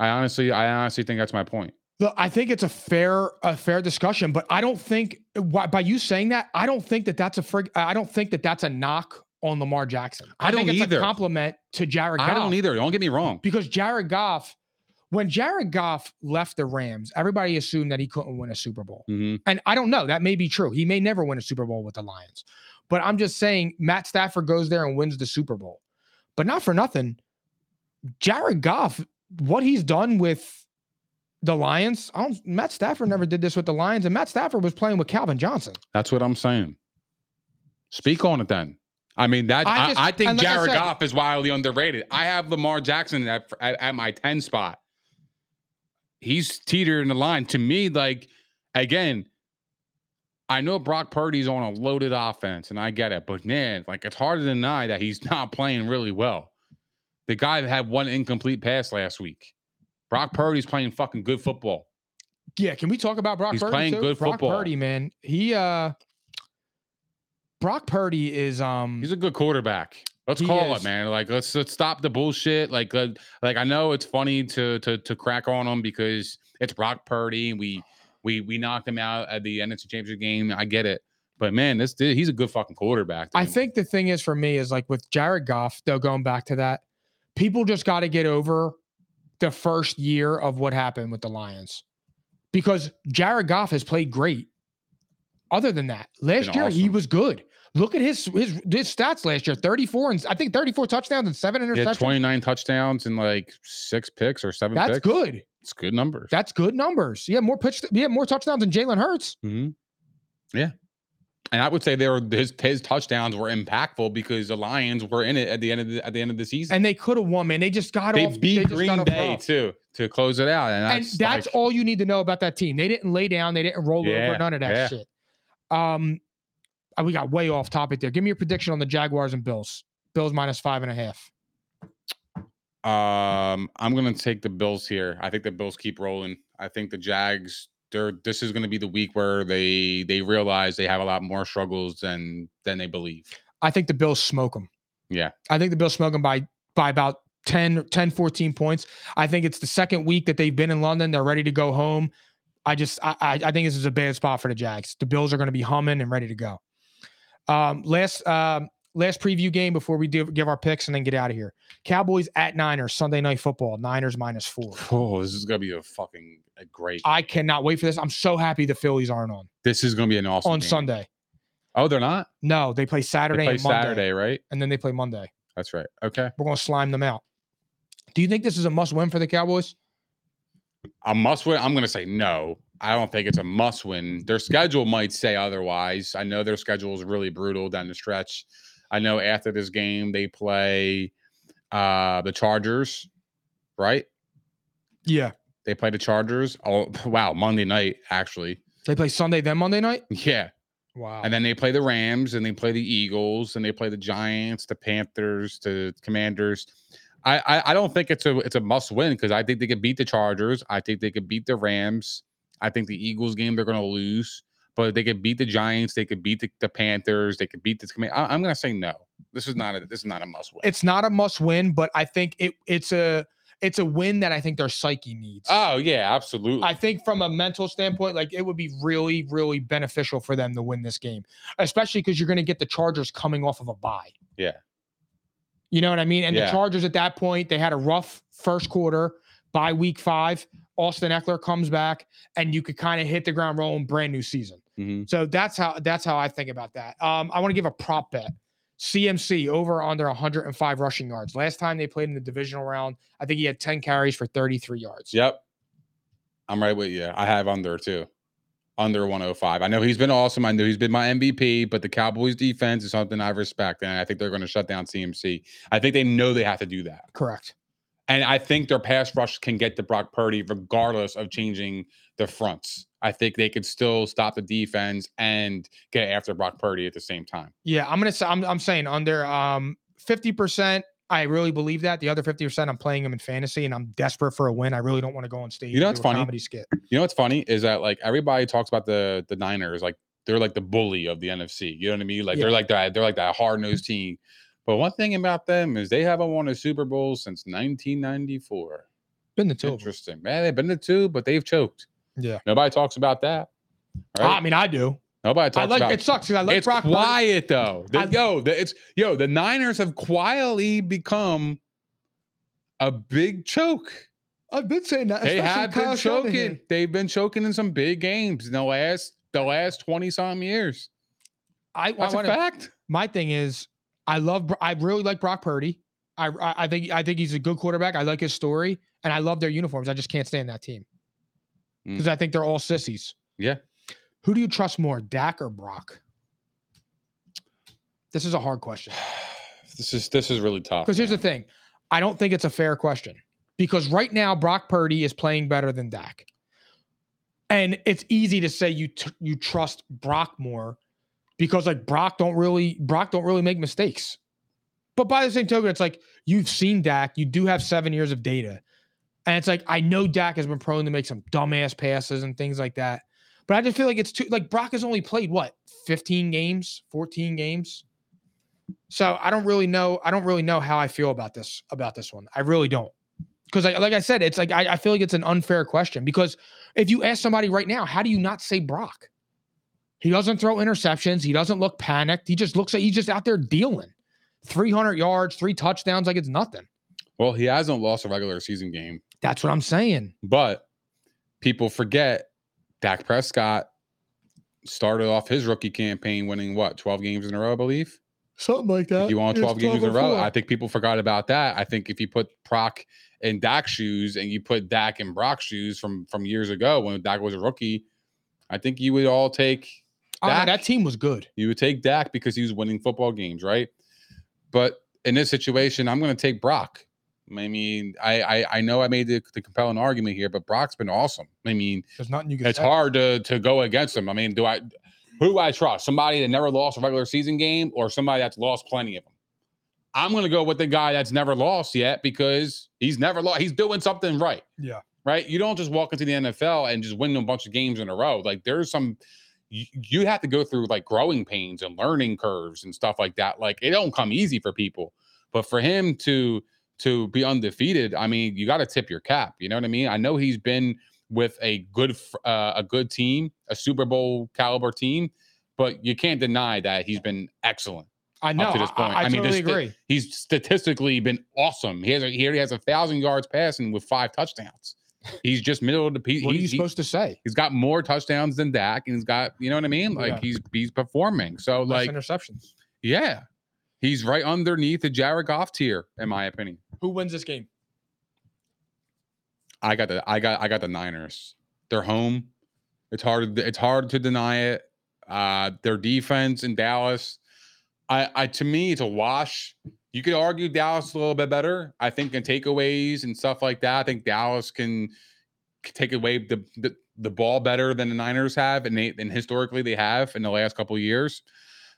I honestly, I honestly think that's my point.
Look, I think it's a fair a fair discussion, but I don't think why, by you saying that, I don't think that that's a frig, I don't think that that's a knock on Lamar Jackson.
I
think
don't
it's
either.
a compliment to Jared Goff.
I don't either. Don't get me wrong.
because Jared Goff, when Jared Goff left the Rams, everybody assumed that he couldn't win a Super Bowl.
hmm
And I don't know, that may be true. He may never win a Super Bowl with the Lions. But I'm just saying Matt Stafford goes there and wins the Super Bowl. But not for nothing, Jared Goff, what he's done with the Lions, I don't, Matt Stafford never did this with the Lions, and Matt Stafford was playing with Calvin Johnson.
That's what I'm saying. Speak on it then. I mean that
I
I,
just-
I think
and like I
Jared
said-
Goff is wildly underrated. I have Lamar Jackson at, at, at my 10 spot. He's teetering the line. To me, like again, I know Brock Purdy's on a loaded offense, and I get it, but man, like it's hard to deny that he's not playing really well. The guy that had one incomplete pass last week. Brock Purdy's playing fucking good football.
Yeah, can we talk about Brock
He's
Purdy?
playing
too?
good
Brock
football.
Purdy, man. He uh Brock Purdy is um
He's a good quarterback. Let's
He
call
is.
it, man. Like let's let's stop the bullshit. Like uh, like I know it's funny to to to crack on him because it's Brock Purdy. and We we we knocked him out at the NFC Championship game. I get it, but man, this dude, he's a good fucking quarterback.
I
dude.
think the thing is for me is like with Jared Goff, though, going back to that, people just got to get over the first year of what happened with the Lions. because Jared Goff has played great. Other than that, last
Been
year he
awesome.
was good. Look at his his his stats last year: thirty-four and I think thirty-four touchdowns and seven
He had
interceptions.
29 touchdowns and like six picks or seven
That's
picks.
good.
It's good numbers.
That's good numbers. He had more pitch. He had more touchdowns than Jalen Hurts.
hmm Yeah. And I would say they were his his touchdowns were impactful because the Lions were in it at the end of the, at the end of the season.
and they could have won, man. They just got
they
off.
beat
just got
Green
off
Bay
rough.
too to close it out. And
and
that's,
that's
like-
all you need to know about that team. They didn't lay down. They didn't roll
Yeah,
over. None of that
yeah.
shit. Um, uh, we got way off topic there. Give me your prediction on the Jaguars and Bills. Bills minus five and a half.
Um, I'm gonna take the Bills here. I think the Bills keep rolling. I think the Jags. They're this is gonna be the week where they they realize they have a lot more struggles than than they believe.
I think the Bills smoke them.
Yeah.
I think the Bills smoke them by by about 10, 10, 14 points. I think it's the second week that they've been in London. They're ready to go home. I just I I, I think this is a bad spot for the Jags. The Bills are going to be humming and ready to go. Um, last um, last preview game before we do give our picks and then get out of here. Cowboys at Niners Sunday night football. Niners minus four.
Oh, this is gonna be a fucking a great.
I cannot wait for this. I'm so happy the Phillies aren't on
this is gonna be an awesome
on
game.
Sunday.
Oh, they're not.
No, they play
They
Saturday
play
and Monday,
Saturday, right?
and then they play Monday.
That's right. Okay,
We're going to slime them out. Do you think this is a must win for the Cowboys?
a must win. I'm gonna say no. I don't think it's a must win. Their schedule might say otherwise. I know their schedule is really brutal down the stretch. I know after this game they play uh the Chargers, right?
Yeah.
They play the Chargers. Oh wow, Monday night actually.
They play Sunday, then Monday night?
Yeah.
Wow.
And then they play the Rams and they play the Eagles and they play the Giants, the Panthers, the Commanders. I I, I don't think it's a it's a must win because I think they could beat the Chargers. I think they could beat the Rams. I think the Eagles game they're gonna lose, but they could beat the Giants, they could beat the, the Panthers, they could beat the command. I, am gonna say no. This is not a this is not a must win.
it's not a must win, but I think it it's a it's a win that I think their psyche needs.
oh yeah, absolutely.
I think from a mental standpoint, like it would be really, really beneficial for them to win this game, especially because you're going to get the Chargers coming off of a bye.
Yeah.
You know what I mean? And
Yeah.
the Chargers at that point, they had a rough first quarter by week five. Austin Eckler comes back, and you could kind of hit the ground rolling, brand new season.
Mhm.
So that's how that's how I think about that. Um, I want to give a prop bet. CMC over under 105 rushing yards. Last time they played in the divisional round, I think he had 10 carries for 33 yards.
Yep. I'm right with you. I have under too. Under 105. I know he's been awesome. I know he's been my MVP, but the Cowboys defense is something I respect. And I think they're going to shut down CMC. I think they know they have to do that.
Correct.
And I think their pass rush can get to Brock Purdy regardless of changing the fronts. I think they could still stop the defense and get after Brock Purdy at the same time.
Yeah, I'm gonna say I'm I'm saying under um 50%. I really believe that. The other 50%, I'm playing him in fantasy and I'm desperate for a win. I really don't want to go on stage.
You know
and
what's
do a
funny?
Comedy skit.
You know what's funny is that like everybody talks about the the Niners like they're like the bully of the NFC. You know what I mean? Like they're
Yeah.
like that they're like that hard nosed team. But one thing about them is they haven't won a Super Bowl since 1994.
Been the two. of 'em.
Interesting, man. They've been to two, but they've choked.
Yeah.
Nobody talks about that. Right?
I mean, I do.
Nobody
I
talks
like
about
it sucks because I like
it's
Brock Purdy.
quiet though. The-
I-
yo, the, it's yo. The Niners have quietly become a big choke.
I've been saying that.
They
especially
have been
Kyle Shanahan.
choking. They've been choking in some big games in the last the last twenty some years.
I, I
That's a
want to
fact.
my thing is I love Bro- I really like Brock Purdy. I, I I think I think he's a good quarterback. I like his story and I love their uniforms. I just can't stand that team
Mm.
because I think they're all sissies.
Yeah.
Who do you trust more, Dak or Brock? This is a hard question
This is this is really tough.
because here's the
man.
thing: I don't think it's a fair question because right now Brock Purdy is playing better than Dak, and it's easy to say you t- you trust Brock more because like Brock don't really Brock don't really make mistakes. But by the same token, it's like you've seen Dak, you do have seven years of data, and it's like I know Dak has been prone to make some dumbass passes and things like that. But I just feel like it's too like Brock has only played what 15 games, 14 games. So I don't really know. I don't really know how I feel about this about this one. I really don't. Because I, like I said, it's like I, I feel like it's an unfair question because if you ask somebody right now, how do you not say Brock? He doesn't throw interceptions. He doesn't look panicked. He just looks like he's just out there dealing. 300 yards, three touchdowns, like it's nothing.
Well, he hasn't lost a regular season game,
That's what I'm saying.
but people forget Dak Prescott started off his rookie campaign winning what 12 games in a row, I believe.
Something like that.
You won
It's
12 games in a
12 and
row.
four.
I think people forgot about that. I think if you put Proc in Dak's shoes and you put Dak in Brock's shoes from from years ago when Dak was a rookie, I think you would all take
I don't know,
Dak-
that team was good.
you would take Dak because he was winning football games, right? But in this situation, I'm going to take Brock. I mean, I I, I know I made the, the compelling argument here, but Brock's been awesome. I mean,
There's nothing you can
it's
say.
hard to to go against him. I mean, do I who do I trust? Somebody that never lost a regular season game, or somebody that's lost plenty of them? I'm going to go with the guy that's never lost yet because he's never lost. He's doing something right
Yeah.
right? You don't just walk into the NFL and just win a bunch of games in a row. Like there's some you, you have to go through like growing pains and learning curves and stuff like that. Like it don't come easy for people. But for him to to be undefeated, I mean, you got to tip your cap. You know what I mean? I know he's been with a good f- uh, a good team, a Super Bowl caliber team, but you can't deny that he's been excellent.
I know.
to this
I-
point.
I,
I mean,
totally
this-
agree.
He's statistically been awesome. He has a, he already has a thousand yards passing with five touchdowns. He's just middle of the piece.
what are you
he's,
supposed to say?
he's got more touchdowns than Dak, and he's got you know what I mean. Like
Yeah.
he's he's performing. So
Less
like
interceptions.
yeah, he's right underneath the Jared Goff tier in my opinion.
Who wins this game?
I got the I got I got the Niners. They're home. It's hard it's hard to deny it. Uh their defense in Dallas. I I to me it's a wash. You could argue Dallas a little bit better. I think in takeaways and stuff like that. I think Dallas can, can take away the, the the ball better than the Niners have and they and historically they have in the last couple of years.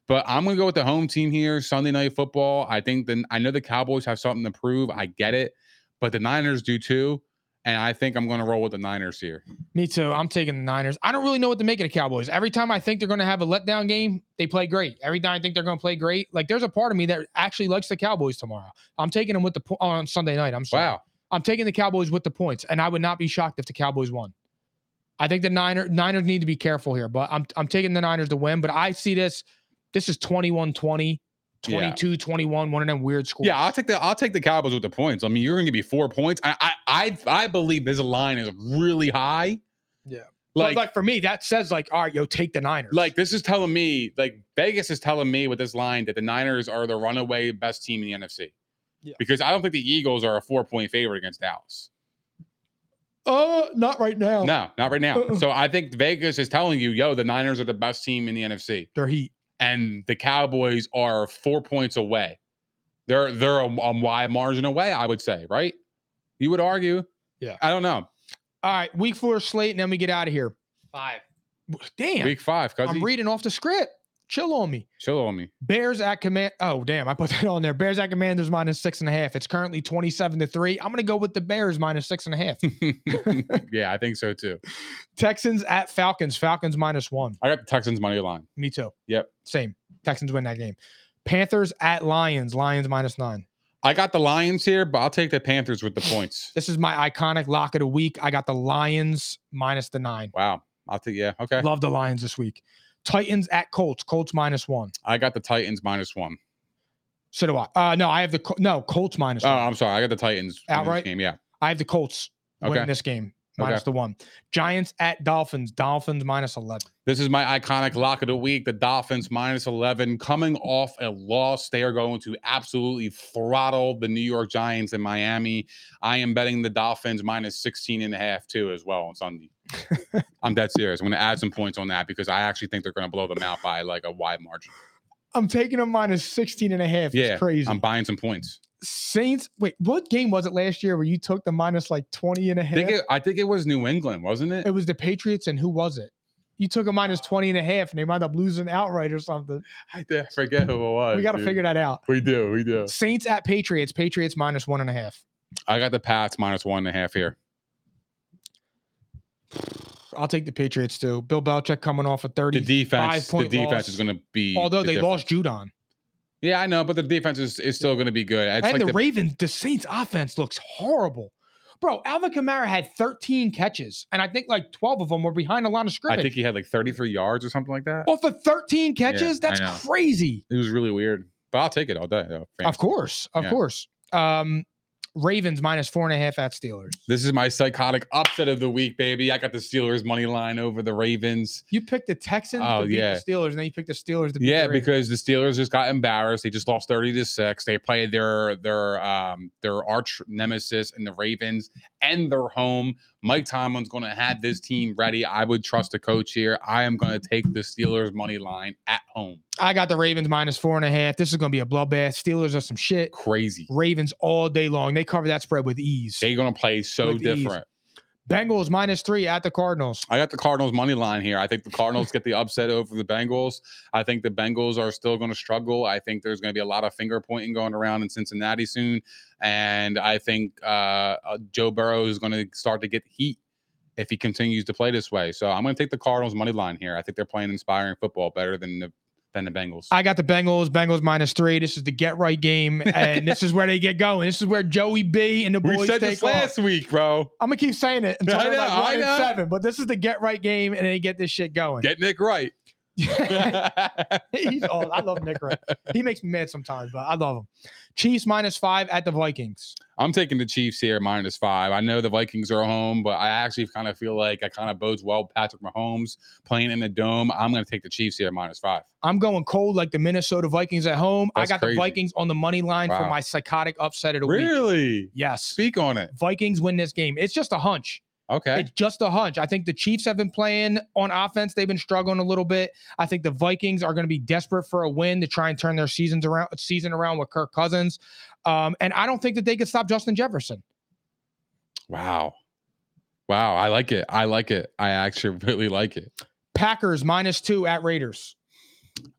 But I'm gonna go with the home team here, Sunday night football. I think then I know the Cowboys have something to prove. I get it, but the Niners do too. And I think I'm going to roll with the Niners here.
Me too. I'm taking the Niners. I don't really know what to make of the Cowboys. Every time I think they're going to have a letdown game, they play great. Every time I think they're going to play great, like there's a part of me that actually likes the Cowboys tomorrow. I'm taking them with the po- oh, on Sunday night. I'm sorry.
Wow.
I'm taking the Cowboys with the points, and I would not be shocked if the Cowboys won. I think the Niners Niners need to be careful here, but I'm I'm taking the Niners to win. But I see this. This is 21-20,
Yeah.
22-21, one of them weird schools.
Yeah, I'll take the I'll take the Cowboys with the points. I mean, you're going to be four points. I I I, I believe this line is really high.
Yeah. Like,
Like, like
like for me, that says like, all right, yo, take the Niners.
this is telling me like Vegas is telling me with this line that the Niners are the runaway best team in the NFC.
Yeah.
Because I don't think the Eagles are a four point favorite against Dallas.
oh, not right now.
No, not right now.
Uh-uh.
So I think Vegas is telling you, yo, the Niners are the best team in the NFC.
They're heat.
and the Cowboys are four points away. They're they're a, a wide margin away, I would say, right? You would argue.
Yeah.
I don't know.
All right, week four slate, and then we get out of here.
Five.
Damn,
Week five, because
I'm reading off the script. Chill on me.
chill on me.
Bears at command. Oh, damn. I put that on there. Bears at commanders minus six and a half. It's currently 27 to three. I'm going to go with the Bears minus six and a half.
yeah, I think so too.
Texans at Falcons. Falcons minus one.
I got the Texans money line.
Me too.
Yep.
Same. Texans win that game. Panthers at Lions. Lions minus nine.
I got the Lions here, but I'll take the Panthers with the points.
This is my iconic lock of the week. I got the Lions minus the nine.
Wow. I'll take yeah. Okay.
Love the Lions this week. Titans at Colts. Colts minus one.
I got the Titans minus one.
So do I. Uh, no, I have the Col- no Colts minus
Oh,
one.
I'm sorry. I got the Titans winning this
Outright?
game. Yeah.
I have the Colts winning
Okay.
this game minus
Okay.
the one. Giants at Dolphins. Dolphins minus eleven.
This is my iconic lock of the week. The Dolphins minus 11 coming off a loss. They are going to absolutely throttle the New York Giants in Miami. I am betting the Dolphins minus 16 and a half too as well on Sunday. I'm dead serious. I'm going to add some points on that because I actually think they're going to blow them out by like a wide margin.
I'm taking them minus 16 and a half.
Yeah,
it's crazy.
I'm buying some points.
Saints. Wait, what game was it last year where you took the minus like 20 and a
I
half?
think it, I think it was New England, wasn't
it
it?
was the Patriots and who was it? You took a minus 20 and a half and they wound up losing outright or something.
I did- I forget who it was.
We got to figure that out.
We do, we do.
Saints at Patriots. Patriots minus one and a half.
I got the Pats minus one and a half here.
I'll take the Patriots too. Bill Belichick coming off a
The
30.
defense, the
point
defense
loss.
is going to be.
although
the
they
difference.
lost Judon.
Yeah, I know, but the defense is, is still going to be good. It's
and
like
the,
the,
Ravens, the Saints offense looks horrible. Bro, Alvin Kamara had 13 catches, and I think like 12 of them were behind the line of
I
scrimmage.
think he had like 33 yards or something like that.
off of 13 catches,
I know.
that's crazy.
It was really weird, but I'll take it all day. Though,
Of course, of
Yeah.
course. Um, Ravens minus four and a half at Steelers.
This is my psychotic upset of the week, baby. I got the Steelers money line over the Ravens.
You picked the Texans
Oh,
to beat
yeah.
the Steelers, and then you picked the Steelers to beat
Yeah,
the Ravens.
because the Steelers just got embarrassed. They just lost 30 to 6. They played their their um their arch nemesis in the Ravens and their home. Mike Tomlin's going to have this team ready. I would trust the coach here. I am going to take the Steelers money line at home.
I got the Ravens minus four and a half. This is going to be a bloodbath. Steelers are some shit.
Crazy.
Ravens all day long. They cover that spread with ease.
They're going to play so
With ease.
different.
Bengals minus three at the Cardinals.
I got the Cardinals money line here. I think the Cardinals get the upset over the Bengals. I think the Bengals are still going to struggle. I think there's going to be a lot of finger pointing going around in Cincinnati soon, and I think uh, uh, Joe Burrow is going to start to get heat if he continues to play this way. So I'm going to take the Cardinals money line here. I think they're playing inspiring football better than the than the Bengals.
I got the Bengals. Bengals minus three. This is the get right game, and this is where they get going. This is where Joey B and the
we
boys
said
take
this
off.
last week, bro.
I'm gonna keep saying it until
I
they're
know,
like one
I
and
know.
seven. But this is the get right game, and they get this shit going.
Get Nick right.
He's old. I love Nick. Wright. He makes me mad sometimes, but I love him. Chiefs minus five at the Vikings.
I'm taking the Chiefs here minus five. I know the Vikings are home, but I actually kind of feel like I kind of bodes well. Patrick Mahomes playing in the dome. I'm going to take the Chiefs here minus five.
I'm going cold like the Minnesota Vikings at home.
That's
I got
crazy.
the Vikings on the money line for
Wow.
my psychotic upset of the week.
Really?
Yes.
Speak on it.
Vikings win this game. It's just a hunch.
Okay.
It's just a hunch. I think the Chiefs have been playing on offense. They've been struggling a little bit. I think the Vikings are going to be desperate for a win to try and turn their seasons around season around with Kirk Cousins. Um, and I don't think that they could stop Justin Jefferson.
Wow. Wow. I like it. I like it. I actually really like it.
Packers minus two at Raiders.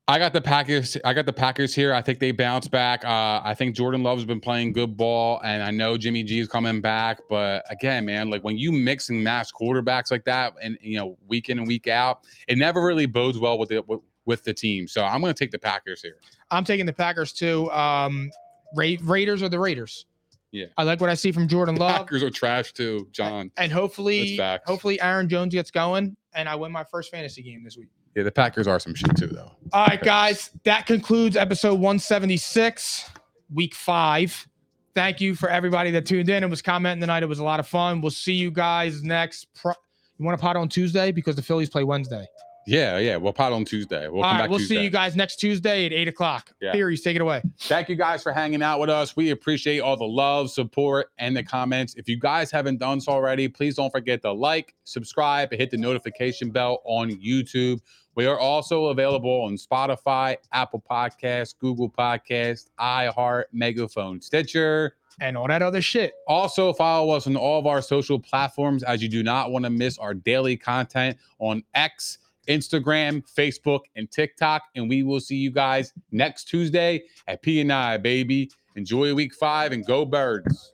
I got the Packers. I got the Packers here. I think they bounce back. Uh, I think Jordan Love's been playing good ball, and I know Jimmy G's coming back. But again, man, like when you mix and match quarterbacks like that, and you know, week in and week out, it never really bodes well with the with, with the team. So I'm going to take the Packers here.
I'm taking the Packers too. Um, Ra- Raiders are the Raiders.
Yeah.
I like what I see from Jordan Love.
Packers are trash too, John.
And
That's
hopefully,
facts.
hopefully Aaron Jones gets going, and I win my first fantasy game this week.
Yeah, the Packers are some shit too, though.
All right, guys, that concludes episode 176, week five. Thank you for everybody that tuned in and was commenting tonight. It was a lot of fun. We'll see you guys next. Pro- you want to pot on Tuesday because the Phillies play Wednesday.
Yeah, yeah. We'll pot on Tuesday. We'll
All
come
right,
back.
we'll
Tuesday.
see you guys next Tuesday at eight o'clock.
Yeah.
Theories, take it away.
Thank you guys for hanging out with us. We appreciate all the love, support, and the comments. If you guys haven't done so already, please don't forget to like, subscribe, and hit the notification bell on YouTube. We are also available on Spotify, Apple Podcasts, Google Podcasts, iHeart, Megaphone, Stitcher.
And all that other shit.
Also, follow us on all of our social platforms as you do not want to miss our daily content on X, Instagram, Facebook, and TikTok. And we will see you guys next Tuesday at P&I, baby. Enjoy week five and go birds.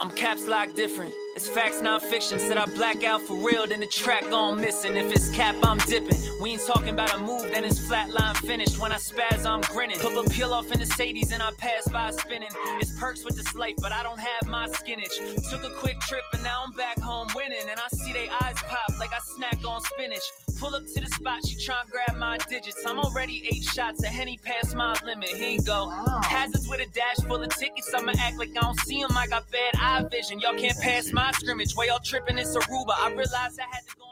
I'm caps lock different. It's facts, non fiction. Said I black out for real, then the track gone missing. If it's cap, I'm dipping. We ain't talking about a move, then it's flatline finished. When I spaz, I'm grinning. Put a peel off in the Sadies and I pass by spinning. It's perks with this life, but I don't have my skinage. Took a quick trip and now I'm back home winning. And I see they eyes pop like I snack on spinach. Pull up to the spot, she tryna grab my digits. I'm already eight shots, a henny past my limit. Here you go. Hazards with a dash full of tickets. I'ma act like I don't see 'em. I got bad eye vision. Y'all can't pass my scrimmage. Way y'all tripping, it's Aruba. I realized I had to go.